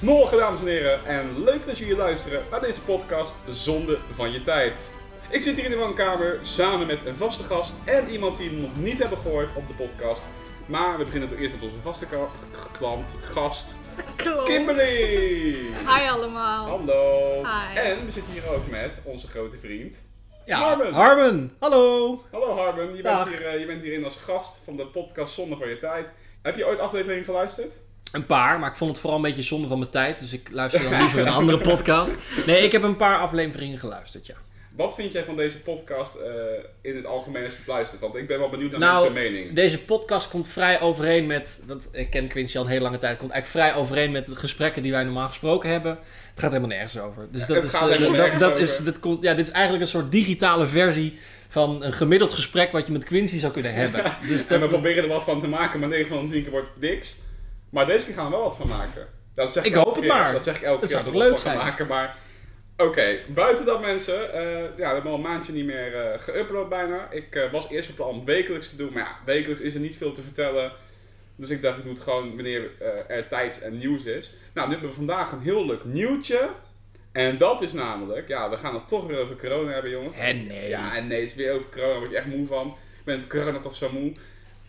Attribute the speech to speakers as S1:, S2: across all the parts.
S1: Morgen, dames en heren, en leuk dat jullie luisteren naar deze podcast Zonde van je tijd. Ik zit hier in de woonkamer samen met een vaste gast en iemand die we nog niet hebben gehoord op de podcast. Maar we beginnen toch eerst met onze vaste ka- g- klant, gast,
S2: Klopt.
S1: Kimberly!
S2: Hi allemaal.
S1: Hallo!
S2: Hi.
S1: En we zitten hier ook met onze grote vriend.
S3: Ja,
S1: Harmen.
S3: Harmen, hallo.
S1: Hallo Harben, je bent,
S3: Dag.
S1: hier, eh, je bent hierin als gast van de podcast Zonde van je tijd. Heb je ooit aflevering geluisterd?
S3: Een paar, maar ik vond het vooral een beetje zonde van mijn tijd, dus ik luister dan liever een andere podcast. Nee, ik heb een paar afleveringen geluisterd, ja.
S1: Wat vind jij van deze podcast eh, in het algemeen als je het luistert? Want ik ben wel benieuwd naar
S3: Nou,
S1: mensen mening.
S3: Deze podcast komt vrij overeen met, want ik ken Quincy al een hele lange tijd, komt eigenlijk vrij overeen met de gesprekken die wij normaal gesproken hebben. Het gaat helemaal nergens over. Dus dat
S1: Het
S3: is,
S1: gaat
S3: eh,
S1: helemaal
S3: dat-
S1: nergens
S3: dat
S1: over.
S3: is, dit komt, ja, dit is eigenlijk een soort digitale versie van een gemiddeld gesprek wat je met Quincy zou kunnen hebben. Dus
S1: En we
S3: dat,
S1: proberen er wat van te maken, maar 9 van de 10 keer wordt het niks. Maar deze keer gaan we wel wat van maken. Dat zeg ik,
S3: Ik
S1: elke
S3: hoop het
S1: keer.
S3: maar.
S1: Dat zeg ik elke
S3: Het
S1: keer.
S3: zou
S1: dat
S3: toch
S1: we
S3: leuk
S1: wat van
S3: zijn?
S1: Maken, maar oké, buiten dat mensen. eh, ja, we hebben al een maandje niet meer eh, geüpload bijna. Ik eh, was eerst op plan wekelijks te doen, maar ja, wekelijks is er niet veel te vertellen. Dus ik dacht, ik doe het gewoon wanneer eh, er tijd en nieuws is. Nou, nu hebben we vandaag een heel leuk nieuwtje. En dat is namelijk, ja, we gaan het toch weer over corona hebben, jongens.
S3: Hè, nee.
S1: Ja, en nee, het is weer over corona, daar word je echt moe van. Ik ben het corona toch zo moe.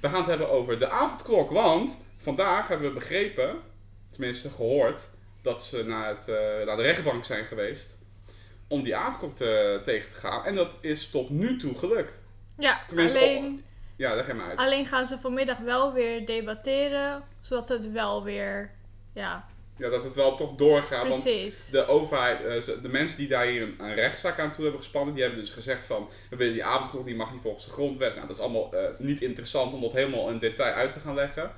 S1: We gaan het hebben over de avondklok, want vandaag hebben we begrepen, tenminste gehoord, dat ze naar, het, eh, naar de rechtbank zijn geweest om die avondklok te, tegen te gaan. En dat is tot nu toe gelukt.
S2: Ja,
S1: Tenminste, oh,
S2: alleen,
S1: Ja, leg hem uit.
S2: alleen gaan ze vanmiddag wel weer debatteren, zodat het wel weer, ja,
S1: Ja, dat het wel toch doorgaat, want
S2: precies.
S1: de overheid, eh, ze- de mensen die daar hier een, een rechtszaak aan toe hebben gespannen, die hebben dus gezegd van, we willen die avondklok, die mag niet volgens de grondwet. Nou, dat is allemaal eh, niet interessant om dat helemaal in detail uit te gaan leggen.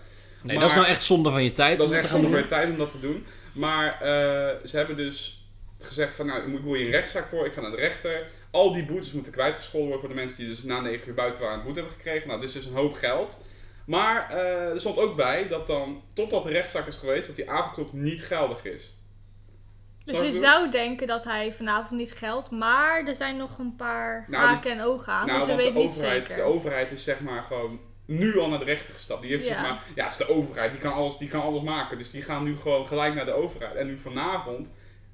S3: nee, dat is nou echt zonde van je tijd.
S1: Dat
S3: om
S1: is echt
S3: te gaan
S1: zonder
S3: doen.
S1: meer tijd om dat te doen. Maar eh, ze hebben dus gezegd van, nou, ik moet- ik wil hier een rechtszaak voor, ik ga naar de rechter. Al die boetes moeten kwijtgescholden worden voor de mensen die dus na 9 uur buiten waren en boete hebben gekregen. Nou, dus is een hoop geld. Maar eh, er stond ook bij dat dan, totdat de rechtszaak is geweest, dat die avondklok niet geldig is.
S2: Dus
S1: Zou
S2: je
S1: ik-
S2: zou denken dat hij vanavond niet geldt, maar er zijn nog een paar
S1: Nou,
S2: haken en ogen aan,
S1: nou,
S2: dus je
S1: want
S2: weet
S1: de
S2: niet
S1: overheid, de
S2: zeker.
S1: overheid is zeg maar gewoon nu al naar de rechter gestapt. Die heeft
S2: Ja.
S1: zeg maar, ja, het is de overheid, die kan, alles, die kan alles maken. Dus die gaan nu gewoon gelijk naar de overheid. En nu vanavond,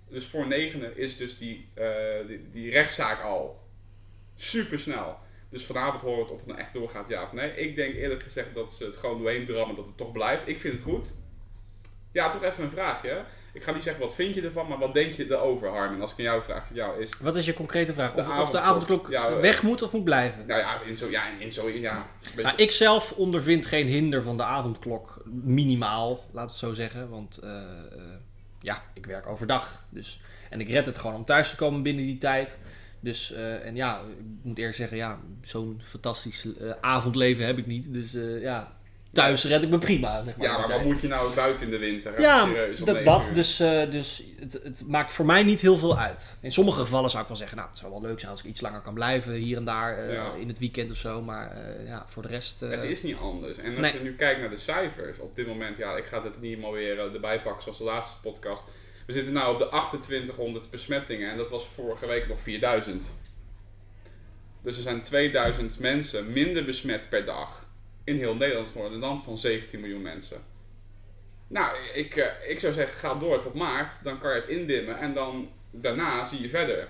S1: dus voor negenen, is dus die, eh, die, die rechtszaak al. Super snel. Dus vanavond horen we het of het nou echt doorgaat, ja of nee. Ik denk eerlijk gezegd dat ze het gewoon doorheen drammen, dat het toch blijft. Ik vind het goed. Ja, toch even een vraagje. hè? Ik ga niet zeggen wat vind je ervan, maar wat denk je erover, Harmen? Als ik aan jou vraag, voor jou is het...
S3: Wat is je concrete vraag?
S1: De
S3: Of, of de
S1: avondklok.
S3: avondklok
S1: Ja, eh.
S3: weg moet of moet blijven?
S1: Nou ja, in zo, ja, in zo, ja. een beetje-
S3: Nou, ik zelf ondervind geen hinder van de avondklok. Minimaal, laat het zo zeggen. Want eh, eh, ja, ik werk overdag. Dus, en ik red het gewoon om thuis te komen binnen die tijd. Dus, eh, en ja, ik moet eerlijk zeggen, ja, zo'n fantastisch eh, avondleven heb ik niet. Dus eh, ja, thuis red ik me prima, zeg
S1: Ja,
S3: maar. die
S1: maar wat
S3: tijd.
S1: moet je nou buiten in de winter? hè?
S3: Ja,
S1: Serieus, om
S3: dat
S1: negen
S3: bad.
S1: uur.
S3: Dus, eh, dus het, het maakt voor mij niet heel veel uit. In sommige gevallen zou ik wel zeggen, nou, het zou wel leuk zijn als ik iets langer kan blijven hier en daar eh,
S1: Ja.
S3: in het weekend of zo. Maar eh, ja, voor de rest. eh,
S1: Het is niet anders. En als
S3: Nee.
S1: je nu kijkt naar de cijfers, op dit moment, ja, ik ga dit niet helemaal weer eh, erbij pakken zoals de laatste podcast. We zitten nu op de 2800 besmettingen en dat was vorige week nog 4000. Dus er zijn 2000 mensen minder besmet per dag in heel Nederland voor een land van 17 miljoen mensen. Nou, ik, eh, ik zou zeggen, ga door tot maart, dan kan je het indimmen en dan daarna zie je verder.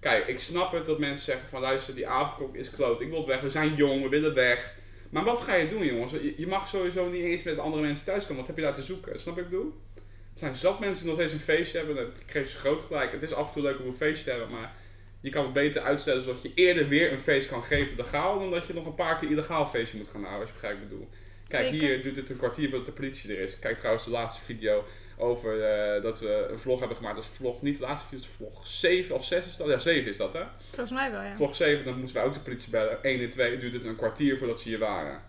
S1: Kijk, ik snap het dat mensen zeggen van luister, die avondklok is kloot, ik wil het weg, we zijn jong, we willen weg. Maar wat ga je doen jongens? Je, je mag sowieso niet eens met andere mensen thuiskomen, wat heb je daar te zoeken? Snap wat ik bedoel? Het zijn zat mensen die nog steeds een feestje hebben, ik geef ze groot gelijk. Het is af en toe leuk om een feestje te hebben, maar je kan het beter uitstellen zodat je eerder weer een feest kan geven legaal, dan dat je nog een paar keer illegaal feestje moet gaan houden, als je begrijpt wat ik bedoel. Kijk,
S2: Zeker.
S1: hier doet het een kwartier voordat de politie er is. Kijk trouwens de laatste video over eh, dat we een vlog hebben gemaakt. Dat is vlog niet de laatste video, het is vlog 7 of 6 is dat? Ja, 7 is dat hè?
S2: Volgens mij wel, ja.
S1: Vlog 7, dan moesten wij ook de politie bellen. 1 en 2 duurde het een kwartier voordat ze hier waren.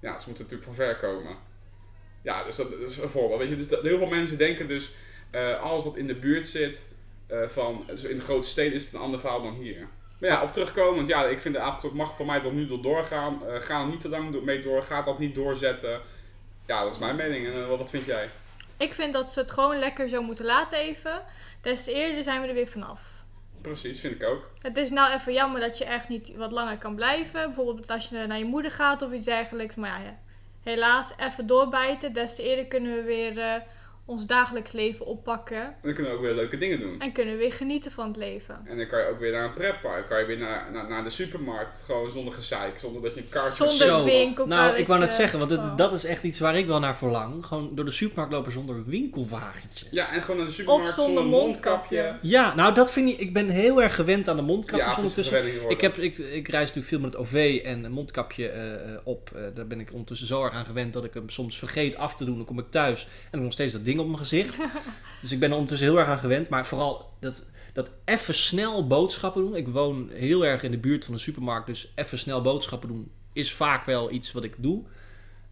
S1: Ja, ze moeten natuurlijk van ver komen. Ja, dus dat, dat is een voorbeeld. Weet je, dus dat, heel veel mensen denken dus, eh, alles wat in de buurt zit, eh, van, dus in de grote steden is het een ander verhaal dan hier. Maar ja, op terugkomend, ja, ik vind de avondklok mag voor mij tot nu toe doorgaan. Eh, ga er niet te lang door- mee door, ga dat niet doorzetten. Ja, dat is mijn mening. En eh, wat- wat vind jij?
S2: Ik vind dat ze het gewoon lekker zo moeten laten even. Des te eerder zijn we er weer vanaf.
S1: Precies, vind ik ook.
S2: Het is nou even jammer dat je echt niet wat langer kan blijven. Bijvoorbeeld als je naar je moeder gaat of iets dergelijks. Maar ja, helaas, even doorbijten. Des te eerder kunnen we weer eh, ons dagelijks leven oppakken.
S1: En dan kunnen we ook weer leuke dingen doen.
S2: En kunnen weer genieten van het leven.
S1: En dan kan je ook weer naar een pretpark, kan je weer naar, naar, naar de supermarkt, gewoon zonder gezeik, zonder dat je een kaartje...
S2: Zonder
S1: Zo.
S2: winkel. Oh.
S3: Nou, ik wou net zeggen, want dat, dat is echt iets waar ik wel naar verlang. Gewoon door de supermarkt lopen zonder winkelwagentje.
S1: Ja, en gewoon naar de supermarkt
S2: Of
S1: zonder,
S2: zonder
S1: mondkapje.
S2: mondkapje.
S3: Ja, nou dat vind ik... Ik ben heel erg gewend aan de mondkapjes
S1: Ja, het is een
S3: ondertussen.
S1: verwenning geworden.
S3: Ik, heb, ik, ik reis natuurlijk veel met het OV en een mondkapje eh, eh, op. Eh, daar ben ik ondertussen zo erg aan gewend dat ik hem soms vergeet af te doen. Dan kom ik thuis en dan heb ik nog steeds dat ding op mijn gezicht. dus ik ben er ondertussen heel erg aan gewend. Maar vooral dat, dat even snel boodschappen doen. Ik woon heel erg in de buurt van een supermarkt. Dus even snel boodschappen doen is vaak wel iets wat ik doe.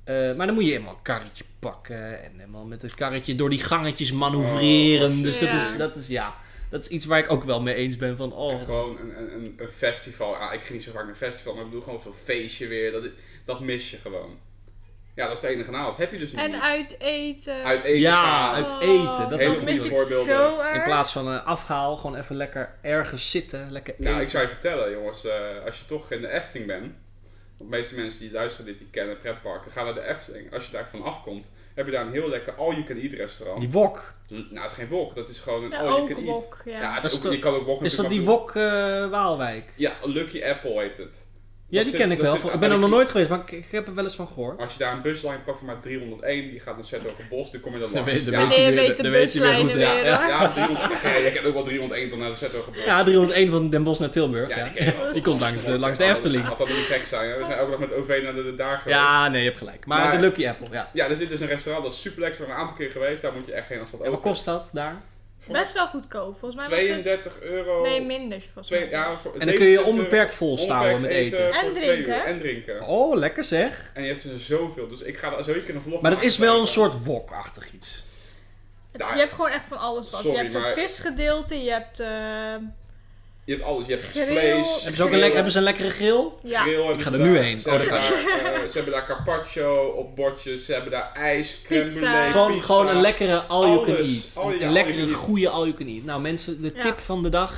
S3: Eh, maar dan moet je helemaal een karretje pakken en helemaal met het karretje door die gangetjes manoeuvreren.
S1: Oh,
S3: dus dat,
S2: Ja.
S3: is, dat is ja, dat is iets waar ik ook wel mee eens ben van oh,
S1: En gewoon een, een- een, een festival. Ah, ik ging niet zo vaak naar festival, maar ik bedoel gewoon veel feestje weer. Dat, dat mis je gewoon. Ja, dat is het enige nadeel. Dat heb je dus niet.
S2: En uit eten. Oh,
S1: Uit eten
S3: Ja,
S1: gaan.
S3: uit eten, dat is
S1: ook
S2: dat
S1: een
S2: mis
S1: goed
S2: ik
S1: voorbeeld.
S2: zo
S3: In
S2: erg.
S3: plaats van eh, afhaal, gewoon even lekker ergens zitten, lekker eten.
S1: Nou, ik zou je vertellen, jongens, eh, als je toch in de Efteling bent. Want de meeste mensen die luisteren dit, die kennen pretparken. Ga naar de Efteling. Als je daar van afkomt, heb je daar een heel lekker all-you-can-eat restaurant.
S3: Die wok.
S1: Hm, Nou, het is geen wok. Dat is gewoon een oh,
S2: Ja, ook
S1: all-you-can-eat.
S2: wok.
S1: ja,
S2: Ja.
S1: het is
S3: Is
S1: ook-
S3: dat-
S1: je kan ook wok
S3: Is dat
S1: natuurlijk
S3: die
S1: wel
S3: wok eh, Waalwijk?
S1: doen. Ja, Lucky Apple heet het.
S3: Ja,
S1: Dat
S3: die
S1: zit-
S3: ken ik
S1: dat
S3: wel.
S1: zit-
S3: ik ben er
S1: ik-
S3: nog nooit geweest, maar ik, ik heb er wel eens van gehoord.
S1: Als je daar een buslijn pakt van maar 301, die gaat naar Zetogenbos, dan kom je dan
S3: Dan
S1: langs.
S3: weet- dan
S1: ja,
S3: weet
S2: Nee, je
S3: weer-
S2: weet de
S3: dan weet je weer goed,
S2: buslijnen
S3: ja,
S2: weer
S3: ja.
S2: hoor.
S1: Ja, 300, ja, je kent ook wel 301 tot naar de Zetogenbos.
S3: Ja, 301 van Den Bosch naar Tilburg. Ja,
S1: Ja, die ken je wel.
S3: Die komt langs de, langs de Efteling.
S1: Had dat niet gek zijn. hè? We zijn elke dag met OV naar de, de daar geweest.
S3: Ja, nee, je hebt gelijk. Maar,
S1: Maar-
S3: de Lucky Apple, ja.
S1: Ja, dus dit is een restaurant dat is super lekker. We zijn een aantal keer geweest. Daar moet je echt heen als dat
S3: En wat
S1: ook.
S3: kost dat daar?
S2: Best wel goedkoop. Volgens mij was het-
S1: 32 euro.
S2: Nee, minder volgens
S1: Twee-
S2: mij.
S1: ja, voor-
S3: En dan kun je
S1: 27
S3: onbeperkt vol
S1: euro,
S3: stouwen met
S1: eh, onbeperkt
S3: eten.
S1: voor
S2: En
S1: twee uur.
S2: drinken, hè?
S1: En drinken.
S3: Oh, lekker zeg.
S1: En je hebt er zoveel. Dus ik ga daar zo een keer een vlog
S3: Maar dat
S1: maken
S3: is wel
S1: van.
S3: een soort wok-achtig iets.
S2: Het-
S1: Ja.
S2: Je hebt gewoon echt van alles wat.
S1: Sorry,
S2: je hebt een
S1: maar-
S2: visgedeelte, je hebt... eh,
S1: Je hebt alles. Je hebt
S2: Grill.
S1: vlees.
S3: Hebben ze, ook een lek- hebben ze een lekkere grill?
S2: ja,
S1: Grill hebben
S3: Ik ga
S1: ze
S3: er nu
S1: daar.
S3: heen.
S1: Ze,
S3: Oh, dat
S1: hebben
S3: kan
S1: daar, eh, ze hebben daar carpaccio op bordjes. Ze hebben daar ijs, crème
S2: Pizza.
S1: brûlée,
S3: Gewoon,
S1: pizza.
S3: gewoon een lekkere
S1: eh, Alles.
S3: all-you-can-eat.
S1: All you- ja,
S3: een lekkere,
S1: all-you-can-eat.
S3: goede all-you-can-eat. Nou mensen, de
S2: Ja.
S3: tip van de dag.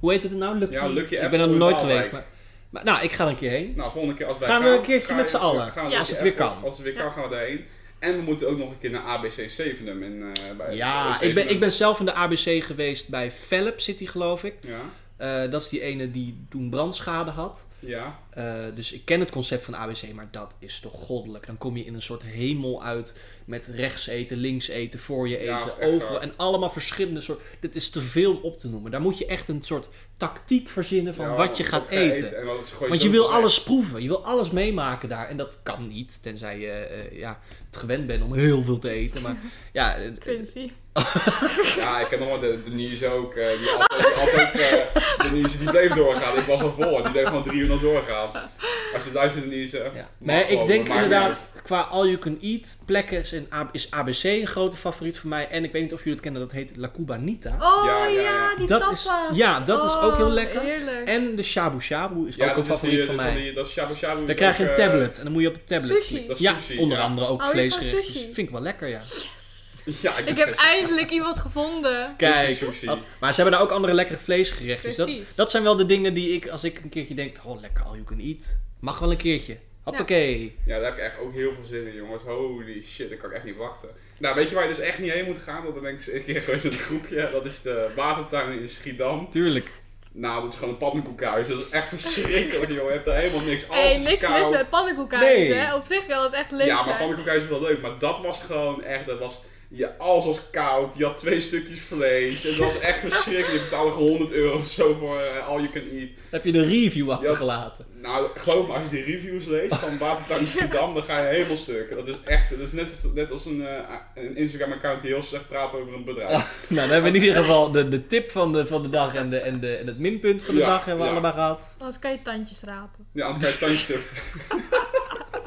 S3: Hoe heet het nou? Lucky?
S1: Ja, Lucky
S3: ik
S1: Apple
S3: ben er nog
S1: in
S3: nooit
S1: Waalwijk.
S3: geweest. Maar, maar, nou, ik ga er een keer heen.
S1: Nou, volgende keer als wij
S3: Gaan we een keertje
S1: ga
S3: met
S1: je-
S3: z'n allen?
S1: gaan we
S2: Ja.
S1: een
S2: Als
S3: het
S1: keer
S3: weer
S1: even-
S3: kan.
S1: Als het weer kan, gaan we daarheen. En we moeten ook nog een keer naar ABC Zevenum. In, eh, bij
S3: Ja,
S1: bij
S3: ik ben,
S1: Zevenum.
S3: ik ben zelf in de ABC geweest bij Philips City, geloof ik.
S1: Ja,
S3: Eh, dat is die ene die toen brandschade had.
S1: ja.
S3: Eh, dus ik ken het concept van ABC, maar dat is toch goddelijk. Dan kom je in een soort hemel uit met rechts eten, links eten, voor je
S1: Ja, dat
S3: eten,
S1: is echt
S3: overal.
S1: waar.
S3: En allemaal verschillende soorten. Dit is te veel om op te noemen. Daar moet je echt een soort tactiek verzinnen van
S1: Ja,
S3: wat je gaat eten.
S1: en wat- gooi
S3: Want je
S1: zoveel
S3: wil
S1: weg.
S3: alles proeven, je wil alles meemaken daar. En dat kan niet, tenzij je eh, ja, het gewend bent om heel veel te eten. Maar ja, eh,
S2: Quincy.
S1: Ja, ik heb nog wel de Denise ook. eh, die altijd, die had ook eh, Denise die bleef doorgaan. Ik was al vol en die bleef gewoon drie uur nog doorgaan. Als je luistert Denise.
S3: ja.
S1: mag
S3: Maar
S1: gewoon,
S3: ik denk
S1: maakt niet
S3: inderdaad, qua all you can eat plekken is, een A- is ABC een grote favoriet voor mij. En ik weet niet of jullie het kennen, dat heet La Cubanita.
S2: Oh
S1: Ja,
S2: ja,
S1: ja, ja.
S2: die
S3: Dat is-
S2: tapas.
S3: ja, dat is ook heel
S2: Oh,
S3: lekker.
S2: Heerlijk.
S3: En de shabu shabu is
S1: uit. Ja,
S3: ook een
S1: dat is
S3: favoriet
S1: die,
S3: van
S1: van
S3: mij.
S1: die, dat is shabu shabu.
S3: Dan
S1: is
S3: krijg je
S1: ook,
S3: een
S1: eh,
S3: tablet en dan moet je op het tablet
S2: Sushi.
S3: klikken.
S1: Dat is
S3: Ja,
S1: sushi,
S3: onder
S1: ja.
S3: andere ook
S2: Hou Oh, je van
S3: vleesgerechten.
S2: sushi?
S3: Vind ik wel lekker, ja.
S2: Yes.
S1: Ja, ik,
S2: Ik
S1: dus
S2: heb
S1: gisteren-
S2: eindelijk iemand
S1: Oh,
S2: gevonden.
S3: Kijk,
S1: sushi.
S3: wat- maar ze hebben daar ook andere lekkere vleesgerechtjes. Dat,
S2: Precies.
S3: dat zijn wel de dingen die ik, als ik een keertje denk, oh lekker, all you can eat. Mag wel een keertje. Hoppakee.
S1: Ja, daar heb ik echt ook heel veel zin in, jongens. Holy shit, daar kan ik echt niet wachten. Nou, weet je waar je dus echt niet heen moet gaan? Want dan ben ik eens een keer geweest met een groepje. Dat is de watertuin in Schiedam.
S3: Tuurlijk.
S1: Nou, dat is gewoon een pannenkoekhuis. Dat is echt verschrikkelijk, jongen. Je hebt daar helemaal niks. Alles
S2: Hey,
S1: is
S2: niks
S1: koud.
S2: mis met pannenkoekhuis,
S3: Nee.
S2: hè? Op zich kan het echt leuk
S1: ja, maar
S2: zijn.
S1: pannenkoekhuis is wel leuk, maar dat was gewoon echt, dat was, ja, alles was koud, je had twee stukjes vlees, en dat was echt verschrikkelijk, je betaalde gewoon 100 euro of zo voor eh, all you can eat.
S3: Dan heb je de review achtergelaten.
S1: Nou, geloof me, als je die reviews leest van Wapentuin Amsterdam, dan ga je helemaal stuk. Dat is echt, dat is net als, net als een, eh, een Instagram account die heel slecht praat over een bedrijf.
S3: Nou, dan hebben we in ieder geval de, de tip van de, van de dag en, de, en, de, en het minpunt van de
S1: Ja,
S3: dag hebben
S1: ja.
S3: we allemaal gehad.
S2: Anders kan je tandjes rapen.
S1: Ja, anders kan je het tandje te-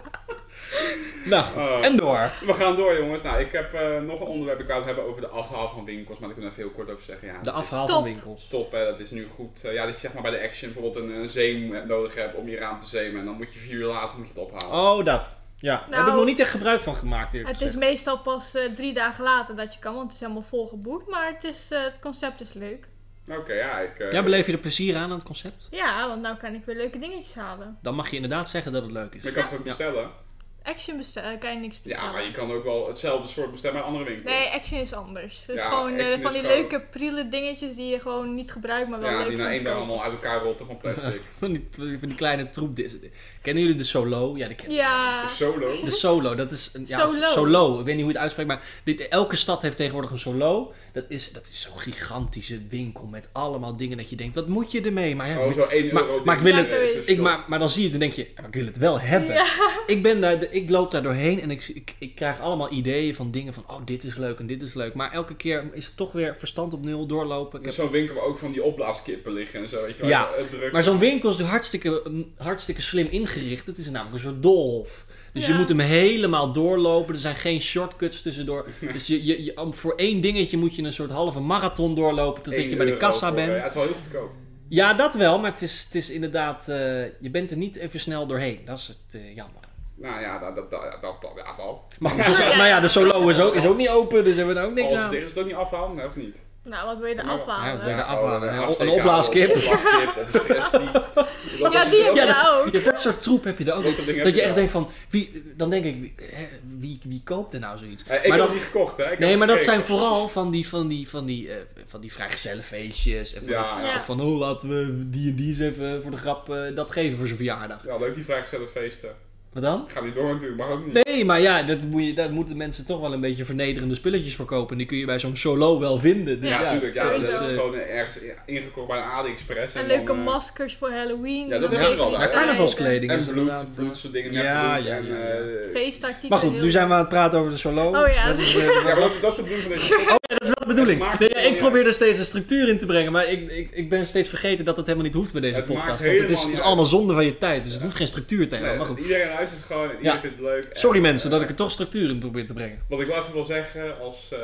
S3: Nou goed,
S1: Oh.
S3: en door.
S1: We gaan door, jongens. Nou, ik heb eh, nog een onderwerp, ik wou het hebben over de afhaal van winkels, maar daar kunnen we even heel kort over zeggen. Ja,
S3: De
S1: dat is-
S3: afhaal van
S2: Top.
S3: winkels.
S1: Top, hè, dat is nu goed. Eh, ja, dat je zeg maar bij de action bijvoorbeeld een, een zeem eh, nodig hebt om je raam te zeemen. En dan moet je vier uur later moet je het ophalen.
S3: Oh, dat. Ja, daar heb ik
S2: Nou,
S3: nog niet echt gebruik van gemaakt eerlijk
S2: Het is
S3: gezegd.
S2: meestal pas eh, drie dagen later dat je kan, want het is helemaal vol geboekt. Maar het, is, eh, het concept is leuk.
S1: Oké, ja, ik... eh,
S3: Ja, beleef je er plezier aan, aan het concept?
S2: Ja, want nou kan ik weer leuke dingetjes halen.
S3: Dan mag je inderdaad zeggen dat het leuk
S1: maar
S3: is.
S1: ik kan het ook
S3: Ja.
S1: bestellen.
S2: Action bestel, eh, kan je niks bestellen.
S1: Ja, maar je kan ook wel hetzelfde soort bestellen bij een andere winkel.
S2: Nee, Action is anders. Dus
S1: Ja,
S2: gewoon eh,
S1: Action
S2: van
S1: is
S2: die
S1: gewoon-
S2: leuke priele dingetjes die je gewoon niet gebruikt, maar wel
S1: ja,
S2: leuk
S1: die na
S2: zijn
S1: één
S2: te
S1: dag
S2: kopen.
S1: allemaal uit elkaar rotten van plastic.
S3: Van die, van die kleine troep. Kennen jullie de Solo? Ja, die kennen
S2: Ja,
S1: Solo.
S3: De Solo, dat is een ja,
S2: Solo.
S3: solo. solo. Ik weet niet hoe je het uitspreekt, maar dit, elke stad heeft tegenwoordig een solo. Dat is, dat is zo'n gigantische winkel met allemaal dingen dat je denkt, wat moet je ermee? Maar, ja,
S1: Oh, zo 1
S3: maar-
S1: euro.
S3: maar ik
S1: ding.
S2: wil het-
S1: Nee, zo'n
S3: ik,
S1: shop.
S3: maar, maar dan zie je het en denk je, "Ja, maar ik wil het wel hebben. Ik, ben daar, ik loop daar doorheen en ik, zie- ik, ik krijg allemaal ideeën van dingen van, oh dit is leuk en dit is leuk. Maar elke keer is het toch weer verstand op nul doorlopen. Ik
S1: In
S3: heb-
S1: zo'n winkel waar ook van die opblaaskippen liggen en zo. Weet je, wel,
S3: Ja,
S1: het druk.
S3: maar zo'n winkel is hartstikke, hartstikke slim ingericht. Het is namelijk een soort doolhof. Dus je
S2: Ja.
S3: moet hem helemaal doorlopen. Er zijn geen shortcuts tussendoor. Dus je, je, je, om- voor één dingetje moet je een soort halve marathon doorlopen totdat
S1: 1
S3: je bij de
S1: euro
S3: kassa
S1: voor- Ja,
S3: bent.
S1: het is wel heel goedkoop.
S3: Ja, dat wel, maar het is, het is inderdaad, eh, je bent er niet even snel doorheen. Dat is het eh, jammer.
S1: Nou ja, dat, dat, dat, dat, dat ja, wel.
S3: Maar, goed, dus- maar ja, de solo is ook, is ook niet open, dus hebben we daar ook niks
S1: Als het
S3: aan.
S1: dicht is, dat niet afhalen, nee, of niet?
S2: nou wat wil je er
S1: Ja,
S3: ja,
S2: afhalen?
S3: dat-
S2: Ja,
S3: de afhalen, hè.
S1: afsteken
S3: Een opblaaskip.
S1: halen, een opblaaskip, dat is de rest niet. Dat is
S2: die
S1: ook-
S2: heb je daar ook.
S3: Ja, dat soort troep heb je daar ook.
S1: Dat
S3: Dat,
S1: soort dingen heb
S3: je
S1: je
S3: echt
S1: wel.
S3: denkt van, wie, dan denk ik, wie, hè, wie, wie koopt er nou zoiets?
S1: Eh, Ik
S3: Maar
S1: heb het
S3: dan-
S1: niet gekocht, hè? Ik heb
S3: Nee,
S1: het
S3: maar dat
S1: gekeken.
S3: zijn vooral van die, van die, van die, eh, van die vrijgezellenfeestjes. En van,
S1: Ja,
S2: Ja.
S1: ja.
S3: of van, oh, laten we die en die eens even voor de grap eh, dat geven voor zijn verjaardag.
S1: Ja, leuk die vrijgezellen feesten.
S3: Wat dan?
S1: Ik ga niet door natuurlijk, maar ook niet.
S3: Nee, maar ja, dat moet je, daar moeten mensen toch wel een beetje vernederende spulletjes voor kopen. En die kun je bij zo'n solo wel vinden. Dus
S1: Ja, natuurlijk. Ja, dat
S2: sowieso.
S1: is
S3: eh,
S1: gewoon ergens in- ingekocht bij een AliExpress.
S2: en leuke
S1: dan, eh,
S2: maskers voor Halloween.
S1: Ja, dat
S2: voor
S1: hebben ze wel
S3: ja,
S1: daar.
S2: rekening-
S3: carnavalskleding
S1: En
S3: is
S1: bloed,
S3: inderdaad, eh.
S1: bloed, soort dingen.
S3: Ja,
S1: nepbloed
S3: ja,
S1: en,
S3: ja, ja.
S1: eh,
S2: Feestartikelen.
S3: Maar goed,
S2: heel-
S3: nu zijn we aan het praten over de solo.
S2: Oh ja.
S3: Dat is, eh, dat-
S1: Ja, maar dat, dat is de bedoeling van deze
S3: dat is wel de bedoeling.
S1: maakt
S3: Nee, ja, ik
S1: helemaal
S3: probeer er steeds een structuur in te brengen, maar ik, ik, ik ben steeds vergeten dat dat helemaal niet hoeft bij deze
S1: Het maakt
S3: podcast. Want het is,
S1: helemaal niet
S3: is
S1: uit.
S3: allemaal zonde van je tijd, dus het hoeft geen structuur te hebben. maar
S1: Nee,
S3: goed.
S1: Iedereen luistert gewoon en iedereen
S3: Ja.
S1: vindt het leuk. En,
S3: Sorry
S1: eh,
S3: mensen dat ik er toch structuur in probeer te brengen.
S1: Wat ik wel even wil zeggen, als, eh,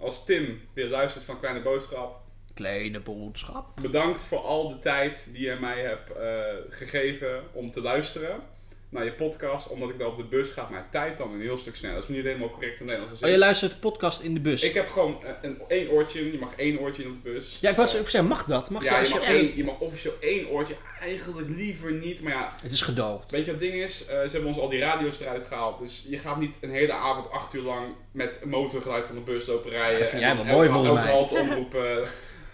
S1: als Tim weer luistert van Kleine Boodschap,
S3: Kleine boodschap.
S1: bedankt voor al de tijd die je mij hebt eh, gegeven om te luisteren naar je podcast. Omdat ik dan op de bus ga, mijn tijd dan een heel stuk sneller. Dat is niet helemaal correct in Nederlands. Dus
S3: Oh, je luistert de podcast in de bus.
S1: ik heb gewoon eh, een, één oortje in, je mag één oortje in op de bus. Eh,
S3: Ja, ik was ook zeggen, mag dat? Mag
S1: Ja,
S3: dat
S1: je
S3: als
S1: mag,
S3: je-
S1: één, je mag officieel één oortje, eigenlijk liever niet, maar ja,
S3: Het is gedoogd.
S1: Weet je wat het ding is? Eh, ze hebben ons al die radio's eruit gehaald. Dus je gaat niet een hele avond acht uur lang met motorgeluid van de bus lopen rijden.
S3: Ja, dat vind
S1: en
S3: jij
S1: dan
S3: wel mooi
S1: elke-
S3: volgens
S1: elke
S3: mij.
S1: halte omroepen.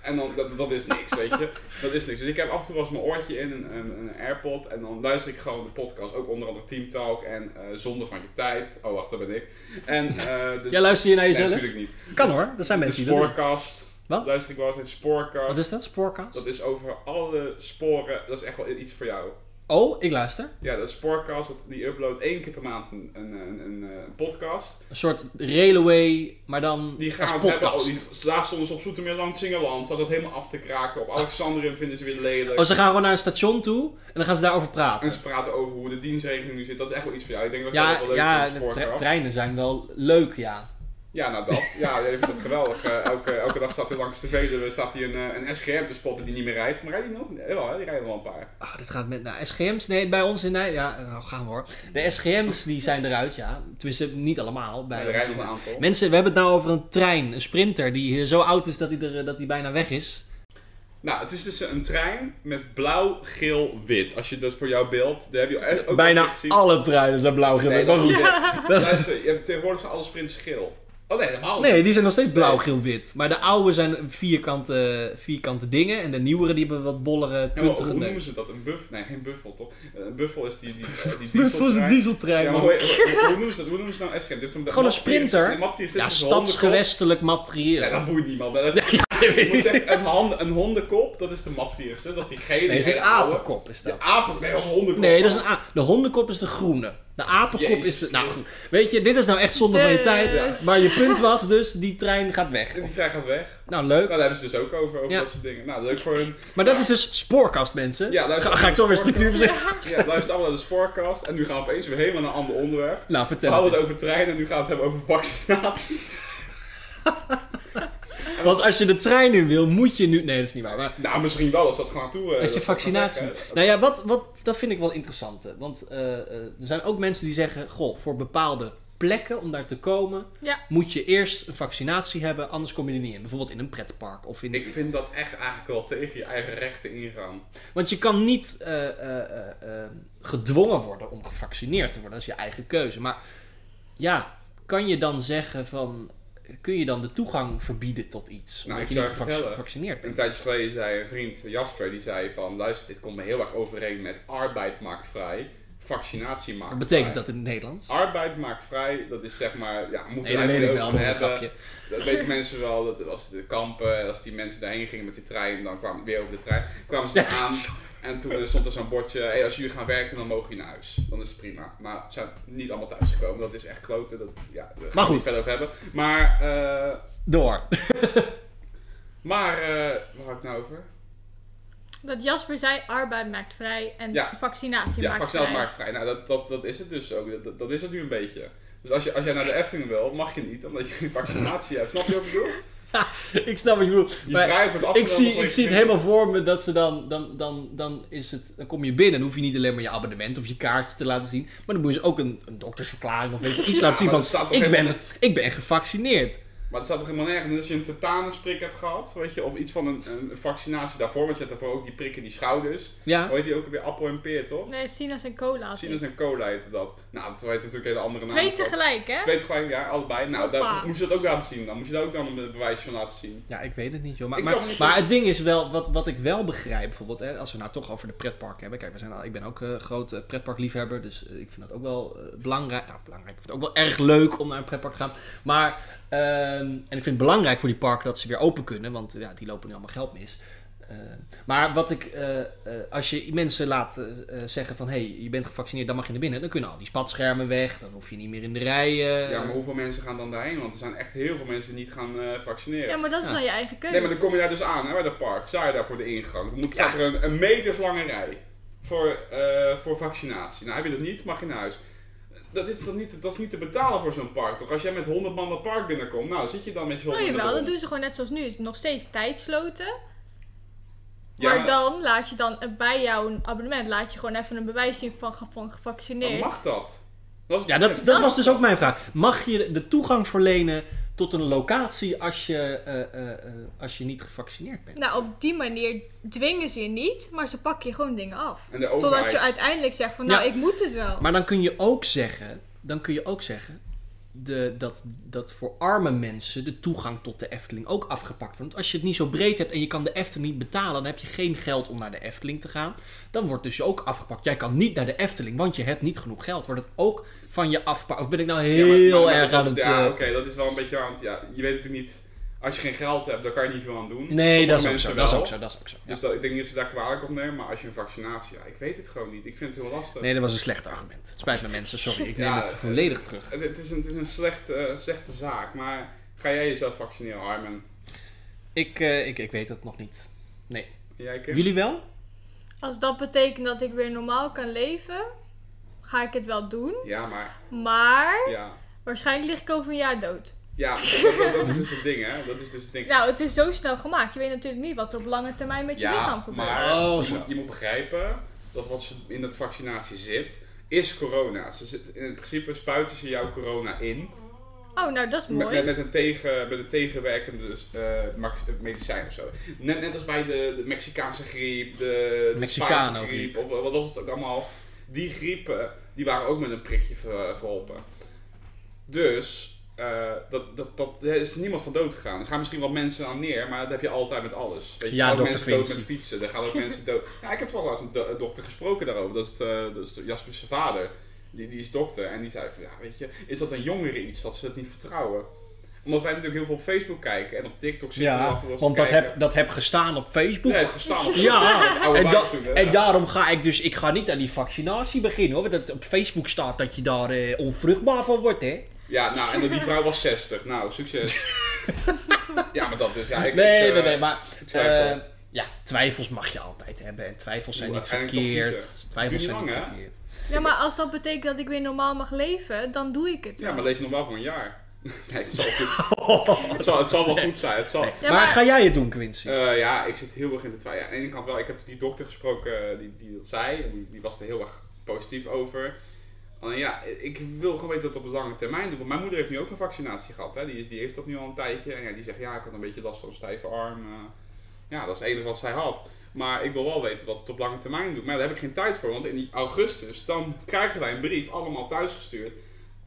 S1: En dan, dat, dat is niks, weet je. Dat is niks. Dus ik heb af en toe wel eens mijn oortje in, een, een, een AirPod. En dan luister ik gewoon de podcast. Ook onder andere Team Talk en eh Zonde van je tijd. Oh, wacht, dat ben ik. En, eh dus,
S3: Jij luister je naar
S1: nee,
S3: jezelf?
S1: natuurlijk niet.
S3: kan hoor, er zijn
S1: De
S3: mensen die dat doen.
S1: Spoorcast.
S3: Wat?
S1: Luister ik wel eens in
S3: Wat
S1: Spoorcast.
S3: is dat, spoorkast?
S1: Dat is over alle sporen. Dat is echt wel iets voor jou.
S3: Oh, ik luister.
S1: Ja, dat Spoorcast, dat- die uploadt één keer per maand een, een, een, een, eh, podcast.
S3: Een soort railway, maar dan
S1: Die
S3: als
S1: gaan we hebben, al-
S3: podcast.
S1: die, laatst stonden ze op Zoetermeerland, Singeland, zat dat helemaal af te kraken. Op Alexandrium vinden ze weer lelijk.
S3: Oh, ze gaan gewoon naar een station toe en dan gaan ze daarover praten.
S1: En ze praten over hoe de dienstregeling nu zit. Dat is echt wel iets voor jou. Ik denk dat jij
S3: Ja,
S1: dat wel leuk
S3: ja
S1: vindt,
S3: de
S1: Spoorcast.
S3: tre- treinen zijn wel leuk, ja.
S1: Ja, nou dat. Ja, jij vindt dat geweldig. Eh, elke, elke dag staat er langs de Veluwe staat hier een, eh, een SGM te spotten die niet meer rijdt. Maar rijdt die nog? Nee, wel, hè? die rijden wel een paar.
S3: Ah, dit gaat met naar SGM's. Nee, bij ons in Nijmegen. Ja, nou gaan we hoor. De SGM's die zijn eruit, ja. Tenminste, niet allemaal. Bij
S1: Ja, er
S3: ons
S1: rijden
S3: in-
S1: nog een aantal.
S3: Mensen, we hebben het nou over een trein, een sprinter, die eh, zo oud is dat hij, er, eh, dat hij bijna weg is.
S1: Nou, het is dus een trein met blauw, geel, wit. Als je dat voor jouw beeld, daar heb je ook- ook
S3: bijna
S1: gezien.
S3: alle treinen zijn blauw geel.
S1: Nee,
S3: maar
S1: dat is
S3: goed.
S1: Luister, je hebt tegenwoordig zijn alle sprints geel. Oh nee, helemaal niet.
S3: Nee, die zijn nog steeds blauw, geel, wit. Maar de oude zijn vierkante, vierkante dingen. En de nieuwere die hebben wat bollere,
S1: Ja, maar hoe
S3: puntige
S1: noemen
S3: dingen.
S1: ze dat? Een buff? Nee, geen buffel toch? Eh, Een buffel is die, die, die
S3: Buffel is een
S1: dieseltrein.
S3: dieseltrein.
S1: Ja, maar
S3: man.
S1: hoe, hoe- hoe noemen ze dat? Hoe noemen ze nou SGM?
S3: Gewoon een sprinter.
S1: Nee, Mat 64
S3: Ja,
S1: is dus een hondenkop.
S3: stadsgewestelijk materieel.
S1: Nee, dat boeit niemand. Dat, ik moet zeggen, een, hand, een hondenkop, dat is de Mat 64. Dat is die gele.
S3: Nee, dat is een
S1: hele oude.
S3: apenkop, is dat.
S1: De apen, nee, dat is een hondenkop.
S3: Nee, dat is een a- de hondenkop is de groene. De apenkop
S1: Jezus
S3: is de... Nou,
S1: Christus.
S3: goed. weet je, dit is nou echt zonde van je
S2: Dus.
S3: tijd. Maar je punt was dus, die trein gaat weg.
S1: Die trein gaat weg.
S3: Nou,
S1: Nou,
S3: leuk.
S1: daar hebben ze dus ook over, over
S3: Ja.
S1: dat soort dingen. Nou, leuk voor hun.
S3: Maar dat is dus spoorkast, mensen.
S1: Ja, luister,
S3: ga, ga ik toch weer structuur verzinnen?
S1: Ja, luister allemaal naar de Spoorcast. En nu gaan we opeens weer helemaal naar een ander onderwerp.
S3: Nou,
S1: We
S3: vertel
S1: hadden
S3: het
S1: het
S3: eens.
S1: over treinen, nu gaan we het hebben over vaccinaties.
S3: Want als je de trein in wil, moet je nu... Nee, dat is niet waar. Maar
S1: Nou, misschien wel als dat gewoon toe. eh,
S3: dat je
S1: ze gaan
S3: vaccinatie...
S1: zeggen.
S3: moet. Nou ja, wat, wat, dat vind ik wel interessant. hè. Want eh, eh, er zijn ook mensen die zeggen... Goh, voor bepaalde plekken om daar te komen,
S2: Ja.
S3: moet je eerst een vaccinatie hebben, anders kom je er niet in. Bijvoorbeeld in een pretpark of in.
S1: Ik vind dat echt eigenlijk wel tegen je eigen rechten ingaan.
S3: Want je kan niet eh, eh, eh, eh, gedwongen worden om gevaccineerd te worden. Dat is je eigen keuze. Maar ja, kan je dan zeggen van. Kun je dan de toegang verbieden tot iets?
S1: Nou,
S3: Omdat
S1: ik
S3: je
S1: zou
S3: niet gevac-
S1: vertellen,
S3: gevaccineerd
S1: Een
S3: bent.
S1: tijdje geleden zei een vriend, Jasper, die zei van... Luister, dit komt me heel erg overeen met arbeid maakt vrij, vaccinatie maakt
S3: Wat betekent
S1: vrij.
S3: dat in het
S1: Ah.
S3: Nederlands?
S1: Arbeid maakt vrij, dat is zeg maar... Ja, moeten
S3: Nee,
S1: we
S3: dat weet
S1: eigenlijk
S3: ik
S1: ook
S3: wel,
S1: van
S3: maar een
S1: hebben.
S3: grapje.
S1: Dat weten mensen wel, dat als de kampen, als die mensen daarheen gingen met die trein, dan kwamen weer over de trein, kwamen ze aan en toen eh, stond er zo'n bordje, hey, als jullie gaan werken dan mogen jullie naar huis. Dan is het prima. Maar ze zijn niet allemaal thuis gekomen, dat is echt kloten, dat ja, daar gaan we
S3: Maar
S1: het
S3: goed.
S1: niet verder over hebben. Maar, eh,
S3: Door.
S1: maar eh, waar had ik nou over?
S2: Dat Jasper zei, arbeid maakt vrij en
S1: Ja.
S2: vaccinatie
S1: ja,
S2: maakt
S1: vaccinatie
S2: vrij.
S1: maakt vrij. Nou, dat, dat, dat is het dus ook, dat, dat, dat is het nu een beetje. Dus als, je, als jij naar de Efteling wil, mag je niet, omdat je geen vaccinatie hebt. Snap je wat ik bedoel?
S3: ik snap wat je bedoelt.
S1: Je
S3: Maar
S1: vrijheid wordt
S3: ik
S1: afgenomen
S3: zie,
S1: voor
S3: ik
S1: je
S3: zie het
S1: kinderen.
S3: helemaal voor me dat ze dan, dan, dan, dan, is het, dan kom je binnen. Dan hoef je niet alleen maar je abonnement of je kaartje te laten zien. Maar dan moet je ze ook een, een doktersverklaring of weet je, iets
S1: Ja,
S3: laten
S1: maar
S3: zien
S1: dat staat
S3: van
S1: toch
S3: ik ben,
S1: helemaal
S3: ik ben gevaccineerd.
S1: Maar het staat toch helemaal nergens. En als je een tetanusprik hebt gehad, weet je, of iets van een, een vaccinatie daarvoor, want je hebt daarvoor ook die prikken die schouders.
S3: Ja.
S1: Hoe heet die ook weer appel en peer, toch?
S2: Nee, sinaas en cola. had
S1: Sinus
S2: ik.
S1: en cola heette dat. Nou, dat heet natuurlijk hele andere naam.
S2: Twee tegelijk, hè?
S1: Twee tegelijk, ja, allebei. Nou,
S2: Hoppa.
S1: daar moest je dat ook laten zien dan. Moest je daar ook dan een be- bewijs van laten zien.
S3: Ja, ik weet het niet, joh. Maar,
S1: Ik
S3: maar,
S1: kan niet-
S3: maar het ding is wel, wat, wat ik wel begrijp, bijvoorbeeld, hè, als we nou toch over de pretpark hebben. Kijk, we zijn al, ik ben ook eh groot eh, pretparkliefhebber, dus eh, ik vind dat ook wel eh, belangrijk. Nou, belangrijk. Ik vind het ook wel erg leuk om naar een pretpark te gaan. Maar, ehm, en ik vind het belangrijk voor die parken dat ze weer open kunnen, want ja, die lopen nu allemaal geld mis. Eh, maar wat ik, eh, eh, als je mensen laat eh, eh, zeggen van hé, hey, je bent gevaccineerd, dan mag je naar binnen. Dan kunnen al die spatschermen weg, dan hoef je niet meer in de rijen.
S1: Ja, maar hoeveel mensen gaan dan daarheen? Want er zijn echt heel veel mensen die niet gaan eh, vaccineren.
S2: Ja, maar dat is
S3: Ja.
S2: dan je eigen keuze.
S1: Nee, maar dan kom je daar dus aan, hè, bij dat park. Sta je daar voor de ingang. Dan moet, staat er een, een meterslange rij voor, eh, voor vaccinatie. Nou, heb je dat niet, mag je naar huis. Dat is, toch niet, dat is niet te betalen voor zo'n park, toch? Als jij met 100 man dat park binnenkomt, nou, zit je dan met je
S2: Oh
S1: 100
S2: jawel,
S1: man.
S2: dat doen ze gewoon net zoals nu. Het is nog steeds tijdsloten.
S1: Ja,
S2: maar,
S1: maar-
S2: dan laat je dan eh, bij jouw abonnement laat je gewoon even een bewijs zien van, ge- van gevaccineerd.
S1: mag dat? dat is-
S3: Ja, dat, dat was dus ook mijn vraag. Mag je de toegang verlenen tot een locatie als je, eh, eh, eh, als je niet gevaccineerd bent?
S2: Nou, op die manier dwingen ze je niet, maar ze pakken je gewoon dingen af.
S1: En de
S2: Totdat je
S1: overheid.
S2: uiteindelijk zegt van,
S3: Ja.
S2: nou, ik moet het wel.
S3: Maar dan kun je ook zeggen, dan kun je ook zeggen de, dat, dat voor arme mensen de toegang tot de Efteling ook afgepakt wordt. Want als je het niet zo breed hebt en je kan de Efteling niet betalen, dan heb je geen geld om naar de Efteling te gaan. Dan wordt dus je ook afgepakt. Jij kan niet naar de Efteling, want je hebt niet genoeg geld. Wordt het ook van je afgepakt? Of ben ik nou
S1: Ja, maar-
S3: heel
S1: maar-
S3: erg aan het...
S1: Ja,
S3: eh,
S1: oké, dat is wel een beetje aan het... Ja, je weet natuurlijk niet... Als je geen geld hebt, dan kan je niet veel aan doen.
S3: Nee,
S1: Sommige
S3: dat is, ook
S1: mensen
S3: zo, dat is
S1: wel.
S3: ook zo. Dat is ook zo.
S1: Dus dat, ik denk niet dat ze daar kwalijk op nemen, maar als je een vaccinatie... Ja, ik weet het gewoon niet. Ik vind het heel lastig.
S3: Nee, dat was een slecht argument. Het spijt me mensen, sorry. Ik neem
S1: Ja,
S3: het
S1: eh,
S3: volledig terug.
S1: Het, het is een, het is een slechte, eh, slechte zaak, maar ga jij jezelf vaccineren, Armin?
S3: Ik, eh, ik, ik weet het nog niet. Nee.
S1: En Jij, Kim?
S3: Jullie wel?
S2: Als dat betekent dat ik weer normaal kan leven, ga ik het wel doen.
S1: Ja, maar...
S2: Maar
S1: Ja,
S2: waarschijnlijk lig ik over een jaar dood.
S1: ja dat, dat- dat is dus het ding, hè? Dat is dus het ding.
S2: Nou, het is zo snel gemaakt. Je weet natuurlijk niet wat er op lange termijn met je lichaam
S1: ja,
S2: gebeurt.
S1: maar
S3: Oh,
S1: je,
S3: zo.
S1: moet, je moet begrijpen dat wat ze in dat vaccinatie zit, is corona. Ze zit, in principe spuiten ze jouw corona in
S2: Oh, nou, dat is
S1: met,
S2: mooi.
S1: met, met een, tegen, met een tegenwerkende dus, eh, max- medicijn of zo. Net, net als bij de, de Mexicaanse griep, de, de
S3: Mexicano
S1: Spaanse griep, of eh, wat was het ook allemaal. Die griepen, die waren ook met een prikje ver- verholpen. Dus, eh, dat, dat, dat, er is niemand van dood gegaan. Er gaan misschien wat mensen aan neer, maar dat heb je altijd met alles. Weet je,
S3: Ja,
S1: er gaan ook
S3: Dr.
S1: mensen dood
S3: Quincy.
S1: met fietsen, er gaan ook mensen dood... Ja, ik heb wel eens een do- een dokter gesproken daarover, dat is, eh, dat is Jasper's vader. Die, die is dokter en die zei van, ja weet je, is dat een jongere iets dat ze het niet vertrouwen? Omdat wij natuurlijk heel veel op Facebook kijken en op TikTok zitten we af en toe wel eens
S3: want
S1: te
S3: dat
S1: kijken.
S3: heb, dat heb gestaan op Facebook.
S1: Nee, het gestaan op
S3: Ja,
S1: dat oude
S3: en,
S1: baas
S3: da-
S1: toen, hè.
S3: en daarom ga ik dus, ik ga niet aan die vaccinatie beginnen hoor. Want dat op Facebook staat dat je daar eh, onvruchtbaar van wordt hè.
S1: Ja, nou, en dat die vrouw was 60. Nou, succes. ja, maar dat dus. Ja, ik,
S3: nee,
S1: ik, eh,
S3: nee, nee, maar
S1: ik twijfel.
S3: eh, ja, twijfels mag je altijd hebben. En twijfels zijn
S1: Oeh,
S3: niet
S1: uiteindelijk toch
S3: verkeerd.
S1: kiezen.
S3: Twijfels
S1: Duurt
S3: zijn
S1: niet
S3: niet
S1: lang, hè?
S3: verkeerd.
S2: Ja, maar als dat betekent dat ik weer normaal mag leven, dan doe ik het.
S1: Ja,
S2: wel.
S1: maar leef je nog wel voor een jaar. nee, het zal, goed. het zal, het zal wel goed zijn. Het zal.
S2: Ja,
S3: maar,
S2: maar-
S3: ga jij het doen Quincy?
S1: Eh, ja, ik zit heel erg in de twijfel. Ja, aan de ene kant wel, ik heb die dokter gesproken eh, die, die dat zei. En die, die was er heel erg positief over. Aan Alleen ja, ik wil gewoon weten dat het op lange termijn doen. Want mijn moeder heeft nu ook een vaccinatie gehad. Hè. Die, is- die heeft dat nu al een tijdje. En ja, die zegt, ja, ik had een beetje last van een stijve arm. eh. ja, dat is het enige wat zij had. Maar ik wil wel weten wat het op lange termijn doet. Maar daar heb ik geen tijd voor. Want in die augustus, dan krijgen wij een brief, allemaal thuisgestuurd.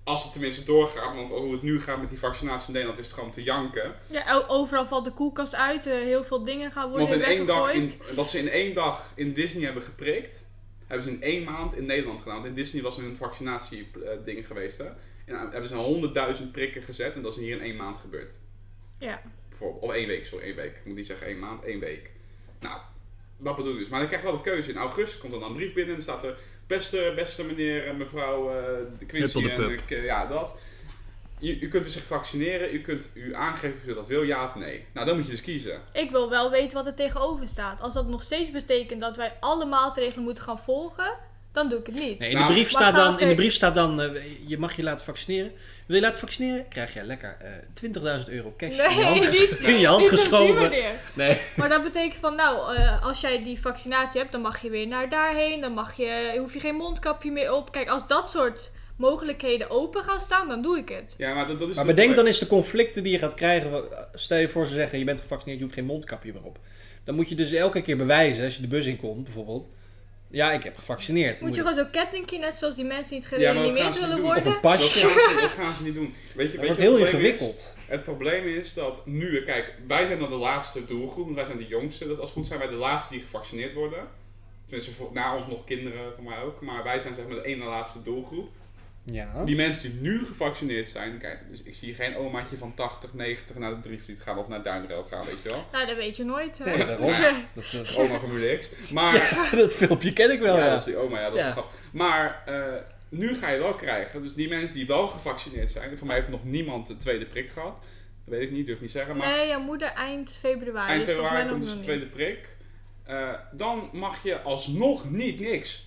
S1: Als het tenminste doorgaat. Want hoe het nu gaat met die vaccinatie in Nederland is het gewoon te janken.
S2: Ja, o- overal valt de koelkast uit. eh, heel veel dingen gaan worden
S1: Want in één dag, in,
S2: weggegooid.
S1: wat ze in één dag in Disney hebben geprikt, hebben ze in één maand in Nederland gedaan. Want in Disney was er een vaccinatieding geweest. Hè? En dan hebben ze honderdduizend prikken gezet en dat is hier in één maand gebeurd.
S2: Ja.
S1: Bijvoorbeeld, of één week, sorry, één week. Ik moet niet zeggen één maand, één week. Nou, dat bedoel ik dus. Maar dan krijg je wel de keuze. In augustus komt er dan een brief binnen en dan staat er... Beste, beste meneer en mevrouw eh, de Quincy
S4: Huppelde
S1: en
S4: pup.
S1: ik, eh, ja, dat. U, u kunt u zich vaccineren, u kunt u aangeven of u dat wil, ja of nee. Nou, dan moet je dus kiezen.
S2: Ik wil wel weten wat er tegenover staat. Als dat nog steeds betekent dat wij alle maatregelen moeten gaan volgen, dan doe ik het niet.
S3: Nee, in,
S1: Nou,
S3: de brief
S2: Dus maar
S3: staat dan,
S2: gaat
S3: in de
S2: er-
S3: brief staat dan, eh, je mag je laten vaccineren. Wil je laten vaccineren? Krijg je lekker eh 20.000 euro cash in je hand,
S2: Nee,
S3: ges- in je hand
S2: Niet op die
S3: geschoven.
S2: manier.
S3: Nee.
S2: Maar dat betekent van, nou, eh, als jij die vaccinatie hebt, dan mag je weer naar daarheen. Dan mag je, hoef je geen mondkapje meer op. Kijk, als dat soort mogelijkheden open gaan staan, dan doe ik het.
S1: Ja, maar dat, dat is
S3: Maar
S1: het
S3: bedenk
S1: probleem.
S3: dan eens de conflicten die je gaat krijgen. Wa- Stel je voor ze zeggen, je bent gevaccineerd, je hoeft geen mondkapje meer op. Dan moet je dus elke keer bewijzen, als je de bus inkomt bijvoorbeeld. Ja, ik heb gevaccineerd. Dan
S2: Moet je
S3: moet
S2: gewoon zo'n kettingje, net zoals die mensen die het
S1: Ja, maar wat
S2: gereanimeerd
S1: gaan ze
S2: willen
S1: doen?
S3: je- of een
S2: worden.
S1: Dat
S3: pasje.
S1: gaan, ze, dat gaan ze niet doen. Weet je, weet
S3: Dat wordt
S1: je wat
S3: heel
S1: het probleem is?
S3: ingewikkeld.
S1: Het probleem is dat nu, kijk, wij zijn dan de laatste doelgroep, want wij zijn de jongste. Dat als het goed zijn wij de laatste die gevaccineerd worden. Tenminste, voor, na ons nog kinderen voor mij ook. Maar wij zijn zeg maar de ene laatste doelgroep.
S3: Ja.
S1: Die mensen die nu gevaccineerd zijn, kijk, dus ik zie geen omaatje van 80, 90 naar de Driefvliet gaan of naar Duinrel gaan, weet je wel.
S2: Nou, dat weet je nooit. hè.
S3: Nee, daarom. Dat, dat-
S1: Oma Formule X. Maar
S3: dat filmpje ken ik wel,
S1: Ja,
S3: ja.
S1: dat is die oma, ja, dat is
S3: Ja.
S1: grappig. Maar eh, nu ga je wel krijgen, dus die mensen die wel gevaccineerd zijn, voor mij heeft nog niemand de tweede prik gehad. Dat weet ik niet, durf ik niet zeggen, maar
S2: Nee, jouw moeder eind februari.
S1: eind
S2: dus volgens mij
S1: februari komt
S2: nog
S1: dus de
S2: niet.
S1: tweede prik. Eh, dan mag je alsnog niet niks.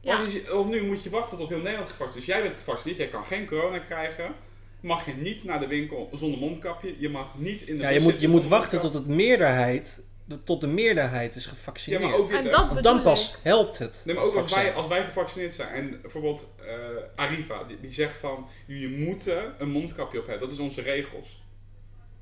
S2: Ja.
S1: Want je- want nu moet je wachten tot heel Nederland gevaccineerd is. Dus jij bent gevaccineerd, jij kan geen corona krijgen. Mag je niet naar de winkel zonder mondkapje. Je mag niet in de
S3: Ja,
S1: bus
S3: je moet, je
S1: zitten
S3: moet
S1: zonder
S3: wachten tot,
S1: mondkapje.
S3: het meerderheid, de- tot de meerderheid is
S1: Ja,
S3: gevaccineerd.
S1: maar ook dit,
S2: En
S1: hè.
S2: dat
S3: Want
S2: bedoel
S3: dan
S2: ik.
S3: pas helpt het.
S1: Nee, maar ook als
S3: vaccin.
S1: wij, als wij gevaccineerd zijn. En bijvoorbeeld eh, Arriva, die, die zegt van... jullie moeten een mondkapje op hebben. Dat is onze regels.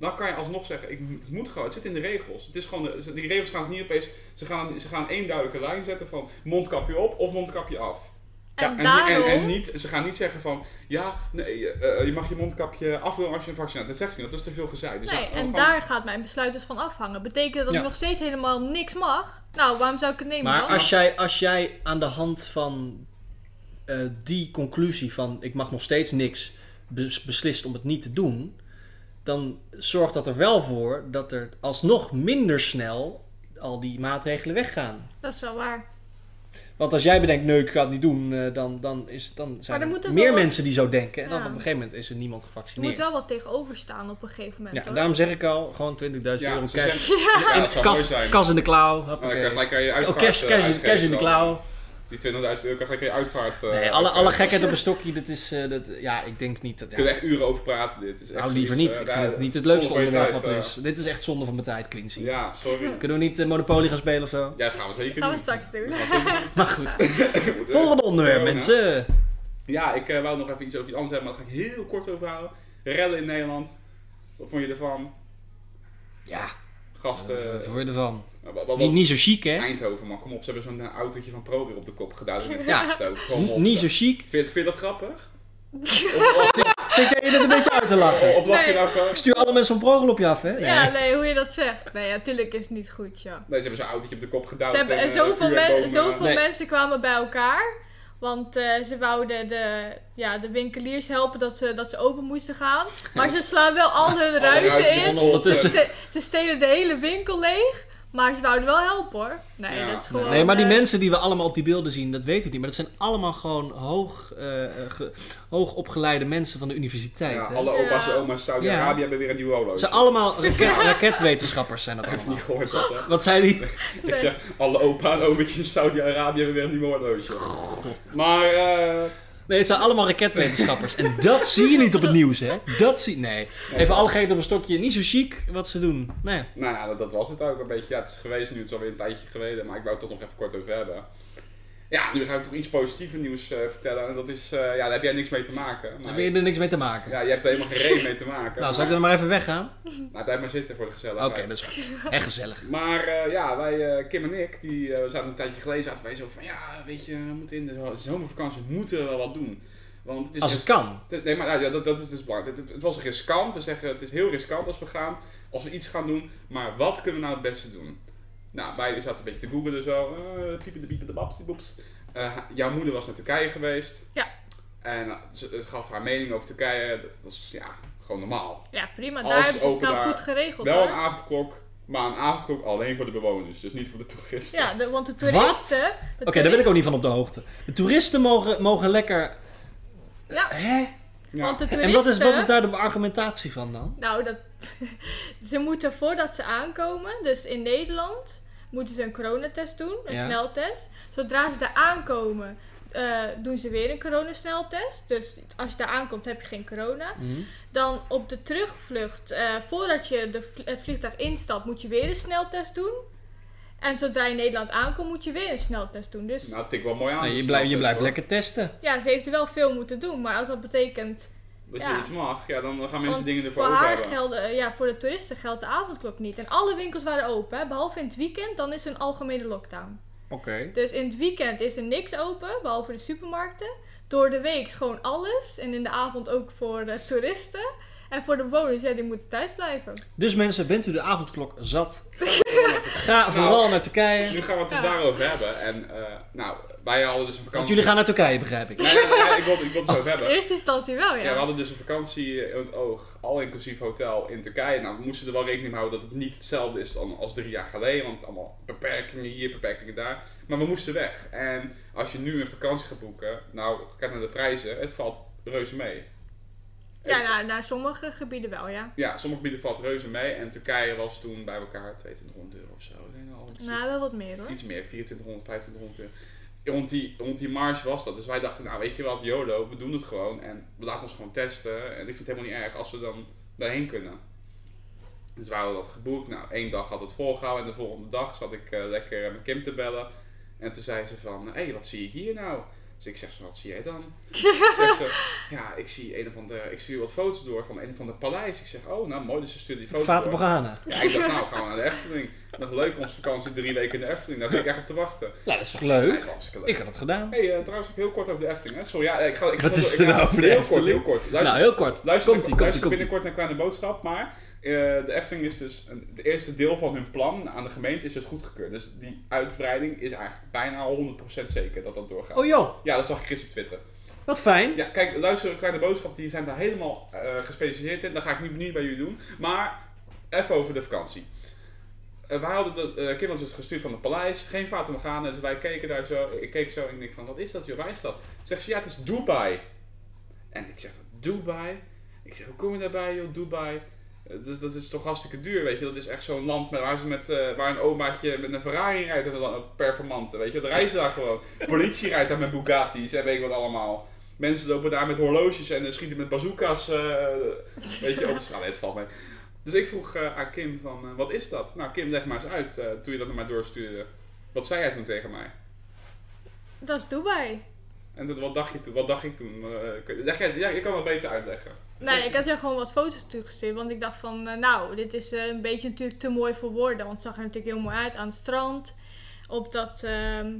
S1: Dan kan je alsnog zeggen, ik, moet- het moet gewoon, het zit in de regels. Het is gewoon, de- ze- die regels gaan ze niet opeens... Ze gaan, ze gaan één duidelijke lijn zetten van mondkapje op of mondkapje af.
S2: En
S1: En,
S2: daarom...
S1: en, en niet, ze gaan niet zeggen van... ja, nee, eh, eh, je mag je mondkapje af doen als je een vaccin hebt. Dat zegt ze niet, want dat is te veel gezeik. Dus
S2: Nee,
S1: dan-
S2: en
S1: dan gewoon-
S2: daar gaat mijn besluit dus van afhangen. Betekent dat
S3: Ja.
S2: ik nog steeds helemaal niks mag? Nou, waarom zou ik het nemen
S3: Maar
S2: dan?
S3: als jij, als jij aan de hand van eh, die conclusie van ik mag nog steeds niks bes- beslist om het niet te doen, dan zorgt dat er wel voor dat er alsnog minder snel al die maatregelen weggaan.
S2: Dat is wel waar.
S3: Want als jij bedenkt, nee, ik ga het niet doen, eh, dan, dan, is, dan zijn
S2: er
S3: er
S2: moet ook
S3: meer
S2: wel wat-
S3: mensen die zo denken. En dan
S2: Ja.
S3: op een gegeven moment is er niemand
S2: Er moet
S3: gevaccineerd.
S2: wel wat tegenover staan op een gegeven moment.
S3: Ja, en
S2: hoor.
S3: daarom zeg ik al, gewoon 20.000 euro
S1: Ja, ze
S3: cash.
S1: zeggen- ja, dat zou mooi
S3: kas,
S1: zijn.
S3: kas in de klauw.
S1: Maar dan
S3: hoppakee.
S1: kan je gelijk aan je
S3: Oh,
S1: uitvaart...
S3: cash,
S1: eh,
S3: cash, in- cash
S1: uitgeven
S3: in de
S1: dan.
S3: klauw.
S1: Die 20.000 euro kan gelijk je uitvaart... eh,
S3: Nee, alle, alle gekheid op een stokje, dat is... eh, dat, ja, ik denk niet dat...
S1: We
S3: ja.
S1: kunnen echt uren over praten. Dit is echt
S3: nou, liever niet.
S1: zoiets,
S3: Ik
S1: eh,
S3: vind
S1: ja,
S3: het niet het
S1: zonde
S3: leukste
S1: van je
S3: onderwerp
S1: tijd,
S3: wat er
S1: eh,
S3: is. Dit is echt zonde van mijn tijd, Quincy.
S1: Ja, sorry.
S3: Kunnen we niet eh, Monopoly gaan spelen of zo?
S1: Ja, dat gaan we zeker
S2: Dat gaan
S1: doen.
S2: we straks doen.
S1: Dat gaan we zeker
S3: Maar goed,
S1: doen. Moet, eh,
S3: volgende onderwerp,
S1: corona.
S3: mensen.
S1: Ja, ik eh, wou nog even iets over iets anders hebben, maar daar ga ik heel kort over houden. Rellen in Nederland. Wat vond je ervan?
S3: Ja, wat
S1: Gasten.
S3: word je ervan?
S1: eh, wat- wat-
S3: Niet, niet zo chic, hè?
S1: Eindhoven, man. Kom op, ze hebben zo'n eh, autootje van Pro weer op de kop gedaan. en in de
S3: Ja.
S1: fik gestoken. Kom
S3: Niet-
S1: op.
S3: Niet zo chic.
S1: Vind je, vind je dat grappig?
S3: Zit jij je dit een beetje uit te lachen?
S1: Of lach je
S2: Nee.
S1: nou gewoon?
S3: Ik stuur alle mensen van Progel op je af, hè? Nee.
S2: Ja, nee, hoe je dat zegt. Nee, natuurlijk is het niet goed, ja.
S1: Nee, ze hebben zo'n autootje op de kop gedaan. eh,
S2: Ze hebben, en zoveel, men- zoveel
S3: Nee.
S2: mensen kwamen bij elkaar. Want eh, ze wouden de, ja, de winkeliers helpen dat ze, dat ze open moesten gaan. Maar ze slaan wel al hun ruiten in. Ze,
S3: ondertussen.
S2: ste- ze stelen de hele winkel leeg. Maar ze wouden wel helpen hoor. Nee,
S1: Ja.
S2: dat is gewoon...
S3: Nee, maar die
S2: eh,
S3: mensen die we allemaal op die beelden zien, dat weten we niet. Maar dat zijn allemaal gewoon hoog, eh, eh, ge- hoog opgeleide mensen van de universiteit.
S1: Ja,
S3: hè?
S1: alle opa's en
S2: Ja.
S1: oma's Saudi-Arabië
S3: Ja.
S1: hebben weer een nieuwe
S3: Ze
S1: horloge.
S3: zijn allemaal raket- raketwetenschappers zijn dat
S1: Ik heb het
S3: allemaal.
S1: niet gehoord, dat, hè?
S3: Wat zijn die?
S1: Ik zeg, alle opa en omertjes in Saudi-Arabië hebben weer een nieuw horloge. Maar, eh,
S3: Nee, het zijn allemaal raketwetenschappers. En dat zie je niet op het nieuws, hè? Dat zie Nee. Even alle gekheid op een stokje. Niet zo chic wat ze doen. Nee.
S1: nou ja, dat, dat was het ook een beetje. Ja, het is geweest nu, het is alweer een tijdje geleden, maar ik wou het toch nog even kort over hebben. Ja, nu ga ik toch iets positiever nieuws eh, vertellen. En dat is, eh, ja, daar heb jij niks mee te maken.
S3: Daar
S1: Maar,
S3: heb je er niks mee te maken.
S1: ja, je hebt er helemaal geen reden mee te maken.
S3: nou, zal ik
S1: maar,
S3: dan maar even weggaan?
S1: nou, blijf maar zitten voor de
S3: Oké,
S1: gezelligheid.
S3: dat is goed. Echt gezellig.
S1: Maar eh, ja, wij, eh, Kim en ik, die eh, we zaten een tijdje geleden, zaten wij zo van, ja, weet je, we moeten in de zo- zomervakantie, moeten we wel wat doen. Want het is
S3: Als het kan.
S1: Het- Nee, maar nou, ja, dat, dat is dus belangrijk. Het, het was riskant. We zeggen het is heel riskant als we gaan, als we iets gaan doen. Maar wat kunnen we nou het beste doen? Nou, wij zaten een beetje te googelen zo. eh piepen de piepen de babs, die boeps. Eh, jouw moeder was naar Turkije geweest.
S2: Ja.
S1: En eh, ze, ze gaf haar mening over Turkije. Dat dat is ja, gewoon normaal.
S2: Ja, prima.
S1: Alles
S2: Daar
S1: is
S2: hebben ze het
S1: open
S2: nou
S1: daar.
S2: goed geregeld
S1: Wel een
S2: hoor.
S1: avondklok, maar een avondklok alleen voor de bewoners. Dus niet voor de toeristen.
S2: Ja, de- want de toeristen... de
S3: Oké, daar ben ik
S2: toeristen-
S3: ook niet van op de hoogte. De toeristen mogen, mogen lekker...
S2: Ja.
S3: Hè?
S1: Ja.
S2: Want de toeristen...
S3: En wat is, wat is daar de argumentatie van dan?
S2: Nou, dat... ze moeten voordat ze aankomen, dus in Nederland, moeten ze een coronatest doen, een
S3: Ja.
S2: sneltest. Zodra ze daar aankomen, eh, doen ze weer een coronasneltest. Dus als je daar aankomt, heb je geen corona. Dan op de terugvlucht, eh, voordat je de, vl- het vliegtuig instapt, moet je weer een sneltest doen. En zodra je in Nederland aankomt, moet je weer een sneltest doen. Dus
S1: Nou, tik wel mooi aan.
S3: Nee,
S1: dat
S3: je
S1: is
S3: blijft, je
S1: wel
S3: blijft
S1: best,
S3: lekker testen.
S2: ja, ze heeft er wel veel moeten doen. Maar als dat betekent...
S1: hoor. Dat je
S2: Ja.
S1: iets mag, ja, dan gaan mensen
S2: Want
S1: dingen ervoor
S2: voor
S1: over
S2: haar
S1: hebben.
S2: gelden, eh, ja, voor de toeristen geldt de avondklok niet. En alle winkels waren open, hè, behalve in het weekend. Dan is er een algemene lockdown.
S3: Oké.
S2: Dus in het weekend is er niks open, behalve de supermarkten. Door de week is gewoon alles. En in de avond ook voor de toeristen. En voor de bewoners, ja, die moeten thuis blijven.
S3: Dus mensen, bent u de avondklok zat? Ga vooral naar Turkije.
S1: Nu gaan we het dus
S2: Ja.
S1: daarover hebben. En eh, nou, wij hadden dus een
S3: Want
S1: vakantie.
S3: jullie gaan Oh. naar Turkije, begrijp ik.
S1: Nee, nee, nee, nee, ik wil ik wil het zo over
S2: In
S1: hebben.
S2: eerste instantie wel, ja.
S1: Ja, we hadden dus een vakantie in het oog, al inclusief hotel in Turkije. Nou, we moesten er wel rekening mee houden dat het niet hetzelfde is dan als drie jaar geleden. Want allemaal beperkingen hier, beperkingen daar. Maar we moesten weg. En als je nu een vakantie gaat boeken, nou, kijk naar de prijzen, het valt reuze mee.
S2: ja naar, naar sommige gebieden wel, ja.
S1: Ja, sommige gebieden valt reuze mee. En Turkije was toen bij elkaar 2200 euro of zo. Ik denk, oh, al inclusief.
S2: Nou, wel wat meer hoor.
S1: iets meer, 2400, 2500 euro. Rond die, rond die marge was dat. Dus wij dachten, nou weet je wat, YOLO, we doen het gewoon. En we laten ons gewoon testen. En ik vind het helemaal niet erg als we dan daarheen kunnen. Dus wij hadden dat geboekt. Nou, één dag had het volgehouden. En de volgende dag zat ik eh, lekker eh, met Kim te bellen. En toen zei ze van, hé, hey, wat zie ik hier nou? Dus ik zeg zo, wat zie jij dan? zegt ze, ja, ik zie een of andere, ik stuur wat foto's door van een of ander paleis. Ik zeg, oh, nou mooi, dus ze stuurde die foto's
S3: Fata
S1: door.
S3: Morgana.
S1: Ja, ik dacht, nou, gaan we naar de Efteling. Nog leuk, onze vakantie drie weken in de Efteling. Daar zit ik echt op te wachten.
S3: Nou, dat is toch
S1: Ja, het
S3: leuk?
S1: is hartstikke leuk.
S3: Ik had het gedaan.
S1: hey, eh, trouwens, even heel kort over de Efteling. Hè? Sorry, ja, ik ga... Ik
S3: Wat
S1: ga-
S3: is
S1: ik
S3: er
S1: ga-
S3: nou over de
S1: heel
S3: Efteling?
S1: Kort, heel kort,
S3: Nou,
S1: Luister,
S3: heel kort.
S1: luister, luister
S3: Komt-ie, komt-ie, komt-ie.
S1: binnenkort naar Kleine Boodschap, maar eh, de Efteling is dus... een- Het eerste deel van hun plan aan de gemeente is dus goedgekeurd. Dus die uitbreiding is eigenlijk bijna 100% zeker dat dat doorgaat.
S3: Oh joh,
S1: Ja, dat zag ik gisteren op Twitter.
S3: wat fijn.
S1: Ja, kijk, luister, Kleine Boodschap, die zijn daar helemaal eh, gespecialiseerd in. Dat ga ik nu niet bij jullie doen. Maar even over de vakantie. Eh, wij hadden dat, eh Kim had dus gestuurd van het paleis, geen Fata Morgana. Dus wij keken daar zo, ik keek zo en ik denk van, wat is dat joh, waar is dat? Zegt ze, ja, het is Dubai. En ik zeg, Dubai? Ik zeg, hoe kom je daarbij joh, Dubai? Eh, Dus dat is toch hartstikke duur, weet je. Dat is echt zo'n land met, waar, ze met, eh, waar een omaatje met een Ferrari rijdt en dan ook per vermante, weet je. Dat reizen daar gewoon. Politie rijdt daar met Bugatti's en weet ik wat allemaal. Mensen lopen daar met horloges en eh, schieten met bazookas, eh, weet je, op de straat. Nee, het valt mee. Dus ik vroeg eh, aan Kim van, eh, wat is dat? Nou, Kim, leg maar eens uit, eh, toen je dat naar mij doorstuurde. Wat zei jij toen tegen mij?
S2: Dat is Dubai.
S1: En dat, wat, dacht je toen, wat dacht ik toen? Eh, kun- leg jij eens, ja, ik kan het beter uitleggen.
S2: Nee, ik had jou gewoon wat foto's toegestuurd. Want ik dacht van, eh, nou, dit is eh, een beetje natuurlijk te mooi voor woorden. Want het zag er natuurlijk heel mooi uit aan het strand. Op dat, ehm,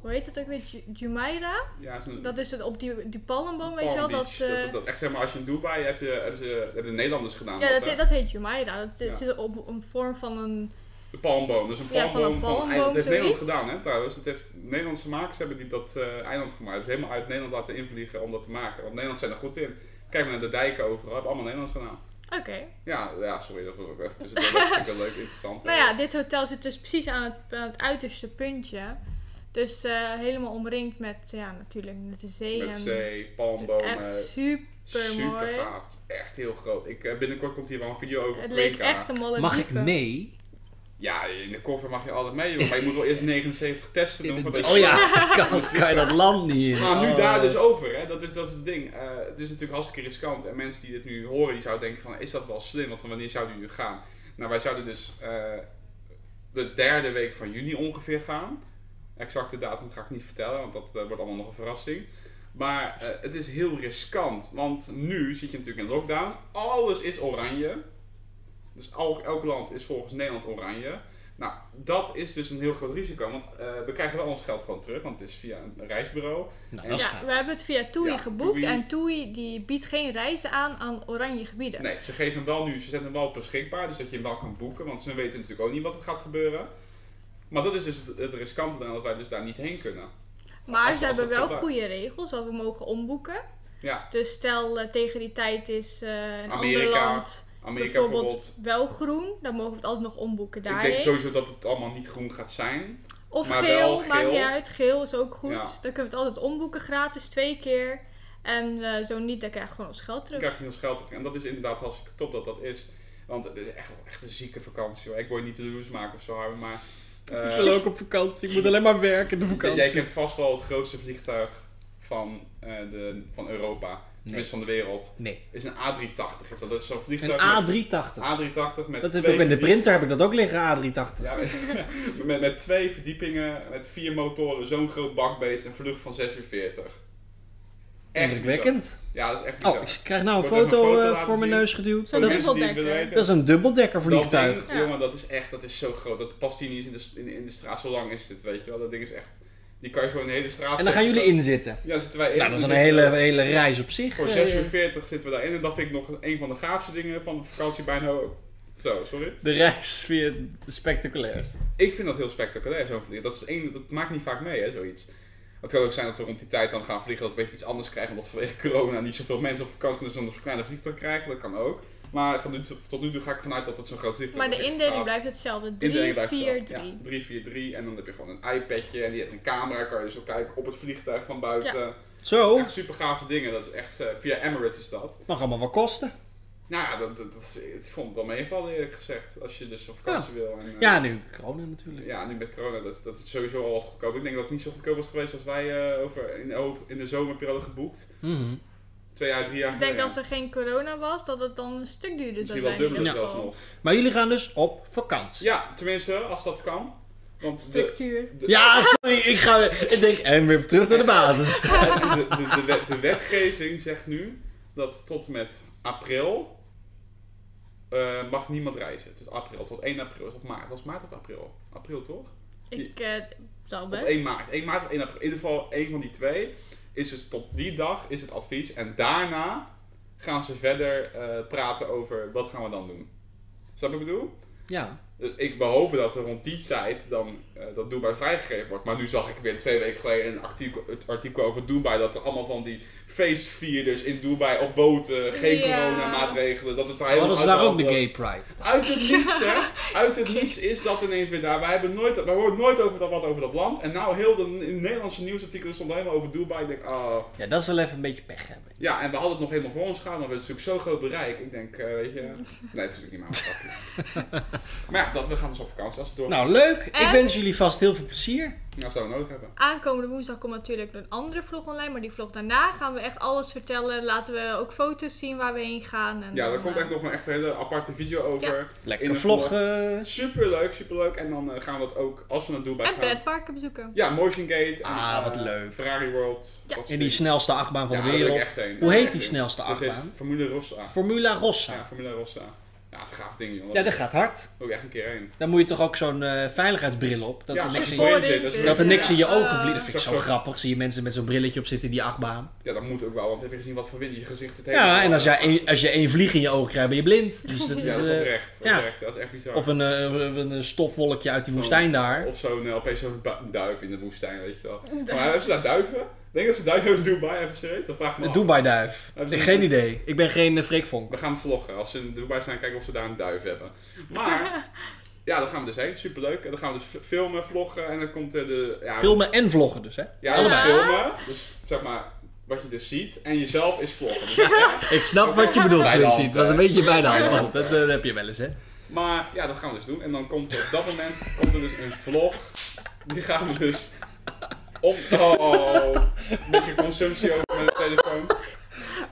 S2: hoe heet dat ook weer? Ju- Jumeirah?
S1: Ja, zo'n
S2: Dat is het, op die, die palmboom, weet je
S1: Palm
S2: wel?
S1: Beach.
S2: Dat,
S1: dat,
S2: eh,
S1: dat, dat echt zeg maar, als je in Dubai hebt, eh, hebben, ze, hebben de Nederlanders gedaan.
S2: ja, dat,
S1: hè?
S2: he- dat heet Jumeirah. Dat is
S1: Ja.
S2: op een vorm van een...
S1: De palmboom, dus een
S2: Ja, van een
S1: palmboom van, een
S2: palmboom,
S1: eiland. Dat heeft Nederland
S2: zoiets.
S1: gedaan, hè, trouwens. Het heeft Nederlandse makers hebben die dat eh, eiland gemaakt. Dus helemaal uit Nederland laten invliegen om dat te maken. Want Nederlanders zijn er goed in. Kijk maar naar de dijken overal, hebben allemaal Nederlands gedaan.
S2: Oké.
S1: Ja, ja sorry, dat was ook even tussen. Dat vind ik wel leuk, interessant. eh,
S2: Nou ja, dit hotel zit dus precies aan het, aan het uiterste puntje. Dus eh, helemaal omringd met, ja, natuurlijk met de zee.
S1: Met
S2: en
S1: zee, palmbomen.
S2: ehm, Echt super
S1: Super
S2: mooi.
S1: gaaf. Het is echt heel groot. Ik, eh, binnenkort komt hier wel een video over. op
S2: Het leek
S1: Plinka.
S2: echt een molle
S3: Mag ik mee?
S1: Ja, in de koffer mag je altijd mee, joh. Maar je moet wel eerst 79 testen doen. voordat je-
S3: Oh ja, kans kan je dat land niet in.
S1: Maar nu
S3: Oh.
S1: daar dus over, hè? Dat, is, dat is het ding. Eh, het is natuurlijk hartstikke riskant. En mensen die dit nu horen, die zouden denken van, is dat wel slim? Want wanneer zouden jullie gaan? Nou, wij zouden dus eh, de derde week van juni ongeveer gaan. En Exacte datum ga ik niet vertellen, want dat eh, wordt allemaal nog een verrassing. Maar eh, het is heel riskant, want nu zit je natuurlijk in lockdown. Alles is oranje. Dus al, elk land is volgens Nederland oranje. Nou, dat is dus een heel groot risico, want eh, we krijgen wel ons geld gewoon terug, want het is via een reisbureau.
S3: Nou, dat is
S2: ja,
S3: gaaf.
S2: we hebben het via TUI
S1: Ja,
S2: geboekt
S1: TUI.
S2: en TUI die biedt geen reizen aan aan oranje gebieden.
S1: Nee, ze geven hem wel nu, ze zetten hem wel beschikbaar, dus dat je hem wel kan boeken, want ze weten natuurlijk ook niet wat er gaat gebeuren. Maar dat is dus het, het riskante eraan dat wij dus daar niet heen kunnen.
S2: maar
S1: als-
S2: ze
S1: als
S2: hebben
S1: dat
S2: wel
S1: zo-
S2: goede regels, want we mogen omboeken.
S1: Ja,
S2: Dus stel eh, tegen die tijd is eh, een ander
S1: Amerika,
S2: land
S1: Amerika
S2: bijvoorbeeld
S1: bijvoorbeeld.
S2: wel groen, dan mogen we het altijd nog omboeken
S1: Ik
S2: daarheen.
S1: denk sowieso dat het allemaal niet groen gaat zijn.
S2: Of
S1: Maar
S2: geel,
S1: wel
S2: maakt niet
S1: geel.
S2: uit. Geel is ook goed.
S1: Ja.
S2: Dan kunnen we het altijd omboeken, gratis, twee keer. En eh, zo niet, dan krijg je gewoon ons geld
S1: Dan
S2: terug.
S1: krijg je ons geld terug. En dat is inderdaad hartstikke top dat dat is. Want het is echt, echt een zieke vakantie. Hoor. Ik wil je niet te loes maken of zo, Harmen, maar... eh,
S3: Ik wil ook op vakantie. Ik moet alleen maar werken in de
S1: Jij
S3: vakantie.
S1: kent vast wel het grootste vliegtuig van, eh, de, van Europa. Tenminste van de wereld.
S3: Nee.
S1: Is een A380. Is dat, dat is zo'n
S3: Een
S1: vliegtuig met-
S3: A380.
S1: A380 met
S3: Dat heb
S1: twee
S3: ik bij de
S1: verdiep-
S3: printer heb ik dat ook liggen, A380.
S1: Ja, met, met twee verdiepingen, met vier motoren, zo'n groot bakbeest, een vlucht van 46. bizar.
S3: Indrukwekkend.
S1: Ja, dat is echt bizar.
S3: Oh, ik krijg nou een
S1: Wordt even
S3: foto,
S1: een foto
S3: eh,
S1: laten
S3: voor mijn
S1: zien.
S3: neus geduwd.
S2: Zo'n
S1: Voor
S3: Dat
S1: de
S3: is,
S2: dubbel-
S1: mensen die het willen
S2: dubbeldekker.
S1: weten,
S3: dat is een dubbeldekker
S1: dat
S3: vliegtuig.
S1: ding,
S2: Ja.
S1: jongen, dat is echt, dat is zo groot. Dat past hier niet eens in de, s- in, in de straat zo lang is dit, weet je wel. Dat ding is echt, die kan je gewoon de hele straat
S3: En dan gaan
S1: zetten.
S3: jullie inzitten.
S1: Ja, zitten wij in.
S3: Nou, dat is een
S1: We zitten-
S3: hele, hele reis op zich.
S1: Voor
S3: eh,
S1: 6 uur 40 zitten we daarin en dat vind ik nog een van de gaafste dingen van de vakantie bijna. Zo, sorry.
S3: De reis weer het spectaculairst.
S1: Ik vind dat heel spectaculair, zo'n vliegen. Dat, is één, dat maakt niet vaak mee, hè, zoiets. Het kan ook zijn dat we rond die tijd dan gaan vliegen, dat we een beetje iets anders krijgen, omdat vanwege corona niet zoveel mensen op vakantie kunnen, dus dan een kleine vliegtuig krijgen, dat kan ook. Maar van nu, tot- tot nu toe ga ik ervan uit dat het zo'n groot vliegtuig
S2: Maar de
S1: is.
S2: indeling
S1: Gaaf.
S2: blijft hetzelfde.
S1: Indeling
S2: 3,
S1: blijft
S2: 4,
S1: hetzelfde.
S2: 3.
S1: Ja, 3, 4, 3. En dan heb je gewoon een iPadje en die heeft een camera, kan je zo kijken op het vliegtuig van buiten.
S3: Zo,
S1: Echt super gave dingen, dat is echt, eh, via Emirates is dat.
S3: mag allemaal wat kosten.
S1: Nou ja, dat, dat, dat, het vond ik wel meevallen eerlijk gezegd. Als je dus op vakantie wil. En, eh,
S3: Ja, nu corona natuurlijk.
S1: ja, nu met corona, dat, dat is sowieso al wat goedkoop. Ik denk dat het niet zo goedkoop was geweest als wij eh, over in, de- in de zomerperiode geboekt.
S3: Mhm.
S1: Twee jaar, drie jaar
S2: Ik denk
S1: geleden.
S2: als er geen corona was, dat het dan een stuk duurder zou
S1: Misschien
S2: zijn.
S1: wel
S2: in
S1: dubbel
S2: ieder
S1: zelfs
S2: geval.
S1: nog.
S3: Maar jullie gaan dus op vakantie.
S1: Ja, tenminste, als dat kan. Want de,
S2: Structuur.
S1: de,
S3: Ja, sorry, ik ga weer. Ik denk, en weer terug naar de basis.
S1: eh, de, de, de, wet- de wetgeving zegt nu dat tot en met april eh, mag niemand reizen. Dus april, tot 1 april. Of maart. Was het maart of april? April toch?
S2: Ik eh zal
S1: Of
S2: best.
S1: 1 maart. 1 maart of 1 april. In ieder geval één van die twee. Is het tot die dag is het advies. En daarna gaan ze verder eh, praten over wat gaan we dan doen. Snap je wat ik bedoel?
S3: Ja.
S1: Dus ik wil hopen dat er rond die tijd dan eh, dat Dubai vrijgegeven wordt. Maar nu zag ik weer twee weken geleden een artikel, het artikel over Dubai. Dat er allemaal van die feestvierders in Dubai op boten, geen
S2: Ja.
S1: coronamaatregelen. Dat het daar helemaal
S3: Hadden ze
S1: uit de
S3: daar ook
S1: hand
S3: de
S1: loopt.
S3: Gay Pride?
S1: Uit het niets, hè? Uit het niets is dat ineens weer daar. Wij, hebben nooit, wij horen nooit over dat, wat over dat land. En nou, heel de Nederlandse nieuwsartikelen stonden helemaal over Dubai. Ik denk, oh.
S3: Ja, dat is wel even een beetje pech hebben.
S1: Ja, en we hadden het nog helemaal voor ons gehad, maar we hebben natuurlijk zo'n groot bereik. Ik denk, eh, weet je. Nee, natuurlijk niet, maar een grapje. Maar ja, dat, we gaan dus op vakantie als het door.
S3: Nou, leuk. Ik
S2: En?
S3: wens jullie vast heel veel plezier.
S1: Nou, dat zouden we nodig hebben.
S2: Aankomende woensdag komt natuurlijk een andere vlog online, maar die vlog daarna gaan we echt alles vertellen. Laten we ook foto's zien waar we heen gaan. En
S1: Ja, daar
S2: dan,
S1: komt
S2: eh,
S1: echt nog een echt hele aparte video over. In
S3: Lekker
S1: een
S3: vloggen.
S1: Superleuk, superleuk. En dan eh, gaan we dat ook, als we naar Dubai
S2: En
S1: gaan...
S2: pretparken bezoeken.
S1: Ja, Motion Gate.
S3: Ah,
S1: en, eh,
S3: wat leuk.
S1: Ferrari World.
S2: Ja.
S1: dat soort
S3: In die
S1: dingen.
S3: snelste achtbaan van
S1: Ja,
S3: de
S1: daar wil ik
S3: wereld.
S1: echt heen.
S3: Hoe
S1: Ja,
S3: heet
S1: echt
S3: die
S1: heen.
S3: snelste
S1: Dat heet
S3: achtbaan?
S1: Formule Rossa.
S3: Formula
S1: Ja,
S3: Rossa.
S1: Formule Rossa. Ja, dat is een gaaf ding, jongen.
S3: Ja, dat gaat hard.
S1: Ook echt een keer heen.
S3: Dan moet je toch ook zo'n eh, veiligheidsbril op. Dat
S1: ja,
S3: er
S1: als
S3: niks
S1: je
S3: in
S1: voorin
S2: je-
S1: zit, dat is
S2: dat
S1: leuk.
S3: Dat er niks in je
S2: Ja.
S3: ogen vliegt. Dat vind ik
S1: Zo
S3: zo
S1: zo.
S3: grappig. Zie je mensen met zo'n brilletje op zitten in die achtbaan.
S1: Ja, dat moet ook wel, want heb je gezien wat voor wind je gezicht zit?
S3: Ja, en als, jij één, als je één vlieg in je ogen krijgt, ben je blind. Dus dat is,
S1: Ja, dat is
S3: eh,
S1: oprecht.
S3: ja.
S1: oprecht. Dat is echt bizar.
S3: of een, eh, of een, eh, stofwolkje uit die woestijn daar.
S1: Of zo'n eh, opeens zo'n ba- duif in de woestijn, weet je wel. Maar hebben ze daar duiven? Denk dat ze duiven in Dubai even serieus? Dan vraag ik me
S3: De
S1: af.
S3: Dubai-duif.
S1: Hebben ze
S3: Ik
S1: een-
S3: Geen idee. Ik ben geen eh, Freek Vonk.
S1: We gaan vloggen. Als ze in Dubai zijn, kijken of ze daar een duif hebben. Maar, ja, daar gaan we dus heen. Superleuk. En dan gaan we dus v- filmen, vloggen. En dan komt eh, de... Ja,
S3: Filmen en vloggen dus, hè?
S1: Ja,
S2: Allebei.
S1: filmen. Dus zeg maar, wat je dus ziet. En jezelf is vloggen. Dus, ja.
S3: Ik snap wat je bedoelt,
S1: Bij de
S3: Quincy.
S1: hand,
S3: Het was een
S1: hè?
S3: beetje bij de hand.
S1: Bij de
S3: want Dat, dat heb je wel eens, hè?
S1: Maar ja, dat gaan we dus doen. En dan komt er op dat moment komt er dus een vlog. Die gaan we dus op. Oh, een beetje consumptie over met de telefoon.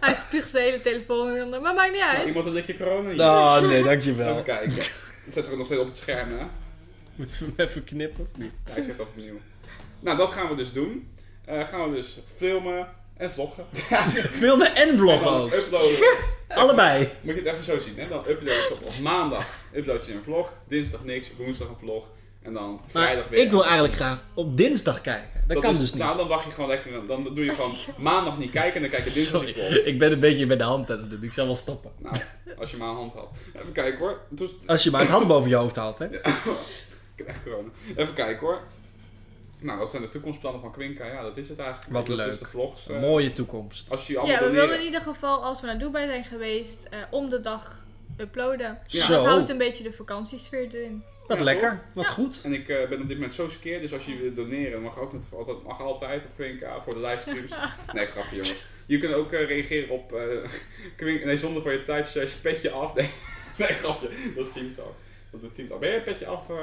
S2: Hij spuugt zijn hele telefoon weer onder, maar maakt niet
S1: Nou,
S2: uit.
S1: iemand een likje corona hier.
S3: Oh, nee,
S1: Even
S3: dankjewel.
S1: kijken. Dat zet er nog steeds op het scherm, hè?
S3: Moeten we hem even knippen?
S1: Ja, ik zet dat opnieuw. Nou, dat gaan we dus doen. Eh, gaan we dus filmen en vloggen.
S3: Filmen en
S1: En
S3: vloggen
S1: dan
S3: ook.
S1: uploaden we het.
S3: Allebei.
S1: Moet je het even zo zien, hè? Dan upload je op, op maandag upload je een vlog, dinsdag niks, woensdag een vlog en dan vrijdag
S3: Maar
S1: weer.
S3: ik wil eigenlijk graag op dinsdag kijken. Dat, kan
S1: is-
S3: dus niet.
S1: Nou, dan wacht je gewoon lekker, dan doe je gewoon maandag niet kijken en dan kijk je dinsdag die
S3: Sorry,
S1: vlog.
S3: ik ben een beetje met de hand aan het doen. Ik zal wel stoppen.
S1: Nou, als je maar een hand had. Even kijken hoor. Het was-
S3: Als je maar een hand boven je hoofd haalt, hè?
S1: Ik heb echt corona. Even kijken hoor. Nou, wat zijn de toekomstplannen van Quinka? Ja, dat is het eigenlijk.
S3: Wat
S1: dat
S3: leuk.
S1: is de vlogs. eh,
S3: Een mooie toekomst.
S1: Als je je
S2: Ja, we
S1: abonneren.
S2: willen in ieder geval, als we naar Dubai zijn geweest, eh, om de dag uploaden.
S1: Ja.
S2: Dat
S3: Zo,
S2: houdt een beetje de vakantiesfeer erin.
S3: wat
S1: Ja,
S3: lekker. Wat goed.
S1: En ik eh, ben op dit moment zo skeer, dus als je wil doneren, mag ook net, altijd, mag altijd op Quinka voor de livestreams. nee, grapje jongens. Je kunt ook eh, reageren op eh Quinka. Nee, zonder van je tijd, slash petje af. Nee, nee, grapje. Dat is Team Talk. Dat doet Team Talk. Ben jij petje af? eh?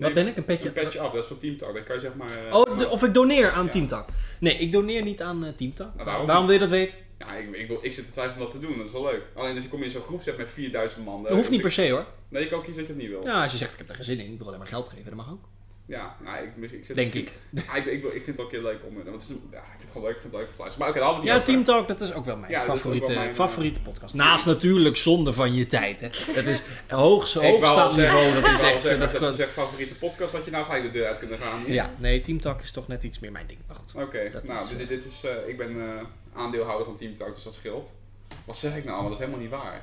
S3: Wat ben ik? Een
S1: Een
S3: petje?
S1: petje af, dat is van Team Talk. Dan kan je zeg maar... eh,
S3: Oh, de- of ik doneer aan
S1: Ja.
S3: Teamtak. Nee, ik doneer niet aan eh, Teamtak.
S1: Nou, waarom
S3: Waarom wil je dat weten?
S1: Ja, ik, ik, wil, ik zit te twijfelen om dat te doen, dat is wel leuk. Alleen als je komt in zo'n groepset met 4000 man. Dus
S3: Dat hoeft niet per se hoor.
S1: Nee, je kan ook kiezen dat je het niet wil. Ja,
S3: Ja, als je zegt ik heb er geen zin in, ik wil alleen maar geld geven, dat mag ook.
S1: nou, ik, mis- ik zit
S3: Denk
S1: misschien-
S3: ik.
S1: Ja, ik, ik, wil- ik vind het wel een keer leuk om. eh, Want het is, een- ja, ik vind het gewoon leuk, ik vind het leuk om te luisteren. Maar oké, daar hadden we
S3: Ja,
S1: het niet over.
S3: Teamtalk, dat is ook wel mijn,
S1: Ja, dat is ook
S3: favoriete,
S1: wel mijn, eh,
S3: favoriete podcast. Naast natuurlijk zonde van je tijd. Hè. Dat is hoogst,
S1: Ik wou al
S3: hoogstaand niveau.
S1: zeggen,
S3: Dat
S1: ik
S3: is
S1: wou al
S3: echt...
S1: zeggen,
S3: dat
S1: dat
S3: kan-
S1: je zegt favoriete podcast, had je nou gelijk de deur uit kunnen gaan.
S3: ja, nee, Teamtalk is toch net iets meer mijn ding. Maar goed.
S1: Oké,
S3: Dat
S1: nou,
S3: is,
S1: dit,
S3: eh,
S1: dit is, eh, ik ben eh, aandeelhouder van Team Talk, dus dat scheelt. Wat zeg ik nou allemaal? Dat is helemaal niet waar.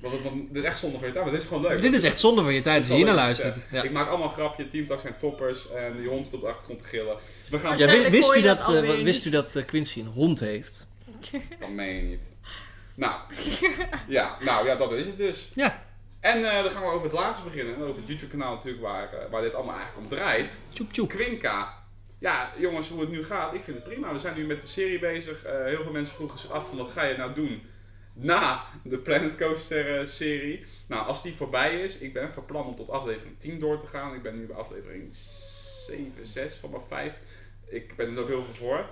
S1: Want het, want dit is echt zonde van je tijd, maar dit is gewoon leuk.
S3: Dit is echt zonde van je tijd als je hier naar
S1: Zal ik-
S3: luistert.
S1: ja.
S3: Ja.
S1: Ik maak allemaal grapjes, Team Talk zijn toppers en die hond stond op de achtergrond te gillen. We gaan
S3: Ja, wist,
S2: Waarschijnlijk
S3: wist
S2: hoor
S3: u
S2: je
S3: dat,
S2: dat
S3: eh,
S2: alweer
S3: wist
S2: niet.
S3: u dat eh, Quincy een hond heeft?
S1: Dat meen je niet. Nou, ja, nou ja, dat is het dus.
S3: Ja.
S1: En eh, dan gaan we over het laatste beginnen. Over het YouTube-kanaal natuurlijk, waar, eh, waar dit allemaal eigenlijk om draait.
S3: Tjoep tjoep.
S1: Quinka. Ja, jongens, hoe het nu gaat, ik vind het prima. We zijn nu met de serie bezig. Eh, heel veel mensen vroegen zich af van wat ga je nou doen na de Planet Coaster eh, serie. Nou, als die voorbij is, ik ben van plan om tot aflevering 10 door te gaan. Ik ben nu bij aflevering 7, 6 van mijn 5. Ik ben er ook heel veel voor.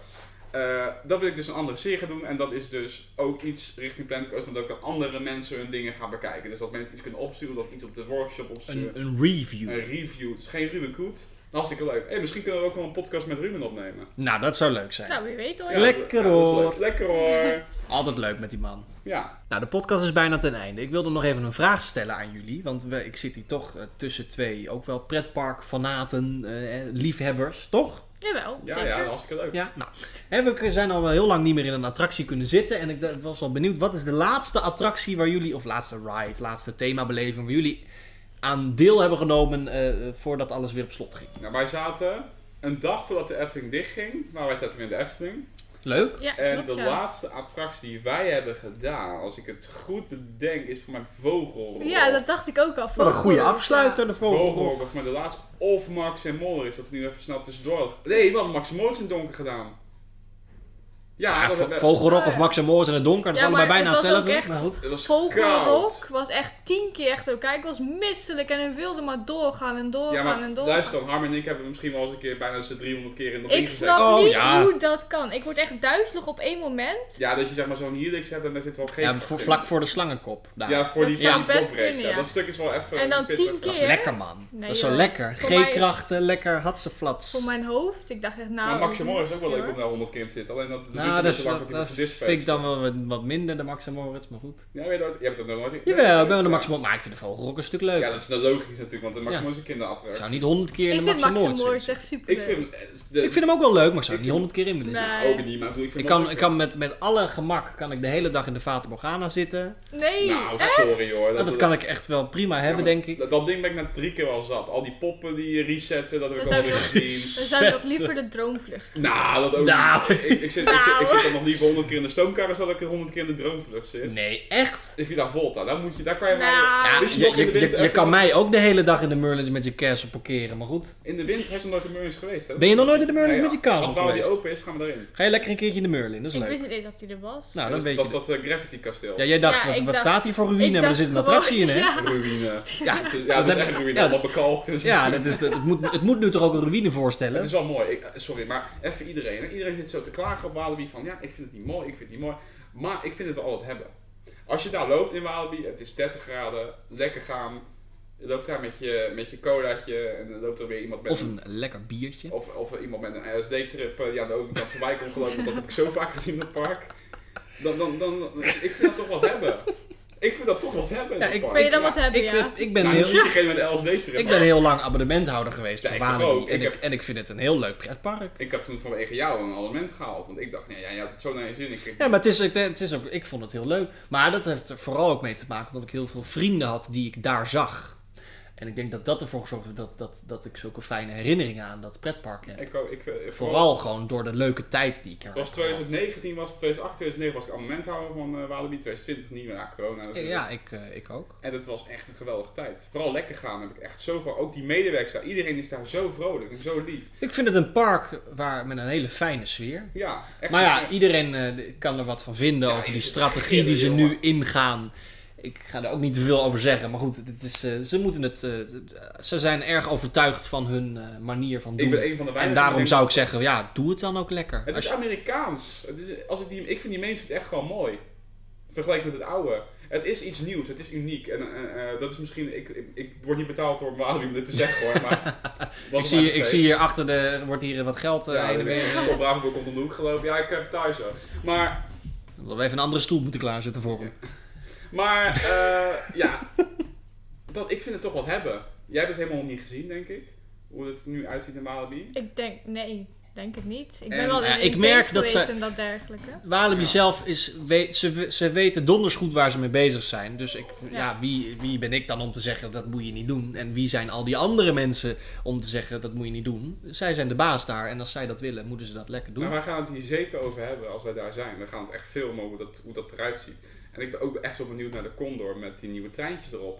S1: Eh, dat wil ik dus een andere serie gaan doen. En dat is dus ook iets richting Planet Coaster, maar dat ik aan andere mensen hun dingen ga bekijken. Dus dat mensen iets kunnen opsturen, dat ik iets op de workshop opsturen.
S3: Een, een review.
S1: Een review. Het is geen Ruben Koet. Hartstikke leuk. Hey, misschien kunnen we ook wel een podcast met Ruben opnemen.
S3: Nou, dat zou leuk zijn.
S2: Nou, wie weet hoor.
S1: Ja,
S3: Lekker
S1: dat is- ja, dat is leuk.
S3: hoor.
S1: Lekker hoor.
S3: Altijd leuk met die man.
S1: Ja.
S3: Nou, de podcast is bijna ten einde. Ik wilde nog even een vraag stellen aan jullie. Want we, ik zit hier toch eh, tussen twee ook wel pretparkfanaten, eh, en liefhebbers, toch?
S2: Jawel,
S1: Ja,
S2: zeker.
S1: ja, hartstikke leuk.
S3: Ja. Nou, hè, we zijn al wel heel lang niet meer in een attractie kunnen zitten. En ik d- was wel benieuwd, wat is de laatste attractie waar jullie, of laatste ride, laatste themabeleving, waar jullie aan deel hebben genomen eh, voordat alles weer op slot ging?
S1: Nou, wij zaten een dag voordat de Efteling dichtging. Nou, wij zaten weer in de Efteling.
S3: Leuk.
S2: Ja,
S1: En
S2: klopt,
S1: de
S2: ja.
S1: laatste attractie die wij hebben gedaan, als ik het goed bedenk, is voor mijn vogel.
S2: Ja, dat dacht ik ook al.
S3: Wat een goede
S2: Ja.
S3: afsluiter de volgende.
S1: Vogelrok was maar de laatste. Of Max en Moller is dat er nu even snel tussendoor. had- Nee, we hadden Max en Moller is in het donker gedaan. Ja,
S3: Ja,
S1: dat
S3: Vo-
S1: hebben-
S3: Vogelrok of Max en Moors in het donker, dat is
S2: Ja,
S3: allebei
S2: maar
S3: bijna
S2: het was ook
S3: hetzelfde.
S2: echt-
S3: Maar goed.
S1: het was koud.
S2: Vogelrok was echt tien keer echt ook. Kijk, ik was misselijk en hij wilde maar doorgaan en doorgaan
S1: Ja, maar
S2: en doorgaan.
S1: luister dan, Harm en ik hebben misschien wel eens een keer bijna z'n 300 keer in de ring
S2: ik snap
S1: gezeten.
S3: Oh,
S2: niet
S3: ja.
S2: hoe dat kan. Ik word echt duizelig op één moment.
S1: Ja, dat je zeg maar zo'n helix hebt en daar zit wel geen...
S3: Ja, voor- vlak voor de slangenkop. daar.
S1: Ja, voor die
S2: Dat zou
S1: ja,
S2: best
S1: kopreeks,
S2: kunnen,
S1: ja.
S2: ja.
S1: Dat stuk is wel even...
S2: En dan
S1: pittig.
S2: tien
S3: dat is
S2: keer.
S3: lekker, man.
S2: Nee,
S3: dat is zo
S2: joh.
S3: lekker.
S2: Voor mij-
S3: G-krachten, lekker hatseflats.
S2: Voor mijn hoofd. Ik dacht echt, nou...
S1: Maar Maximor is ook wel leuk
S2: hoor.
S1: om daar 100 keer in te zitten. Alleen dat dat duurt
S3: Nou,
S1: het
S3: dat,
S1: best wel lang
S3: dat,
S1: voordat iemand
S3: dat
S1: gedispeest.
S3: vind ik dan wel wat- wat minder, de Max en Moritz, maar goed.
S1: Ja, weet je dat? Jij hebt dat nog nooit... nee,
S3: Jawel, ik
S1: dat
S3: ben wel
S1: is-
S3: de Max en Moritz, maar ik vind de Vogelrok een stuk leuker.
S1: Ja, dat is nou logisch natuurlijk, want de Maximor is een
S3: Ik zou
S1: kinderattractie.
S3: niet honderd keer in
S2: Ik
S3: de
S2: vind
S3: Max en Moritz
S2: Maximo
S3: zitten.
S2: echt super
S1: Ik vind... eh, de-
S3: Ik vind hem ook wel leuk, maar ik zou
S1: Ik
S3: niet
S1: vind-
S3: honderd keer in willen zitten.
S2: Nee.
S1: Ook niet, maar ik bedoel, ik vind
S3: Ik
S1: hem
S3: kan,
S1: ook
S3: ik kan met, met alle gemak kan ik de hele dag in de Fata Morgana zitten.
S2: Nee,
S1: leuk. Nou, sorry hoor.
S3: Dat, dat kan ik echt wel prima
S1: ja,
S3: hebben,
S1: maar
S3: denk ik.
S1: Dat, dat ding ben ik na drie keer al zat. Al die poppen die je resetten, dat heb ik
S2: Dat
S1: al
S2: zou
S1: weer
S2: ik
S1: gezien.
S2: dan zou ik nog liever de droomvlucht.
S1: Nou, dat ook
S3: Nou.
S1: niet. Ik, ik, zit, ik, zit,
S2: Nou.
S1: ik zit dan nog liever 100 keer in de stoomkar als dat ik 100 keer in de droomvlucht zit.
S3: Nee, echt?
S1: If je daar Volta, daar moet je, daar kan je maar...
S2: Nou.
S3: Ja,
S1: Wist je
S3: je,
S1: nog in de
S3: je,
S1: winter
S3: je, je
S1: even-
S3: kan mij ook de hele dag in de Merlins met je Castle parkeren, maar goed.
S1: In de winter is nog nooit de Merlins geweest, hè?
S3: Ben je nog nooit in de Merlins
S1: Nee,
S3: met je Castle
S1: Als nou die
S3: geweest?
S1: open is, gaan we daarin.
S3: Ga je lekker een keertje in de Merlin, dat is
S2: Ik
S3: leuk.
S2: wist niet eens dat hij er was.
S1: dat
S3: Nou, dan
S1: is-
S3: weet
S1: dat
S3: je.
S1: is dat eh, Gravity kasteel.
S3: Ja, jij dacht,
S2: Ja,
S3: wat,
S2: ik
S3: wat
S2: dacht-
S3: staat hier voor
S2: ik
S3: ruïne? Maar er
S2: dacht
S3: zit een
S2: gewoon-
S3: attractie in, hè?
S2: Ja.
S1: Ruïne.
S3: Ja.
S1: Het is- Ja, dat is echt ruïne.
S3: Ja,
S1: Allemaal bekalkt. Dus
S3: Ja, dat is, de- het, moet, het moet nu toch ook een ruïne
S1: Het
S3: voorstellen?
S1: is wel mooi. Ik, eh, sorry, maar even iedereen. hè. Iedereen zit zo te klagen op Walibi van ja, ik vind het niet mooi, ik vind het niet mooi. Maar ik vind het wel altijd hebben. Als je daar loopt in Walibi, het is 30 graden, lekker gaan. Je loopt daar met je, met je colaatje en dan loopt er weer iemand met
S3: Of een lekker biertje.
S1: Of, of iemand met een LSD-trip eh, die aan de overkant voorbij komt gelopen. want Dat heb ik zo vaak gezien in het park. Dan, dan, dan, dus ik vind dat toch wat hebben. Ik vind dat toch wat hebben in
S3: Ja,
S1: het
S3: ik-
S1: park.
S2: Wil je dan
S1: Ja.
S2: wat hebben,
S3: ik,
S2: ja?
S3: ben- ik ben
S1: Nou,
S3: heel...
S1: niet iedereen met een LSD-trip.
S3: Ik ben heel lang abonnementhouder geweest
S1: Ja,
S3: van
S1: ik toch
S3: Walibi.
S1: ook.
S3: En,
S1: Ik
S3: ik,
S1: heb-
S3: en ik vind het een heel leuk pretpark.
S1: Ik heb toen vanwege jou een abonnement gehaald. Want ik dacht, nee, jij had het zo naar je zin. Ik, ik-
S3: Ja, maar het is, ook- het is ook, ik vond het heel leuk. Maar dat heeft er vooral ook mee te maken omdat ik heel veel vrienden had die ik daar zag. En ik denk dat dat ervoor gezorgd heeft dat, dat, dat ik zulke fijne herinneringen aan dat pretpark heb.
S1: ik, wou- ik, eh, vooral.
S3: Vooral gewoon door de leuke tijd die ik er
S1: Het was
S3: heb gehad.
S1: 2019, was het 2008, 2009 was ik abonnementhouder van eh Walibi. 2020 niet meer na corona. natuurlijk.
S3: Ja, ik, eh, ik ook.
S1: En dat was echt een geweldige tijd. Vooral lekker gaan heb ik echt zoveel. Ook die medewerkers daar. Iedereen is daar zo vrolijk en zo lief.
S3: Ik vind het een park waar, met een hele fijne sfeer.
S1: Ja, echt.
S3: Maar ja,
S1: echt-
S3: iedereen eh, kan er wat van vinden
S1: Ja,
S3: over die
S1: het is
S3: strategie die ze
S1: gillen,
S3: nu
S1: jongen.
S3: ingaan. Ik ga er ook niet te veel over zeggen, maar goed, het is, eh, ze moeten het. eh, ze zijn erg overtuigd van hun eh, manier van
S1: ik
S3: doen.
S1: ben een van de
S3: En
S1: weinigen.
S3: daarom
S1: die
S3: zou ik
S1: denkt-
S3: zeggen, ja, doe het dan ook lekker.
S1: Het
S3: Als
S1: is
S3: je-
S1: Amerikaans. Het is, als ik, die, ik vind die mensen echt gewoon mooi. Vergeleken met het oude. Het is iets nieuws, het is uniek. En eh, eh, dat is misschien. Ik, ik, ik word niet betaald door Walibi om dit te zeggen hoor. Maar was
S3: ik, zie, ik zie hier achter de. Er wordt hier wat geld eh
S1: Ja,
S3: heen en
S1: ik
S3: weer.
S1: ben op Bravenburg komt om de hoek gelopen. Ja, ik heb thuis zo. Maar
S3: We hebben even een andere stoel moeten klaarzetten voor hem.
S1: Maar eh, ja, dat, ik vind het toch wat hebben. Jij hebt het helemaal niet gezien, denk ik. Hoe het nu uitziet in Walibi.
S2: Ik denk, nee, denk het niet. Ik
S1: En,
S2: ben wel
S3: ja,
S2: in
S3: ik
S2: een
S3: merk
S2: date
S3: dat ze-
S2: geweest en dat dergelijke.
S3: Walibi
S1: Ja.
S3: zelf is. Weet, ze, ze weten donders goed waar ze mee bezig zijn. Dus ik, ja.
S2: Ja.
S3: wie, wie ben ik dan om te zeggen dat moet je niet doen? En wie zijn al die andere mensen om te zeggen dat moet je niet doen? Zij zijn de baas daar en als zij dat willen, moeten ze dat lekker doen.
S1: Maar Nou, wij gaan het hier zeker over hebben als wij daar zijn. We gaan het echt filmen hoe dat, hoe dat eruit ziet. En ik ben ook echt zo benieuwd naar de Condor met die nieuwe treintjes erop.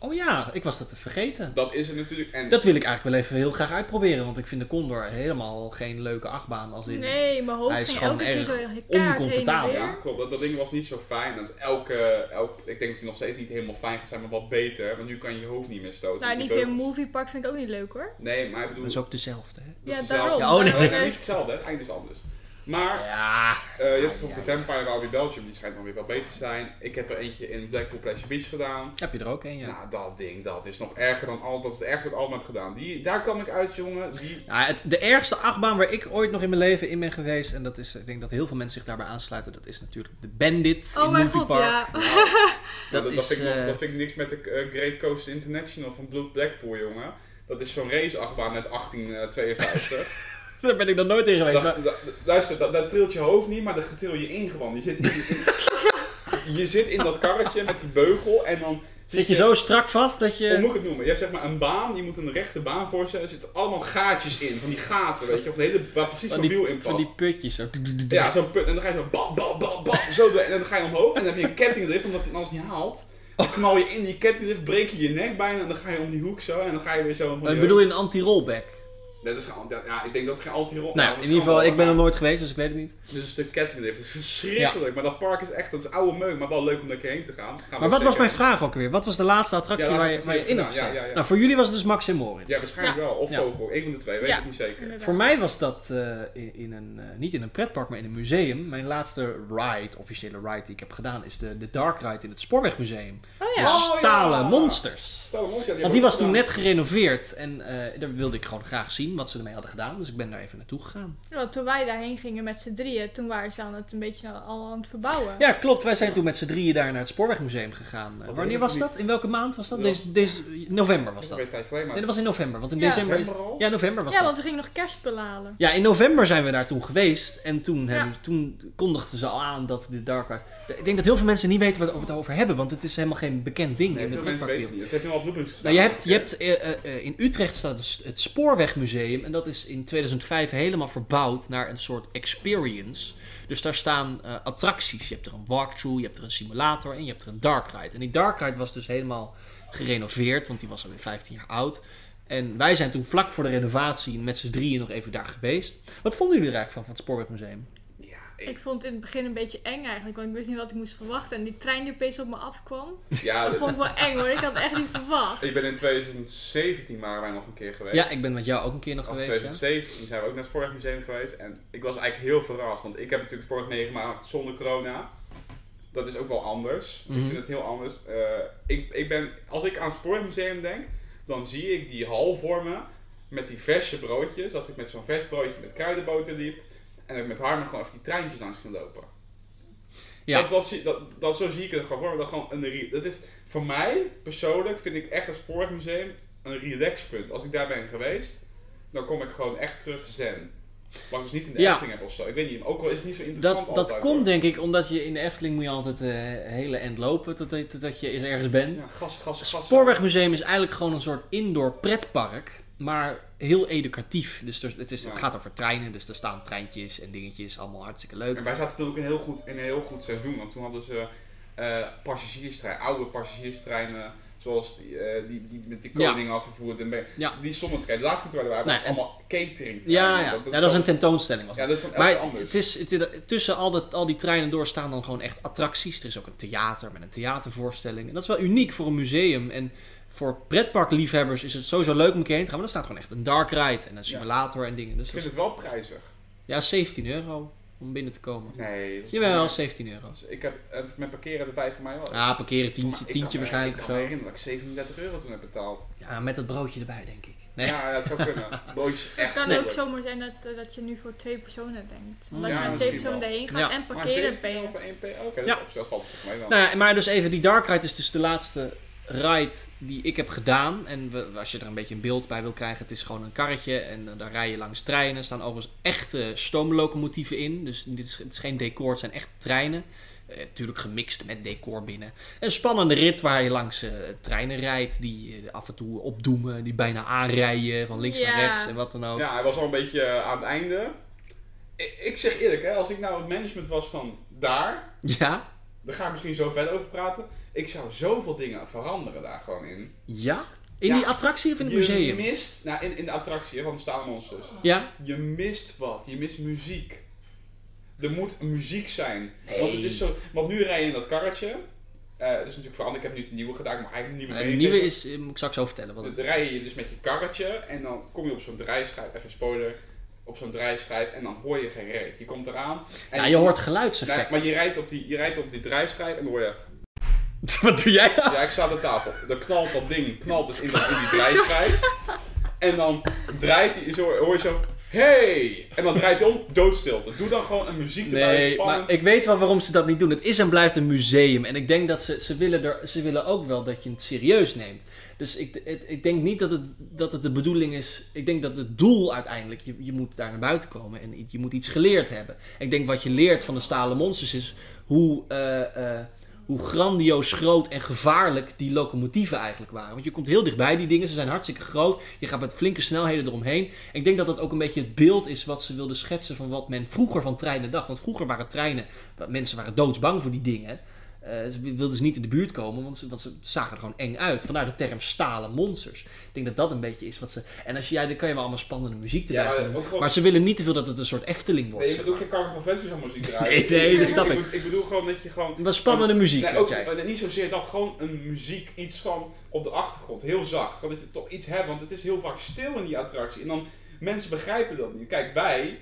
S3: Oh ja, ik was dat te vergeten.
S1: Dat is het natuurlijk. En
S3: Dat wil ik eigenlijk wel even heel graag uitproberen, want ik vind de Condor helemaal geen leuke achtbaan als in.
S2: Nee, mijn
S3: Hij
S2: hoofd
S3: is
S2: ging
S3: gewoon
S2: elke keer
S3: erg
S2: zo heel kaart heen en
S3: oncomfortabel.
S2: weer.
S1: ja, klopt. Dat, dat ding was niet zo fijn. Dat is elke, elk, ik denk dat hij nog steeds niet helemaal fijn gaat zijn, maar wat beter. Want nu kan je je hoofd niet meer stoten.
S2: Nou,
S1: Die
S2: die
S1: beugels-
S2: Movie Park vind ik ook niet leuk hoor.
S1: Nee, maar ik bedoel,
S3: Dat is ook dezelfde, hè?
S1: dat is
S2: Ja,
S1: hetzelfde.
S2: daarom.
S3: Ja, oh, nee.
S1: Eh, nee, niet hetzelfde. hè. Het einde is anders. Maar
S3: Ja.
S1: Eh, je hebt
S3: Ja, ja,
S1: bijvoorbeeld
S3: ja.
S1: de Vampire Walibi Belgium, die schijnt dan weer wel beter te zijn. Ik heb er eentje in Blackpool Pleasure Beach gedaan.
S3: Heb je er ook een, ja.
S1: Nou, dat ding, dat is nog erger dan al, dat is het ergste wat ik allemaal heb gedaan. Die, daar kwam ik uit, jongen. Die,
S3: Ja, het, de ergste achtbaan waar ik ooit nog in mijn leven in ben geweest, en dat is, ik denk dat heel veel mensen zich daarbij aansluiten, dat is natuurlijk de Bandit
S2: Oh
S3: in
S2: mijn
S3: Movie
S2: god,
S3: Park.
S2: ja.
S1: nou, dat,
S3: Dat
S1: dat,
S3: is,
S1: vind ik nog-
S3: eh,
S1: dat vind ik niks met de eh, Great Coast International van Blue Blackpool, jongen. Dat is zo'n raceachtbaan uit 1852.
S3: Daar ben ik nog nooit in
S1: Dat-
S3: geweest. Maar,
S1: dat- luister, dat, dat trilt je hoofd niet, maar dat trilt je ingewanden. Je zit in, in- je zit in dat karretje met die beugel en dan...
S3: zit je zo strak vast dat
S1: Hoe moet
S3: je...
S1: ik het noemen? Je hebt zeg maar een baan, je moet een rechte baan voorstellen. Er zitten allemaal gaatjes in, van die gaten, weet je. Of de hele, waar precies zo'n wiel in past.
S3: van die putjes zo.
S1: Ja, zo'n put. En dan ga je zo bam, bam, bam, bam, zo door. En dan ga je omhoog en dan heb je een kettingdrift, omdat hij het anders niet haalt. Dan knal je in die kettingdrift, breek je je nek bijna en dan ga je om die hoek zo. En dan ga je weer zo...
S3: Maar ik bedoel je een anti-rollback?
S1: Nee, dat is gewoon, dat- ja, ik denk dat het geen anti-rol
S3: nou, ja, in ieder geval, ik ben er nooit geweest, dus ik weet het niet.
S1: Dus een stuk kettingdrift, dat is verschrikkelijk. Maar dat park is echt, dat is oude meuk, maar wel leuk om daar een keer heen te gaan. Gaan we
S3: Maar
S1: ook
S3: wat was
S1: zeker.
S3: mijn vraag ook weer? Wat was de laatste attractie
S1: Ja, laatste
S3: waar, je, waar je
S1: attractie die
S3: in hebt
S1: ik gedaan,
S3: gezeten?
S1: ja, ja, ja.
S3: Nou, voor jullie was het dus Max en Moritz.
S1: Ja, waarschijnlijk wel. Of
S3: Ja.
S1: vogel, één van de twee, weet
S2: Ja.
S1: ik niet zeker.
S2: Inderdaad.
S3: Voor mij was dat eh, in, in een, eh, niet in een pretpark, maar in een museum. Mijn laatste ride, officiële ride die ik heb gedaan, is de, de Dark Ride in het Spoorwegmuseum.
S2: Oh
S3: De
S2: ja.
S1: Oh, ja.
S3: stalen monsters.
S1: Stel hem op, ja, hebben
S3: Want die
S1: we
S3: was
S1: ook
S3: toen
S1: gedaan.
S3: net gerenoveerd en eh, daar wilde ik gewoon graag zien wat ze ermee hadden gedaan. Dus ik ben daar even naartoe gegaan.
S1: Ah.
S2: Want toen wij daarheen gingen met z'n drieën, toen waren ze aan het een beetje al aan het verbouwen.
S3: Ja, klopt. Wij zijn toen met z'n drieën daar naar het Spoorwegmuseum gegaan. Eh,
S1: Wat
S3: wanneer
S1: deed
S3: was
S1: je
S3: dat? In welke maand was dat?
S1: Dat
S3: Deze, deze, november was
S1: Dat
S3: dat.
S1: is een tijd geleden, maar...
S3: Nee, dat was in november. Want in
S2: Ja.
S3: december... is-
S1: November al?
S3: Ja, november was
S2: Ja,
S3: dat.
S2: want we gingen nog kerstspullen halen.
S3: Ja, in november zijn we daar toen geweest. En toen,
S2: Ja.
S3: hebben, toen kondigden ze al aan dat de Dark Ride... Ik denk dat heel veel mensen niet weten wat we het over hebben. Want het is helemaal geen bekend ding
S1: Nee,
S3: in de
S1: veel mensen weten
S3: pretparkwereld.
S1: het niet. Het heeft nu al op bloedings gestaan.
S3: Nou, je hebt, je hebt, eh, eh, eh, in Utrecht staat dus het Spoorwegmuseum. En dat is in 2005 helemaal verbouwd naar een soort experience. Dus daar staan eh, attracties. Je hebt er een walkthrough, je hebt er een simulator en je hebt er een dark ride. En die dark ride was dus helemaal gerenoveerd, want die was alweer 15 jaar oud. En wij zijn toen vlak voor de renovatie met z'n drieën nog even daar geweest. Wat vonden jullie er eigenlijk van, van het Spoorwegmuseum?
S1: Ja, ik-
S2: Ik vond het in het begin een beetje eng eigenlijk, want ik wist niet wat ik moest verwachten. En die trein die opeens op me afkwam,
S1: ja,
S2: dat vond ik wel eng hoor. Ik had het echt niet verwacht.
S1: ik ben in 2017 waren wij nog een keer geweest.
S3: Ja, ik ben met jou ook een keer nog
S1: Eh, Of
S3: geweest. ja.
S1: 2017 zijn we ook naar het Spoorwegmuseum geweest. En ik was eigenlijk heel verrast. Want ik heb natuurlijk Spoorweg meegemaakt zonder corona. Dat is ook wel anders.
S3: Mhm.
S1: Ik vind het heel anders. Eh, ik, ik ben, als ik aan het Spoorwegmuseum denk, dan zie ik die hal voor me met die verse broodjes. Dat ik met zo'n vers broodje met kruidenboter liep. En dat ik met Harmen gewoon even die treintjes langs ging lopen.
S3: Ja.
S1: Dat, dat, zie- dat, dat, zo zie ik het gewoon voor me. Dat, gewoon een, re- dat is voor mij persoonlijk vind ik echt het Spoorwegmuseum een relaxpunt. Als ik daar ben geweest, dan kom ik gewoon echt terug zen. Wat ik dus niet in de
S3: Ja.
S1: Efteling heb of zo. Ik weet niet, ook al is het niet zo interessant
S3: Dat, dat
S1: altijd,
S3: komt
S1: hoor.
S3: denk ik omdat je in de Efteling moet je altijd eh hele end lopen totdat totdat je eens ergens bent.
S1: Ja, gas, gas, gas.
S3: Spoorwegmuseum is eigenlijk gewoon een soort indoor pretpark, maar heel educatief. Dus er- het, is, het
S1: Ja.
S3: gaat over treinen, dus er staan treintjes en dingetjes, allemaal hartstikke leuk.
S1: En wij zaten toen ook in een heel goed, in een heel goed seizoen, want toen hadden ze eh passagierstrein, oude passagierstreinen, zoals die, eh, die, die met de koning had vervoerd. En bij-
S3: Ja.
S1: Die zonnetreinen. De laatste keer toen wij er waren,
S3: Nee,
S1: was het allemaal catering.
S3: Ja, ja. ja, dat is een tentoonstelling. Was
S1: Ja,
S3: het.
S1: dat is dan elke
S3: Maar
S1: anders.
S3: het is, het is- tussen al, dat, al die treinen door staan dan gewoon echt attracties. Er is ook een theater met een theatervoorstelling. En dat is wel uniek voor een museum. En voor pretparkliefhebbers is het sowieso leuk om een keer heen te gaan. Maar er staat gewoon echt een dark ride en een simulator en dingen. Dus
S1: Ik
S3: dat
S1: vind
S3: is-
S1: het wel prijzig.
S3: ja, 17 euro om binnen te komen.
S1: Nee. dat is
S3: Jawel, 17 euro.
S1: Dus ik heb eh, met parkeren erbij voor mij wel.
S3: Ah, parkeren tientje,
S1: Maar ik
S3: tientje
S1: kan me-
S3: waarschijnlijk
S1: Ik
S3: of
S1: kan me
S3: zo.
S1: herinneren dat ik 37 euro toen heb betaald.
S3: Ja, met dat broodje erbij, denk ik. Nee.
S1: Ja, dat zou kunnen. Broodjes
S2: Het
S1: echt
S2: kan
S1: heerlijk.
S2: ook zomaar zijn dat, eh, dat je nu voor twee personen denkt. Want als
S1: Ja,
S2: je met
S1: misschien
S2: twee personen
S1: wel.
S2: daarheen gaat
S3: Ja.
S2: en
S1: Maar
S2: parkeren
S1: 17
S2: ben
S1: euro
S2: je.
S1: voor één p. Oké, dat,
S3: Ja.
S1: is op zich- dat valt volgens mij wel.
S3: Nou ja, maar dus even, die Dark Ride is dus de laatste ride die ik heb gedaan. En we- als je er een beetje een beeld bij wil krijgen, het is gewoon een karretje. En eh, daar rij je langs treinen. Er staan overigens echte stoomlocomotieven in. Dus dit is, het is geen decor, het zijn echt treinen. Eh, Natuurlijk gemixt met decor binnen. Een spannende rit waar je langs eh, treinen rijdt. Die eh, af en toe opdoemen, die bijna aanrijden van links
S2: Ja.
S3: naar rechts en wat dan ook.
S1: Ja, hij was al een beetje eh, aan het einde. Ik, ik zeg eerlijk, hè, als ik nou het management was van daar,
S3: Ja?
S1: daar ga ik misschien zo verder over praten. Ik zou zoveel dingen veranderen daar gewoon in.
S3: Ja? In
S1: Ja.
S3: die attractie of in het
S1: Je
S3: museum?
S1: mist, nou in, in de attractie hè, van de Stalen Monsters.
S3: Ja?
S1: Je mist wat, je mist muziek. Er moet muziek zijn.
S3: Nee.
S1: Want, het is zo, want nu rij je in dat karretje. Eh, het is natuurlijk veranderd, ik heb nu het nieuwe gedaan, maar eigenlijk niet meer
S3: Eh, de nieuwe is, eh, moet ik straks over vertellen. Wat het
S1: Dan rij je dus met je karretje en dan kom je op zo'n draaischijf, even spoiler, op zo'n draaischijf en dan hoor je geen reet. Je komt eraan. En
S3: Ja, je hoort geluidseffect.
S1: Nee, maar je rijdt op die, je rijdt op die draaischijf en dan hoor je...
S3: Wat doe jij?
S1: Ja, ik sta aan de tafel. Dan knalt dat ding, knalt dus in, dat- in die draaischijf. En dan draait hij, zo, hoor je zo... Hey! En dan draait hij om, doodstilte. Doe dan gewoon een muziek erbij,
S3: Nee,
S1: spannend.
S3: maar ik weet wel waarom ze dat niet doen. Het is en blijft een museum. En ik denk dat ze, ze, willen, er, ze willen ook wel dat je het serieus neemt. Dus ik, het- ik denk niet dat het, dat het de bedoeling is. Ik denk dat het doel uiteindelijk, je, je moet daar naar buiten komen en i- je moet iets geleerd hebben. Ik denk wat je leert van de stalen monsters is hoe, eh, eh, hoe grandioos groot en gevaarlijk die locomotieven eigenlijk waren. Want je komt heel dichtbij die dingen, ze zijn hartstikke groot. Je gaat met flinke snelheden eromheen. Ik denk dat dat ook een beetje het beeld is wat ze wilden schetsen van wat men vroeger van treinen dacht. Want vroeger waren treinen, mensen waren doodsbang voor die dingen. Eh, ze wilden ze niet in de buurt komen, want ze, want ze zagen er gewoon eng uit. Vandaar de term stalen monsters. Ik denk dat dat een beetje is wat ze... En als je, ja, dan kan je wel allemaal spannende
S1: Ja,
S3: muziek erbij
S1: maar
S3: gaan
S1: ook
S3: doen.
S1: gewoon-
S3: Maar ze willen niet te veel dat het een soort Efteling wordt.
S1: Nee, je
S3: zeg
S1: moet ook
S3: maar.
S1: geen Carnival Festival muziek draaien.
S3: Nee, nee, dat snap
S1: bedoel- Ik bedoel gewoon dat je gewoon...
S3: Maar spannende muziek,
S1: Nee,
S3: wat
S1: ook
S3: jij.
S1: eh, niet zozeer dat, gewoon een muziek, iets van op de achtergrond, heel zacht. Gewoon dat je toch iets hebt, want het is heel vaak stil in die attractie. En dan, mensen begrijpen dat niet. Kijk, wij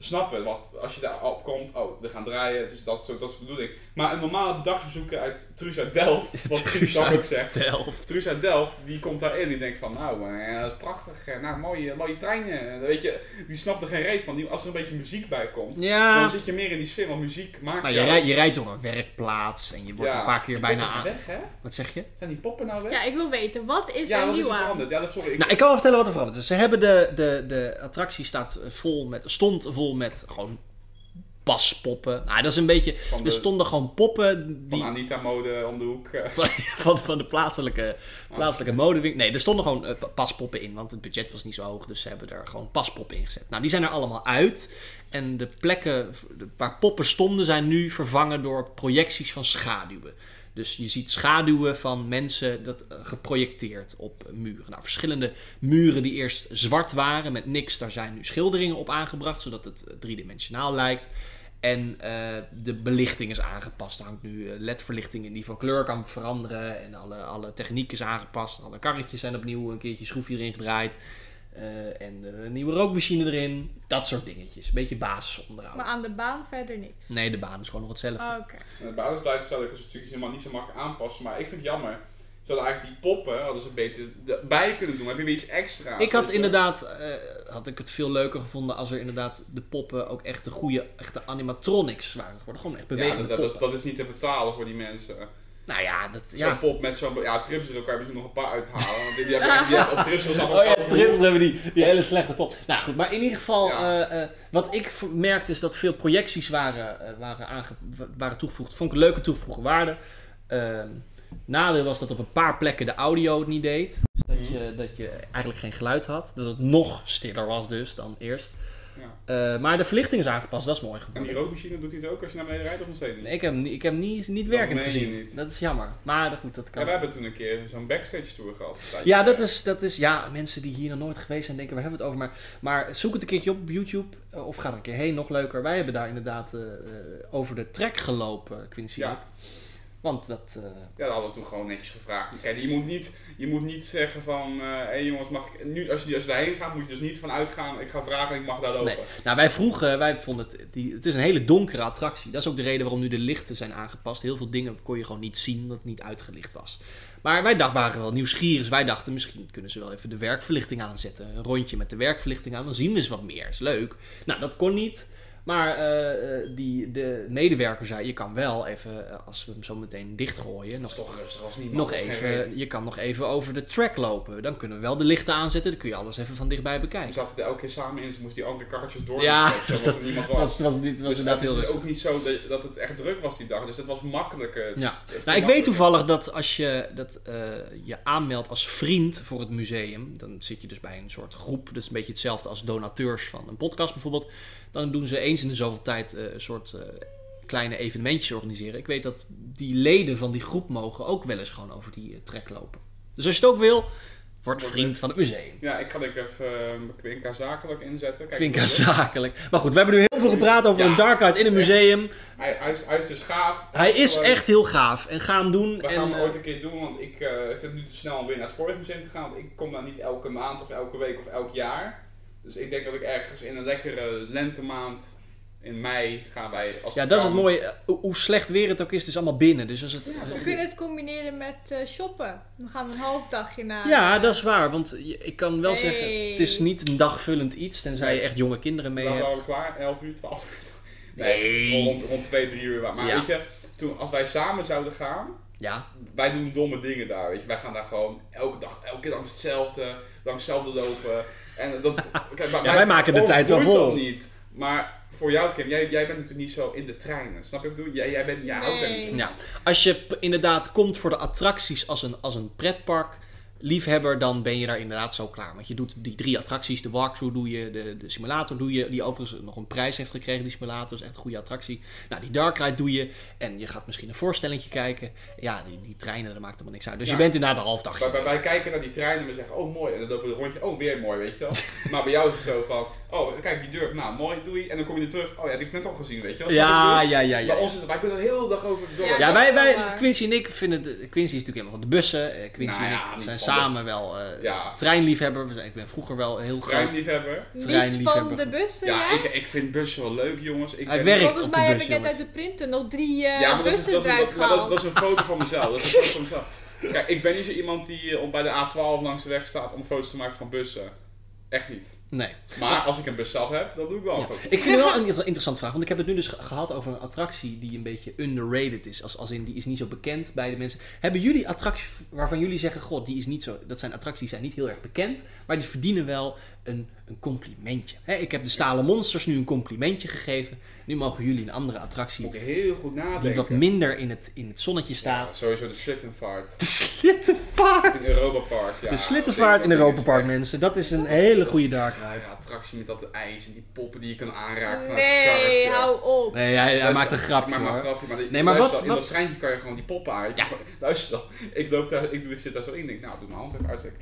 S1: snappen wat, als je daar op komt, oh, we gaan draaien, het is dat, soort, dat is de bedoeling. Maar een normale dagbezoeker uit Truus uit Delft, wat Truus
S3: Truus
S1: dan ook
S3: uit
S1: zegt.
S3: Delft.
S1: Truus uit Delft, die komt daarin en die denkt van, nou, eh, dat is prachtig, eh, nou, mooie, mooie treinen. Eh, Weet je, die snapt er geen reet van. Die, als er een beetje muziek bij komt,
S3: Ja,
S1: dan zit je meer in die sfeer, want muziek maakt
S3: maar je,
S1: jou-
S3: rijdt, je rijdt door een werkplaats en je wordt
S1: Ja,
S3: een paar keer
S1: die
S3: bijna
S1: poppen
S3: aan...
S1: Weg, hè?
S3: Wat zeg je?
S1: Zijn die poppen nou weg?
S2: Ja, ik wil weten, wat is
S1: Ja,
S2: er
S1: wat is
S2: nieuw
S1: er
S2: aan?
S1: veranderd? Ja, dat sorry. Ik,
S3: Nou, ik kan wel vertellen wat er veranderd is. Ze hebben de, de, de attractie staat vol met, stond vol met gewoon paspoppen. Nou, dat is een beetje...
S1: van de,
S3: Er stonden gewoon poppen
S1: van
S3: die,
S1: Anita Mode om de hoek. eh.
S3: van, van, van de plaatselijke, plaatselijke modewinkel. Nee, er stonden gewoon eh, pa- paspoppen in, want het budget was niet zo hoog. Dus ze hebben er gewoon paspoppen in gezet. Nou, die zijn er allemaal uit. En de plekken v- de- waar poppen stonden zijn nu vervangen door projecties van schaduwen. Dus je ziet schaduwen van mensen dat, eh, geprojecteerd op muren. Nou, verschillende muren die eerst zwart waren met niks. Daar zijn nu schilderingen op aangebracht, zodat het eh, driedimensionaal lijkt. En eh, de belichting is aangepast. Er hangt nu eh, ledverlichting in die van kleur kan veranderen. En alle, alle techniek is aangepast. Alle karretjes zijn opnieuw een keertje schroefje erin gedraaid. eh, en er een nieuwe rookmachine erin. Dat soort dingetjes. Een beetje basisonderhoud.
S2: Maar Oh. aan de baan verder niks.
S3: Nee, de baan is gewoon nog hetzelfde.
S2: Oké.
S1: En bij ouders blijft stel ik ze natuurlijk helemaal niet zo makkelijk aanpassen. Maar ik vind het jammer. Ze hadden eigenlijk die poppen, hadden ze beter bij kunnen doen. Heb je weer iets extra's?
S3: Ik
S1: weet
S3: had
S1: je?
S3: inderdaad, eh, had ik het veel leuker gevonden als er inderdaad de poppen ook echt de goede, echte animatronics waren geworden. Gewoon echt
S1: Ja, dat,
S3: bewegende poppen.
S1: is, dat is niet te betalen voor die mensen.
S3: Nou ja, dat,
S1: Zo'n
S3: ja.
S1: pop met zo'n... Ja, Tripsdrill kan je misschien nog een paar uithalen. Want die, die hebben, die hebben op Tripsdrill zat
S3: Oh ja,
S1: ook-
S3: Trips hebben die, die hele slechte pop. Nou goed, maar in ieder geval,
S1: Ja.
S3: eh, eh, wat ik v- merkte is dat veel projecties waren, eh, waren, aange, w- waren toegevoegd. Vond ik een leuke toegevoegde waarde. Ehm, nadeel was dat op een paar plekken de audio het niet deed. Dus dat,
S1: Mhm.
S3: je, dat je eigenlijk geen geluid had. Dat het nog stiller was dus dan eerst.
S1: Ja.
S3: Eh, maar de verlichting is aangepast, dat is mooi
S1: En die
S3: geworden.
S1: rookmachine doet hij het ook als je naar beneden rijdt of nog steeds niet?
S3: Nee, Ik heb, hem niet- ik heb hem niet, niet
S1: Dat
S3: werkend
S1: meen je
S3: gezien.
S1: niet.
S3: Dat is jammer. Maar goed, dat
S1: Ja,
S3: kan.
S1: we hebben toen een keer zo'n backstage tour gehad. Eh,
S3: Ja, dat is, dat is. Ja, mensen die hier nog nooit geweest zijn, denken waar hebben we het over. Maar, maar zoek het een keertje op op YouTube. eh, Of ga er een keer heen, nog leuker. Wij hebben daar inderdaad eh, eh, over de trek gelopen, Quincy.
S1: Ja.
S3: en ik. Want dat. eh,
S1: Ja, dat hadden we toen gewoon netjes gevraagd. Kijk, je moet niet, je moet niet zeggen van, eh, hé jongens, mag ik, nu, als je, als je daarheen gaat, moet je dus niet van uitgaan, ik ga vragen en ik mag daar lopen.
S3: Nee. Nou, wij vroegen, wij vonden het, die, het is een hele donkere attractie. Dat is ook de reden waarom nu de lichten zijn aangepast. Heel veel dingen kon je gewoon niet zien, omdat het niet uitgelicht was. Maar wij dachten, waren wel nieuwsgierig. Dus Wij dachten, misschien kunnen ze wel even de werkverlichting aanzetten. Een rondje met de werkverlichting aan, dan zien we eens wat meer. Is leuk. Nou, dat kon niet. Maar eh, eh, die, de medewerker zei, je kan wel even, eh, als we hem zo meteen dichtgooien...
S1: Dat is toch rustig als niemand.
S3: Nog
S1: als geen reet.
S3: even, eh, je kan nog even over de track lopen. Dan kunnen we wel de lichten aanzetten. Dan kun je alles even van dichtbij
S1: We
S3: bekijken.
S1: zaten er elke keer samen in, ze moesten die andere karretjes door.
S3: Ja,
S1: dus
S3: dus
S1: dat
S3: dat-
S1: er niemand
S3: Het
S1: was.
S3: was, het was, niet, was
S1: dus
S3: inderdaad
S1: dat,
S3: heel
S1: het is
S3: rustig.
S1: ook niet zo dat, dat het echt druk was die dag, dus dat was makkelijker.
S3: Ja.
S1: Echt
S3: Nou, ik weet
S1: makkelijker.
S3: toevallig dat als je dat, eh, je aanmeldt als vriend voor het museum, dan zit je dus bij een soort groep. Dat is een beetje hetzelfde als donateurs van een podcast bijvoorbeeld. Dan doen ze eens in de zoveel tijd eh, een soort eh, kleine evenementjes organiseren. Ik weet dat die leden van die groep mogen ook wel eens gewoon over die eh, trek lopen. Dus als je het ook wil, word vriend van het museum.
S1: Ja, ik ga denk ik even eh, Quinca zakelijk inzetten. Kijk, eh,
S3: Kwinka zakelijk. Maar goed, we hebben nu heel veel gepraat over
S1: Ja.
S3: een dark ride in een museum.
S1: Hij, hij, is, hij is dus gaaf.
S3: Hij is
S1: gewoon-
S3: echt heel gaaf en ga hem doen.
S1: We
S3: en,
S1: gaan hem
S3: eh,
S1: ooit een keer doen, want ik eh, vind het nu te snel om weer naar het Spoorwegmuseum te gaan. Want ik kom daar niet elke maand of elke week of elk jaar. Dus ik denk dat ik ergens in een lekkere lentemaand in mei gaan wij. Als
S3: Ja,
S1: het
S3: dat is het
S1: kan-
S3: mooie. Eh, Hoe hoe slecht weer het ook is, het is allemaal binnen. Dus als het,
S1: Ja,
S3: als
S2: We
S3: het-
S2: kunnen het combineren met eh, shoppen. We gaan een half dagje naar.
S3: ja, dat is waar. Want je- ik kan wel
S2: Hey.
S3: zeggen, het is niet een dagvullend iets, tenzij je echt jonge kinderen mee
S1: We waren al
S3: hebt.
S1: klaar, 11 uur, 12 uur.
S3: Nee.
S1: Rond, rond 2, 3 uur. Maar
S3: Ja.
S1: weet je, toen, als wij samen zouden gaan,
S3: Ja,
S1: wij doen domme dingen daar. Weet je. Wij gaan daar gewoon elke dag, elke keer langs hetzelfde, langs hetzelfde lopen. En dat, kijk,
S3: Ja, wij maken de
S1: ons
S3: tijd wel
S1: boeit dat
S3: vol.
S1: niet. Maar voor jou, Kim, jij, jij bent natuurlijk niet zo in de treinen. Snap je wat ik bedoel? Jij, jij, bent, jij houdt daar niet
S2: Nee.
S1: zo van.
S3: ja. Als je p- inderdaad komt voor de attracties als een, als een pretpark liefhebber, dan ben je daar inderdaad zo klaar. Want je doet die drie attracties, de walkthrough doe je, de, de simulator doe je, die overigens nog een prijs heeft gekregen, die simulator is echt een goede attractie. Nou, die dark ride doe je en je gaat misschien een voorstellingje kijken. Ja, die, die treinen, dat maakt helemaal niks uit. Dus
S1: Ja.
S3: je bent inderdaad een half dagje.
S1: Wij, wij, wij kijken naar die trein en we zeggen, oh mooi. En dan lopen we een rondje, oh weer mooi, weet je wel. maar bij jou is het zo van, oh kijk die deur, nou mooi, doei. En dan kom je er terug, oh ja, die heb ik net al gezien, weet je wel.
S3: Ja,
S1: Snap je wat ik
S3: ja, ja,
S1: bedoel?
S3: ja.
S1: Bij ons is het, wij kunnen er heel de dag over door.
S2: Ja,
S3: Ja,
S2: dat
S3: wij,
S2: is wel
S3: wij,
S2: waar.
S3: Quincy en ik vinden... De, Quincy is natuurlijk helemaal van de bussen. eh, Quincy
S1: Nou
S3: en
S1: ja,
S3: ik
S1: niet
S3: zijn
S1: van
S3: samen wel eh,
S1: Ja.
S3: treinliefhebber. We zijn- Ik ben vroeger wel heel groot.
S1: Treinliefhebber.
S2: Niet
S3: Treinliefhebber.
S2: van de bussen,
S1: Ja,
S2: ja?
S1: ik, ik vind bussen wel leuk, jongens. Ik
S3: Hij
S1: ben-
S3: werkt
S2: Volgens
S3: op de
S2: mij heb
S3: bus,
S2: ik net uit
S3: jongens.
S2: de printen nog drie eh,
S1: Ja, maar dat is,
S2: bussen
S1: dat, is,
S2: eruit
S1: dat, maar dat, is,
S2: gehaald.
S1: dat is een foto van mezelf. Dat is een foto van mezelf. Kijk, ik ben niet zo iemand die eh, om bij de A12 langs de weg staat om foto's te maken van bussen. Echt niet.
S3: Nee.
S1: Maar als ik een bus zelf heb, dan doe ik wel een
S3: Ja.
S1: foto.
S3: Ik vind het wel een interessante vraag. Want ik heb het nu dus ge- gehad over een attractie die een beetje underrated is. Als, als in, die is niet zo bekend bij de mensen. Hebben jullie attracties waarvan jullie zeggen... God, die is niet zo... Dat zijn attracties die zijn niet heel erg bekend. Maar die verdienen wel een, een complimentje. Hè, ik heb de Stalen Monsters nu een complimentje gegeven. Nu mogen jullie een andere attractie...
S1: Moet ik heel goed nadenken.
S3: Die wat minder in het, in het zonnetje
S1: Ja,
S3: staat.
S1: sowieso de Schlittenvaart.
S3: De slittenvaart!
S1: In Europa Park, ja.
S3: de slittenvaart in Europa Park,
S1: Ja,
S3: mensen. Dat is een hele goede dark
S1: de
S3: ride.
S1: attractie met dat ijs en die poppen die je kan aanraken vanuit het
S2: Nee,
S1: karretje.
S2: hou op.
S3: Nee, hij, hij
S1: Luister,
S3: maakt een grapje,
S1: Maar, maar een
S3: hoor.
S1: grapje, maar, die-
S3: Nee, maar
S1: luister
S3: wat-
S1: dan, in
S3: wat-
S1: dat treintje kan je gewoon die poppen aan. Je kan
S3: Ja.
S1: gewoon- Luister dan, ik, loop daar, ik, doe, ik zit daar zo in, ik denk, nou, doe mijn hand even uit. Ik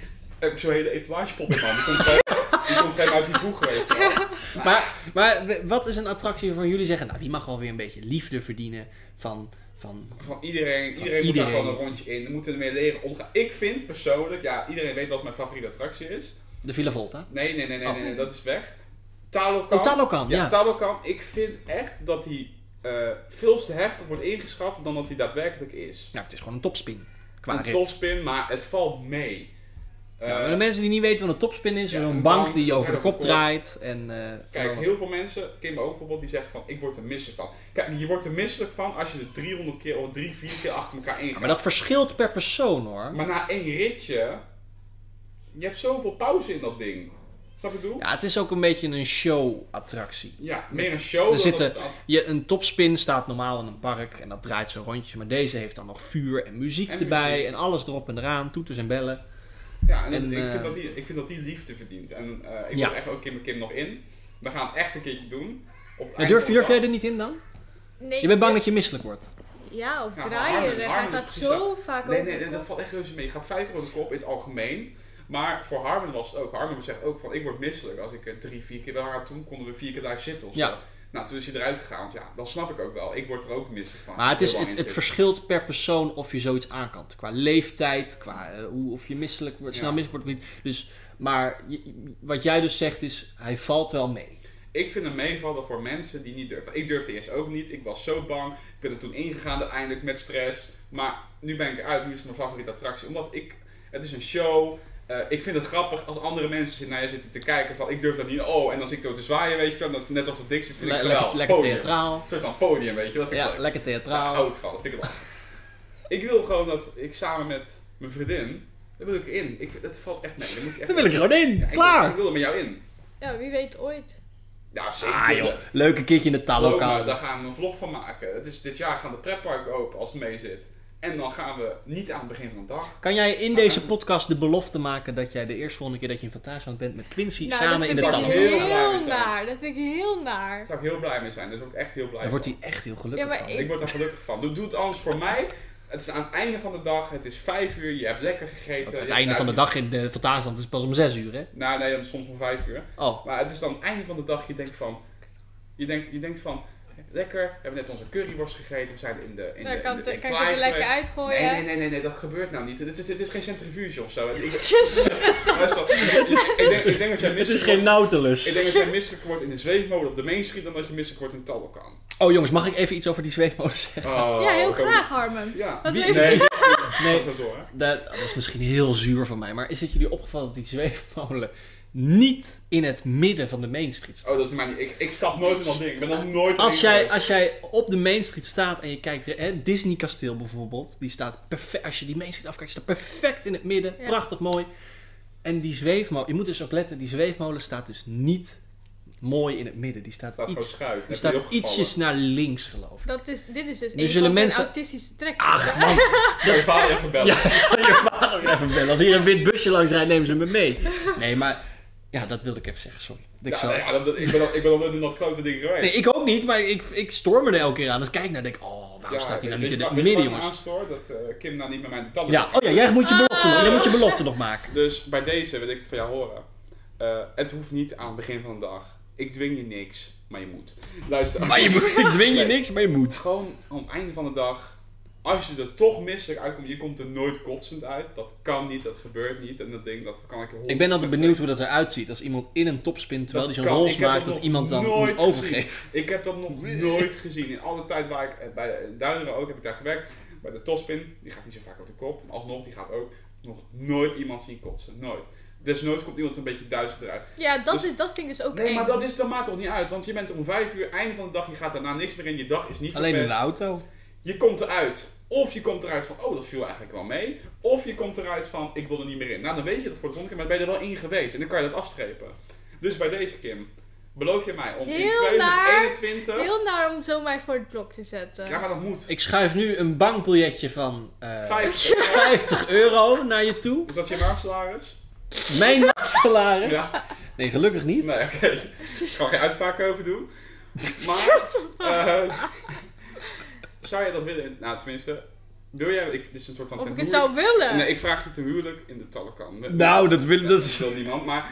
S1: heb zo'n hele etalagepop in mijn hand. Die komt gewoon- Die komt gewoon uit die vroeg, weet je wel.
S3: Maar, maar w- wat is een attractie waarvan jullie zeggen... Nou, die mag wel weer een beetje liefde verdienen van... van
S1: Van iedereen,
S3: Van
S1: iedereen moet daar
S3: iedereen.
S1: gewoon een rondje in. We moeten ermee leren omgaan. Ik vind persoonlijk, ja, iedereen weet wat mijn favoriete attractie is.
S3: De Villa Volta.
S1: Nee, nee, nee, nee,
S3: Oh.
S1: nee, nee, dat is weg. Talokan.
S3: Oh, Talokan,
S1: Ja,
S3: ja.
S1: Tabokan, ik vind echt dat hij eh, veel te heftig wordt ingeschat dan dat hij daadwerkelijk is.
S3: Nou, het is gewoon een topspin. Qua
S1: Een
S3: rit.
S1: topspin, maar het valt mee. Eh,
S3: Ja, maar de mensen die niet weten wat een topspin is,
S1: ja,
S3: is een,
S1: een
S3: bank,
S1: bank,
S3: die over de
S1: verder
S3: kop
S1: op de kop.
S3: draait. En, eh, van
S1: kijk,
S3: alles.
S1: heel veel mensen, Kim ook bijvoorbeeld, die zeggen van ik word er misselijk van. Kijk, je wordt er misselijk van als je er 300 keer of 3, 4 keer achter elkaar
S3: Ja,
S1: ingaat.
S3: maar
S1: Maar,
S3: dat verschilt per persoon hoor.
S1: na één ritje, je hebt zoveel pauze in dat ding. Snap je wat ik bedoel?
S3: Ja, het is ook een beetje een show-attractie.
S1: Ja,
S3: Met-
S1: meer een show
S3: er
S1: dan
S3: zitten-
S1: dat het af-
S3: Je, een topspin staat normaal in een park en dat draait zo rondjes. Maar deze heeft dan nog vuur en muziek
S1: En
S3: erbij
S1: muziek.
S3: en alles erop en eraan. Toeters en bellen.
S1: Ja, en, dat-
S3: En,
S1: ik,
S3: eh,
S1: vind dat die, ik vind dat die liefde verdient. En eh, ik
S3: Ja.
S1: wil echt ook Kim en Kim nog in. We gaan het echt een keertje doen. Op het
S3: Ja,
S1: eind
S3: durf,
S1: van de
S3: durf
S1: dag.
S3: jij er niet in dan?
S2: Nee,
S3: Je bent bang dat je misselijk wordt.
S2: Ja, of
S1: Ja, maar Armin-
S2: draaien. Hij
S1: Armin is
S2: gaat
S1: precies
S2: zo vaak
S1: Nee,
S2: over
S1: nee,
S2: de
S1: nee, dat
S2: kop.
S1: valt echt reuze mee. Je gaat vijf keer op de kop in het algemeen. Maar voor Harmon was het ook. Harmon zegt ook van, ik word misselijk. Als ik eh, drie, vier keer daar toen konden we vier keer daar zitten of
S3: Ja.
S1: zo. Nou, toen is hij eruit gegaan. Want ja, dat snap ik ook wel. Ik word er ook misselijk van.
S3: Maar het, is,
S1: Heel lang
S3: het,
S1: in
S3: het
S1: zit.
S3: verschilt per persoon of je zoiets aankant. Qua leeftijd, qua eh, hoe, of je misselijk wordt, snel
S1: Ja.
S3: misselijk wordt of niet. Dus, maar je- wat jij dus zegt is, hij valt wel mee.
S1: Ik vind hem meevallen voor mensen die niet durven. Ik durfde eerst ook niet. Ik was zo bang. Ik ben er toen ingegaan uiteindelijk met stress. Maar nu ben ik eruit. Nu is het mijn favoriete attractie. Omdat ik... Het is een show. Eh, ik vind het grappig als andere mensen zit- naar je zitten te kijken van ik durf dat niet. Oh, en dan zit ik door te zwaaien, weet je wel. En dat- Net als het niks is, vind
S3: Le-
S1: ik
S3: lekker-
S1: geweldig.
S3: lekker
S1: Podium.
S3: theatraal.
S1: Een soort van podium, weet je. Dat vind ik
S3: Ja,
S1: leuk. Oh.
S3: lekker
S1: Daar
S3: theatraal.
S1: hou ik van. Dat vind ik leuk. ik wil gewoon dat ik samen met mijn vriendin, daar wil ik in. Ik, vind- dat valt echt mee. Daar moet je echt
S3: Dan wil ik er gewoon in.
S1: Ja, ik wil-
S3: Klaar.
S1: Ik wil er met jou in.
S2: Ja, wie weet ooit.
S1: Ja, zeker.
S3: Ah joh, leuk een keertje in de
S1: Geloof me, daar
S3: taallokaal.
S1: gaan we een vlog van maken. Het is, dit jaar gaan de pretparken open als het mee zit. En dan gaan we niet aan het begin van de dag.
S3: Kan jij in deze podcast de belofte maken dat jij de eerstvolgende keer dat je in Fantasieland bent met Quincy
S2: Nou,
S3: samen in de
S2: dat
S1: tanden.
S2: vind ik
S3: taallokaal?
S1: Heel
S2: heel
S1: naar.
S2: naar. Dat vind ik heel naar.
S1: Daar zou ik heel blij mee zijn. Daar word ik echt heel blij
S3: Daar wordt
S1: van.
S3: hij echt heel gelukkig
S2: Ja, maar
S3: van.
S1: Ik word daar gelukkig van. Doe, doe het anders voor mij. Het is aan het einde van de dag. Het is vijf uur. Je hebt lekker gegeten.
S3: Want
S1: je
S3: het
S1: hebt
S3: einde van de
S1: uit-
S3: dag in de Fantasieland is pas om 6 uur, hè?
S1: Nou nee, soms om vijf uur.
S3: Oh,
S1: Maar het is dan het einde van de dag, je denkt van... Je denkt, je denkt van, lekker, we hebben net onze curryworst gegeten, we zijn in de... In
S2: Daar
S1: de,
S2: Nou, kan
S1: in
S2: ik
S1: de, in
S2: het
S1: de
S2: er
S1: fly
S2: lekker
S1: geweest.
S2: uitgooien.
S1: Nee, nee, nee, nee, nee, dat gebeurt nou niet. Dit is, dit is geen centrifuge of zo. Ik, ik,
S2: Jezus.
S1: luister, ik, ik denk, ik denk dat jij
S3: het
S1: misselijk
S3: is geen
S1: wordt-
S3: Nautilus.
S1: ik denk dat jij misselijk wordt in de zweefmolen op de main street dan dat je misselijk wordt in Tallokan.
S3: Oh jongens, mag ik even iets over die zweefmolen zeggen?
S1: Oh,
S2: ja, heel
S1: oké.
S2: graag, Harmen.
S1: Ja.
S2: Wat
S3: Wie-
S2: leuk.
S1: Nee, dat
S3: Nee,
S1: is wel door. hè?
S3: dat, dat is misschien heel zuur van mij, maar is het jullie opgevallen dat die zweefmolen niet in het midden van de Main Street staat?
S1: Oh, dat is mij niet. Ik, ik stap nooit in dat ding. Ik ben nog nooit
S3: Als
S1: erin
S3: jij,
S1: geweest.
S3: als jij op de Main Street staat en je kijkt, hè, Disney Kasteel bijvoorbeeld, die staat perfect, als je die Main Street afkijkt, staat perfect in het midden,
S2: Ja.
S3: prachtig mooi. En die zweefmolen, je moet dus op letten, die zweefmolen staat dus niet mooi in het midden, die staat,
S1: staat gewoon
S3: iets,
S1: schuin.
S3: die
S1: Dat heb je
S3: staat
S1: opgevallen.
S3: ietsjes naar links geloof ik.
S2: Dat is, dit is dus
S3: Nu
S2: een
S3: zullen
S2: van zijn
S3: mensen-
S2: autistische trekken.
S3: Ach man,
S1: Zal je vader even bellen.
S3: Ja, ik zal je vader even bellen. Als hier een wit busje langs rijdt, nemen ze me mee. Nee, maar... Ja, dat wilde ik even zeggen, sorry. Ik,
S1: Ja,
S3: zal...
S1: nou ja, dat, dat- ik, ben al, ik ben al nooit in dat grote ding geweest.
S3: nee, ik ook niet, maar ik, ik storm me er elke keer aan. Dus kijk naar denk ik, oh, waarom
S1: Ja,
S3: staat hij nou
S1: weet
S3: niet in
S1: je
S3: het
S1: waar- weet je
S3: midden,
S1: waar ik me
S3: jongens?
S1: aanstoor? dat eh, Kim nou niet met mij de tanden
S3: Ja,
S1: doet.
S3: oh ja, jij moet je belofte, nog, jij moet je belofte nog maken.
S1: Dus bij deze wil ik het van jou horen. Eh, het hoeft niet aan het begin van de dag. Ik dwing je niks, maar je moet. Luister.
S3: Maar je moet, ik dwing je
S1: Nee.
S3: niks, maar je moet.
S1: Gewoon aan het einde van de dag. Als je er toch misselijk uitkomt, je komt er nooit kotsend uit. Dat kan niet, dat gebeurt niet. En dat ding, dat kan ik je horen.
S3: Ik ben altijd benieuwd hoe dat eruit ziet als iemand in een topspin, terwijl hij
S1: Dat
S3: zo'n
S1: kan.
S3: rols
S1: Ik heb
S3: maakt,
S1: dat
S3: dat
S1: nog
S3: iemand dan
S1: nooit
S3: moet overgeven.
S1: Ik heb dat nog nooit gezien. In alle tijd waar ik eh, bij de Duineren ook heb ik daar gewerkt. Bij de Tospin, die gaat niet zo vaak op de kop. Maar alsnog, die gaat ook nog nooit iemand zien kotsen. Nooit. Desnoods komt iemand een beetje duizend eruit.
S2: Ja, dat,
S1: Dus-
S2: is, dat vind ik dus ook
S1: Nee,
S2: eng.
S1: maar dat, is, dat maakt toch niet uit. Want je bent om vijf uur, einde van de dag, je gaat daarna niks meer in. Je dag is niet
S3: Alleen in de
S1: verpest.
S3: auto.
S1: Je komt eruit. Of je komt eruit van, oh, dat viel eigenlijk wel mee. Of je komt eruit van, ik wil er niet meer in. Nou, dan weet je dat voor de volgende keer, maar dan ben je er wel in geweest. En dan kan je dat afstrepen. Dus bij deze, Kim, beloof je mij om in
S2: Heel
S1: 2021...
S2: Heel naar om zo mij voor het blok te zetten.
S1: Ja, maar dat moet.
S3: Ik schuif nu een bankbiljetje van eh,
S1: Vijf.
S3: 50 euro naar je toe.
S1: Is dat je maandsalaris?
S3: Mijn salaris.
S1: Ja.
S3: Nee, gelukkig niet.
S1: Nee, oké. Ik ga geen uitspraak over doen. Maar, eh, zou je dat willen? Nou, tenminste, wil jij... Ik, dit is een soort van
S2: Of
S1: ten
S2: ik het
S1: huwelijk-
S2: zou willen.
S1: Nee, ik vraag je te huwelijk in de Tallekan.
S3: Nou, dat wil, dat
S1: Dat
S3: is...
S1: wil niemand, maar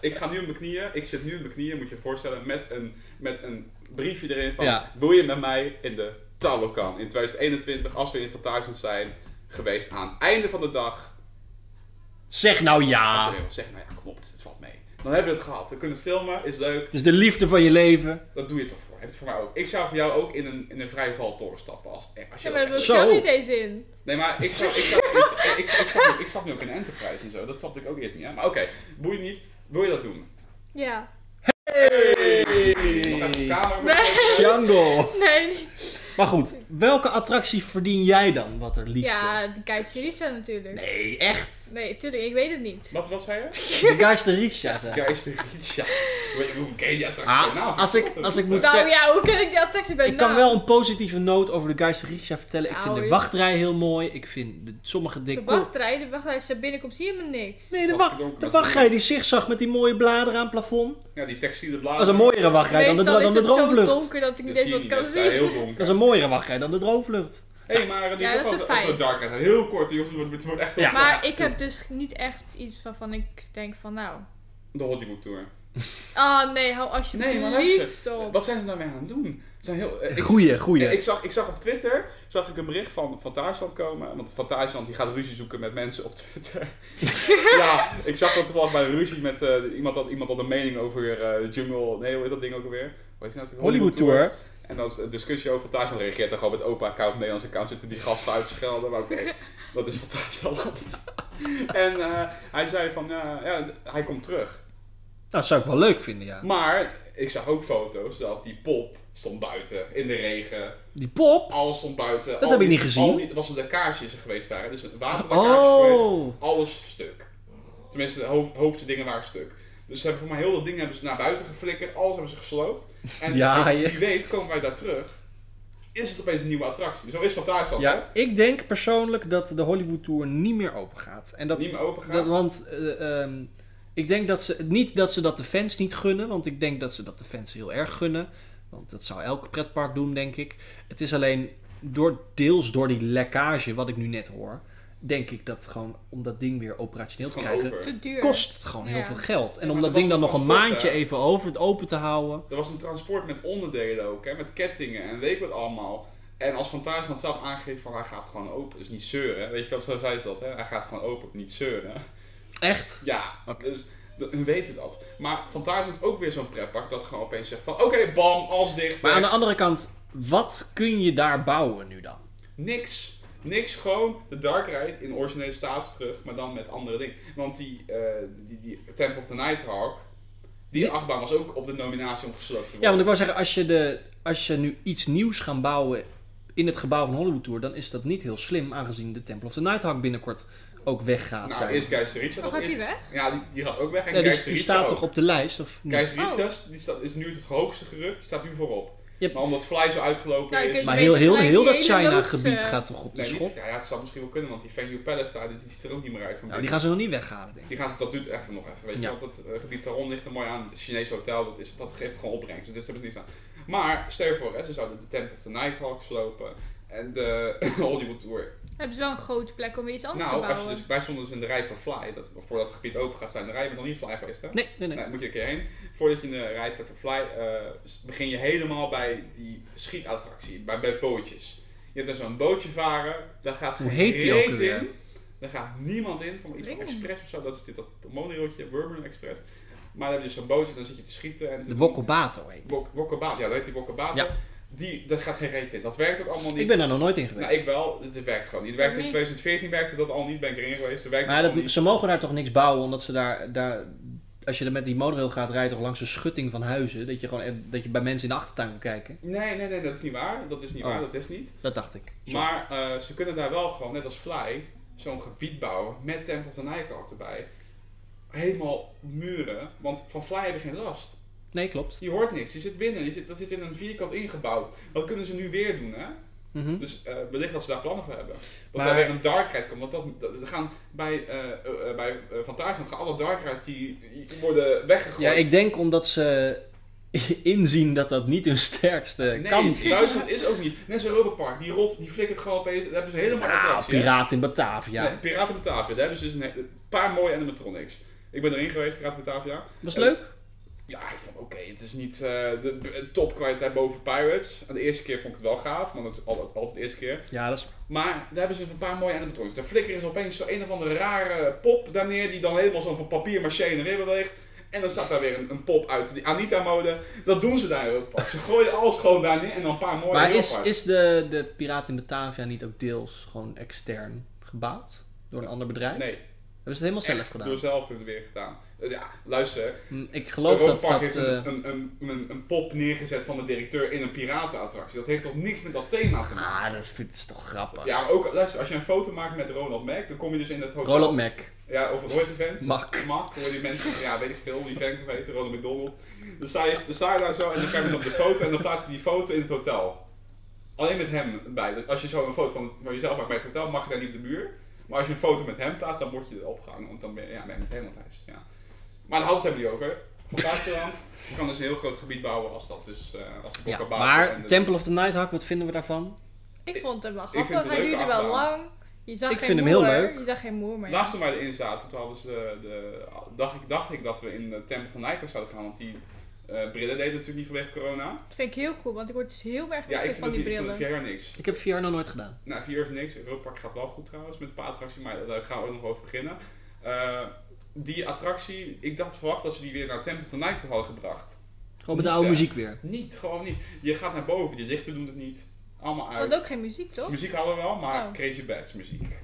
S1: ik ga nu op mijn knieën. Ik zit nu op mijn knieën, moet je je voorstellen, met een, met een briefje erin van...
S3: Ja.
S1: Wil je met mij in de Talokan in 2021, als we in Fantasien zijn geweest aan het einde van de dag...
S3: Zeg nou
S1: Als
S3: ja.
S1: je wil, Zeg nou ja, kom op, het, het valt mee. Dan hebben we het gehad. We kunnen het filmen, is leuk.
S3: Het is de liefde van je leven.
S1: Dat doe je toch voor. Heb je het voor mij ook. Ik zou voor jou ook in een, in een vrije valtoren stappen. Als, eh, als je
S2: Ja,
S1: dat
S2: maar daar
S1: echt-
S2: wil ik
S3: Zo.
S2: zelf niet eens in.
S1: Nee, maar ik zat, ik, zat, ik, zat- ik, ik, zat, ik zat nu ook in Enterprise en zo. Dat snapte ik ook eerst niet. Hè? Maar oké, boeit niet. Wil je dat doen?
S2: Ja.
S1: Nog even de kamer.
S2: Nee.
S3: Jungle.
S2: Nee, niet.
S3: Maar goed, welke attractie verdien jij dan wat er liefde?
S2: Ja, de Geisterisa natuurlijk. Nee.
S3: Nee, echt.
S2: tuurlijk, ik weet het niet.
S1: Wat was hij? hè?
S3: De Geisterisha zijn.
S1: Geisterrietje. Hoe ken je die attractie?
S3: Ah,
S1: Nou,
S3: als ik-
S1: dat
S3: als
S1: is
S3: ik
S1: dat.
S3: moet-
S2: Nou
S3: zeg-
S2: ja, hoe kan ik die attractie bij
S3: Ik kan
S2: naam?
S3: wel een positieve noot over de Geisterisha vertellen. Ik vind de
S2: Auw.
S3: wachtrij heel mooi. Ik vind de, sommige
S2: De
S3: decor...
S2: wachtrij, de wachtrij, als je binnenkomt zie je me niks.
S3: Nee, de,
S1: Als
S3: wa
S1: het donker
S3: de
S1: is.
S3: wachtrij die zigzag met die mooie bladeren aan het plafond.
S1: Ja, die textiele
S3: Dat
S1: bladen.
S3: is een mooiere wachtrij dan de,
S2: Meestal
S3: dro- dan de
S2: is het zo
S3: droomvlucht.
S2: donker dat ik
S1: Dat
S2: niet
S1: zie
S2: eens
S1: je
S2: wat
S1: niet,
S2: kan
S1: dat is daar
S2: zien.
S1: heel
S3: Dat is
S1: donker.
S3: een mooiere wachtrij dan de droomvlucht.
S1: Hé, hey, maar eh, die
S2: Ja,
S1: is
S2: dat
S1: ook
S2: is een
S1: wel- ook wel
S2: feit.
S1: dark. en Heel kort, die jongens, het wordt echt wel
S3: Ja.
S1: zwaar.
S2: Maar ik heb dus niet echt iets waarvan ik denk van nou...
S1: De Hollywood Tour.
S2: Ah nee, hou alsjeblieft
S1: Nee, maar
S2: op.
S1: Wat zijn ze nou mee aan het doen? Ze zijn heel... eh, ik-
S3: Goeie, goeie.
S1: Ja, ik, zag, ik zag op Twitter zag ik een bericht van, van Thuisland komen. Want van Thuisland die gaat ruzie zoeken met mensen op Twitter. ja, ik zag dat toevallig bij een ruzie met eh, iemand, had, iemand had een mening over eh, Jungle. Nee, hoe heet dat ding ook alweer? Hoe heet die nou?
S3: Hollywood Tour.
S1: En dan is de discussie over Thuisland reageert dan gewoon met opa-account, Nederlands account zitten die gasten uit te schelden. Maar oké, dat is van Thuisland. en eh, hij zei van, eh, ja, hij komt terug.
S3: Dat Nou, zou ik wel leuk vinden,
S1: Mm.
S3: ja.
S1: Maar ik zag ook foto's dat die pop stond buiten in de regen.
S3: Die pop.
S1: Alles stond buiten.
S3: Dat
S1: al
S3: heb ik
S1: die-
S3: niet gezien.
S1: Al die, er was een lekkage is er geweest daar. hè. Dus een waterlekkage geweest.
S3: Oh.
S1: Alles stuk. Tenminste, de hoop, hoop de dingen waren stuk. Dus ze hebben voor mij heel dat ding hebben ze naar buiten geflikkerd. Alles hebben ze gesloopt. En
S3: Ja,
S1: ik-
S3: je-
S1: wie weet komen wij daar terug. Is het opeens een nieuwe attractie. Zo is Fantasia.
S3: Ja, ik denk persoonlijk dat de Hollywood Tour niet meer open gaat. En dat,
S1: Niet meer open gaan.
S3: dat want eh, ehm, ik denk dat ze niet dat ze dat de fans niet gunnen, want ik denk dat ze dat de fans heel erg gunnen, want dat zou elk pretpark doen denk ik. Het is alleen door deels door die lekkage wat ik nu net hoor, denk ik dat gewoon om dat ding weer operationeel
S1: Het
S3: te
S1: is gewoon
S3: krijgen
S1: over.
S2: Te duur.
S3: kost het gewoon heel
S2: Ja.
S3: veel geld. En
S1: Ja,
S3: om
S1: maar
S3: dat
S1: dat
S3: ding dan
S1: was
S3: nog een
S1: het
S3: maandje
S1: transport, hè?
S3: even over het open te houden.
S1: Er was een transport met onderdelen ook, hè, met kettingen en weet ik wat allemaal. En als Van Thuisland zelf aangeeft van hij gaat gewoon open, dus niet zeuren. Weet je wel, zo zei ze dat, hè? Hij gaat gewoon open, niet zeuren.
S3: Echt?
S1: Ja,
S3: Oké.
S1: dus de- hun weten dat. Maar Van Thuisland is ook weer zo'n pretpark dat gewoon opeens zegt van oké, bam, als dicht.
S3: Maar aan de
S1: weg.
S3: andere kant, wat kun je daar bouwen nu dan?
S1: Niks. Niks, gewoon de Dark Ride in originele staat terug, maar dan met andere dingen. Want die, eh, die, die Temple of the Nighthawk, die
S3: Die-
S1: achtbaan was ook op de nominatie om gesloopt te worden.
S3: Ja, want ik wou zeggen, als je, de, als je nu iets nieuws gaat bouwen in het gebouw van Hollywood Tour, dan is dat niet heel slim, aangezien de Temple of the Nighthawk binnenkort ook weggaat.
S1: Nou,
S3: zijn.
S1: eerst Keizer Richard.
S2: Dan
S1: dat
S2: Oh, gaat die
S1: is-
S2: weg.
S1: Ja, die, die gaat ook weg. En
S3: Ja, die,
S1: Keizer
S3: die
S1: Richard
S3: staat
S1: ook.
S3: toch op de lijst? Of niet?
S1: Keizer
S2: Oh.
S1: Richard, die staat, is nu het hoogste gerucht. Die staat nu voorop.
S3: Yep.
S1: Maar omdat Fly zo uitgelopen
S2: Nou, je
S1: is...
S2: kunt-
S3: maar
S2: ze
S3: heel,
S2: weten
S3: heel,
S2: gelijk
S3: heel
S2: die
S3: dat
S2: hele
S3: China-gebied
S2: loodse-
S3: gaat toch op de
S1: Nee,
S3: schop?
S1: niet, ja, ja, het zou misschien wel kunnen, want die Venue Palace daar, die ziet er ook niet meer uit van
S3: Nou, die
S1: binnen.
S3: gaan ze nog niet weghalen, denk ik.
S1: Die gaan ze, dat doet even nog even, weet je.
S3: Ja.
S1: Want dat eh, gebied daarom ligt er mooi aan. Het Chinese hotel, dat, is, dat geeft gewoon opbrengst. Dus dat hebben ze niet aan. Maar, stel je voor, hè, ze zouden de Temple of the Nighthawk slopen. En de Hollywood Tour.
S2: Hebben ze wel een grote plek om weer iets anders
S1: Nou,
S2: te
S1: als je
S2: bouwen.
S1: dus, wij stonden dus in de rij voor Fly. Dat, voordat het gebied open gaat, zijn we in de rij. We nog niet Fly geweest, hè?
S3: Nee, nee, nee.
S1: Nou, moet je een keer heen. Voordat je in de rij staat voor Fly, eh, begin je helemaal bij die schietattractie, bij, bij bootjes. Je hebt daar zo'n bootje varen, daar gaat
S3: Hoe
S1: geen
S3: heet die ook
S1: reet
S3: alweer?
S1: in. Daar gaat niemand in, van iets van
S2: Weet ik
S1: Express of zo. Dat is dit, dat monorailtje, Urban Express. Maar dan heb je dus zo'n bootje en dan zit je te schieten. En
S3: De Wokkelbato heet.
S1: Wok- Wokkelbaat, ja, dat heet die Wokkelbaat.
S3: Ja.
S1: Die, daar gaat geen reet in. Dat werkt ook allemaal niet.
S3: Ik ben daar nog nooit in geweest.
S1: Nou, ik wel. Het werkt gewoon niet. Het werkte in
S2: Nee.
S1: 2014 werkte dat al niet, ben ik erin geweest. Het werkt
S3: Maar
S1: al
S3: dat,
S1: niet.
S3: ze mogen daar toch niks bouwen, omdat ze daar, daar als je er met die monorail gaat rijden, toch langs een schutting van huizen, dat je, gewoon, dat je bij mensen in de achtertuin kan kijken.
S1: Nee, nee, nee, dat is niet waar. Dat is niet
S3: Oh.
S1: waar, dat is niet.
S3: Dat dacht ik.
S1: Maar eh, ze kunnen daar wel gewoon, net als Fly, zo'n gebied bouwen met Temple of the Nighthawk erbij. Helemaal muren, want van Fly heb je geen last.
S3: Nee, klopt.
S1: Je hoort niks, je zit binnen, je zit, dat zit in een vierkant ingebouwd. Dat kunnen ze nu weer doen, hè?
S3: Mhm.
S1: Dus eh, wellicht dat ze daar plannen voor hebben. Dat
S3: Maar-
S1: daar weer een dark ride komt, want dat, dat, ze gaan bij, eh eh, eh, bij eh, Van Thuisland gaan alle dark rides die, die worden weggegooid.
S3: Ja, ik denk omdat ze inzien dat dat niet hun sterkste
S1: nee,
S3: kant is.
S1: Duitsland is ook niet. Net zo'n Europa Park, die rot, die flikkert gewoon opeens, daar hebben ze helemaal
S3: Ah,
S1: attractie, hè?
S3: Piraten in Batavia.
S1: Nee, Piraten Batavia. Daar hebben ze dus een, he- een paar mooie animatronics. Ik ben erin geweest, Piraten Batavia.
S3: Dat is leuk.
S1: Ja, ik vond oké, het is niet eh, de b- topkwaliteit boven Pirates. Aan de eerste keer vond ik het wel gaaf, want het is altijd, altijd de eerste keer.
S3: Ja, dat is...
S1: Maar daar hebben ze dus een paar mooie animatronics. Daar flikkeren ze opeens zo een of andere rare pop daar neer, die dan helemaal zo van papier maché en weer beweegt. En dan staat daar weer een, een pop uit die Anita-mode. Dat doen ze daar ook pas. Ze gooien alles gewoon daar neer en dan een paar mooie
S3: Maar
S1: heel
S3: is,
S1: apart.
S3: is de, de Piraten in Batavia niet ook deels gewoon extern gebouwd? Door een ander bedrijf?
S1: Nee,
S3: Hebben ze het helemaal zelf
S1: echt dus
S3: gedaan?
S1: door zelf hun weer gedaan. Dus ja, luister.
S3: Hm, Ik geloof dat
S1: Europa
S3: dat...
S1: heeft
S3: eh,
S1: een, een, een, een, een pop neergezet van de directeur in een piratenattractie. Dat heeft toch niks met dat thema te maken?
S3: ah, dat vind- is toch grappig.
S1: Ja, maar ook luister, als je een foto maakt met Ronald Mac, dan kom je dus in het hotel.
S3: Roland Mac.
S1: Ja, of hoe heet die vent?
S3: Mak.
S1: Mak, hoe heet die mensen, ja weet ik veel, hoe die vent ook heet, Ronald McDonald. Dan sta, je, dan sta je daar zo en dan krijg je dan op de foto en dan plaats je die foto in het hotel. Alleen met hem bij. Dus als je zo een foto van, van jezelf maakt bij het hotel, mag je daar niet op de muur. Maar als je een foto met hem plaatst, dan word je erop gehangen, want dan ben je, ja, ben je met helemaal thuis. Ja. Maar daar hadden we het helemaal niet over. Fantasieland kan dus een heel groot gebied bouwen als dat dus, eh, als de
S3: Ja,
S1: Bokkenbouw en
S3: maar
S1: de-
S3: Temple of the Nighthawk, wat vinden we daarvan?
S2: Ik
S1: Ik-
S2: vond hem wel
S1: vind
S2: grappig.
S1: het
S2: Hij
S1: leuk
S2: duurde wel
S1: afbouwen.
S2: lang. Je zag
S3: Ik
S2: geen
S3: vind hem heel
S2: moer.
S3: leuk.
S2: Je zag geen moer meer.
S1: Laatst toen wij erin zaten, toen hadden ze de, de- dacht, ik, dacht ik dat we in de Tempel van Nijkerk zouden gaan, want die eh, brillen deden natuurlijk niet vanwege corona.
S2: Dat vind ik heel goed, want ik word dus heel erg
S1: Ja,
S2: misselijk
S1: ik
S2: van
S1: vond
S2: die
S1: het, niet- ik vond
S2: brillen.
S1: het vier jaar niks.
S3: Ik heb VR nog nooit gedaan.
S1: Nou, vier jaar is niks. Europark gaat wel goed trouwens met een paar attracties, maar daar gaan we ook nog over beginnen. Eh, die attractie, ik dacht verwacht dat ze die weer naar Temple van Nijkerk hadden gebracht.
S3: Gewoon met de
S1: Niet, eh,
S3: oude
S1: hè?
S3: muziek weer.
S1: Niet, gewoon niet. Je gaat naar boven, die lichten doen het niet. Allemaal
S2: We hadden ook
S1: uit.
S2: geen muziek, toch?
S1: Muziek hadden we wel, maar
S2: Oh.
S1: Crazy Bats muziek.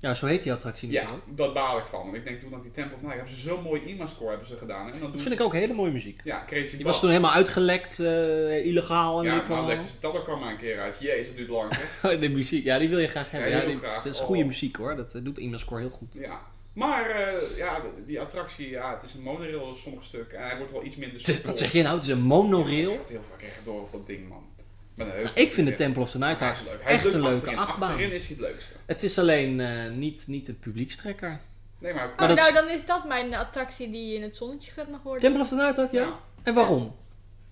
S3: Ja, zo heet die attractie nu
S1: Ja,
S3: ook.
S1: dat baal ik van. Want ik denk, toen dat die Temple van Nijkerk, hebben ze zo'n mooi IMA-score hebben ze gedaan. hè? En dan
S3: Dat
S1: doen
S3: vind ik ook hele mooie muziek.
S1: Ja, Crazy
S3: Die
S1: Bats.
S3: was toen helemaal uitgelekt, eh, illegaal en
S1: Ja, nou,
S3: weet ik
S1: maar
S3: wat
S1: Alexis Tadder kwam maar een keer uit. Jezus, dat duurt lang, hè?
S3: allemaal. De muziek, ja, die wil je graag hebben.
S1: Ja,
S3: Ja,
S1: heel
S3: die-
S1: graag.
S3: Dat is
S1: Oh.
S3: goede muziek hoor, dat eh, doet Imascore heel goed.
S1: Ja. Maar eh, ja, die attractie, ja, het is een monorail in sommige stukken. En hij wordt wel iets minder
S3: Het is-
S1: soepel.
S3: wat zeg je nou, het is een
S1: Ik
S3: monorail?
S1: gaat heel vaak rechtdoor op dat ding, man. Met een
S3: Nou,
S1: heuvel.
S3: ik vind de Temple of the Night
S1: Hij is
S3: House
S1: leuk. Hij is
S3: echt
S1: leuk
S3: een leuke
S1: achterin.
S3: achtbaan.
S1: Achterin is hij het leukste.
S3: Het is alleen eh, niet, niet de publiekstrekker.
S1: Nee, maar...
S3: Maar
S2: oh,
S3: dat
S2: nou,
S3: is-
S2: dan is dat mijn attractie die in het zonnetje gezet mag worden.
S3: Temple of the Night House, ja? En waarom?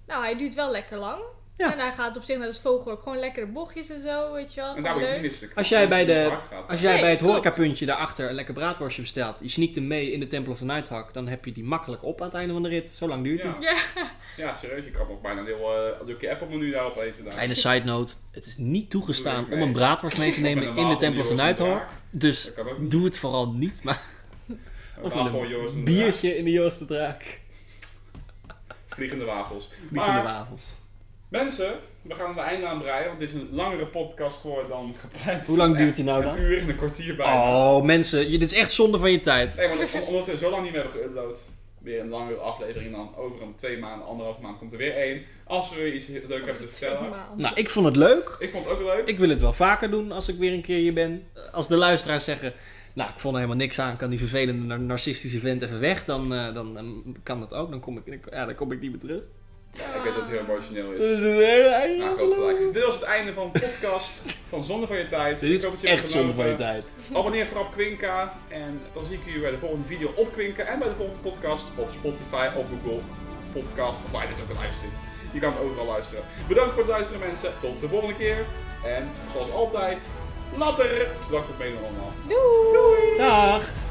S2: Nou, hij duurt wel lekker lang.
S3: Ja.
S2: En hij gaat op zich naar het vogel ook gewoon lekkere bochtjes en zo, weet je wel.
S1: En daar word je niet
S2: Leuk.
S1: misselijk.
S3: Als jij bij de-
S1: Hard gaat.
S3: Als jij
S2: Nee,
S3: bij het
S2: klopt.
S3: horecapuntje daarachter een lekker braadworstje bestelt, je sneakt hem mee in de Temple of the Nighthawk, dan heb je die makkelijk op aan het einde van de rit. Zo lang duurt hij.
S1: Ja. Ja, serieus, je kan nog bijna een heel eh, Lucky Apple menu daarop eten. Daar.
S3: Kleine side note, het is niet
S1: Doe
S3: toegestaan
S1: ik
S3: om
S1: mee.
S3: een braadworst mee te nemen in de Tempel van Nighthawk. Dus
S1: Dat kan ook niet.
S3: doe het vooral niet, maar of
S1: Wafel, Joris en
S3: een
S1: de Draak.
S3: biertje in de Joost de Draak.
S1: Vliegende wafels.
S3: Vliegende
S1: Maar-
S3: wafels.
S1: Mensen, we gaan een einde aan breien, want dit is een langere podcast geworden dan gepland.
S3: Hoe lang
S1: Echt
S3: duurt die nou dan?
S1: Een uur en een kwartier bijna.
S3: Oh mensen, je- dit is echt zonde van je tijd.
S1: Nee, want om- omdat we zo lang niet meer hebben geüpload, weer een langere aflevering dan over een twee maanden, anderhalf maand komt er weer één. Als we weer iets leuks hebben te vertellen.
S2: Normaal.
S3: Nou, ik vond het leuk.
S1: Ik vond het ook leuk.
S3: Ik wil het wel vaker doen als ik weer een keer hier ben. Als de luisteraars zeggen, nou ik vond er helemaal niks aan, kan die vervelende nar- narcistische vent even weg, dan, eh, dan ehm, kan dat ook. Dan kom ik, dan- ja, dan kom ik niet meer terug.
S1: Ja, ik weet dat het
S2: Ah.
S1: heel emotioneel
S3: Dat
S1: is.
S3: is een hele einde.
S1: Nou, groot gelijk. Dit was het einde van de podcast van Zonde van je tijd.
S3: Dit
S1: Ik hoop dat
S3: is
S1: je hebt
S3: echt zonde van je
S1: genoten.
S3: tijd.
S1: Abonneer vooral op Quinka. En dan zie ik jullie bij de volgende video op Quinka. En bij de volgende podcast op Spotify of Google Podcast. Of waar je dit ook luistert. Je kan het overal luisteren. Bedankt voor het luisteren mensen. Tot de volgende keer. En zoals altijd, later. Bedankt voor het meedoen allemaal.
S2: Doei!
S3: Dag.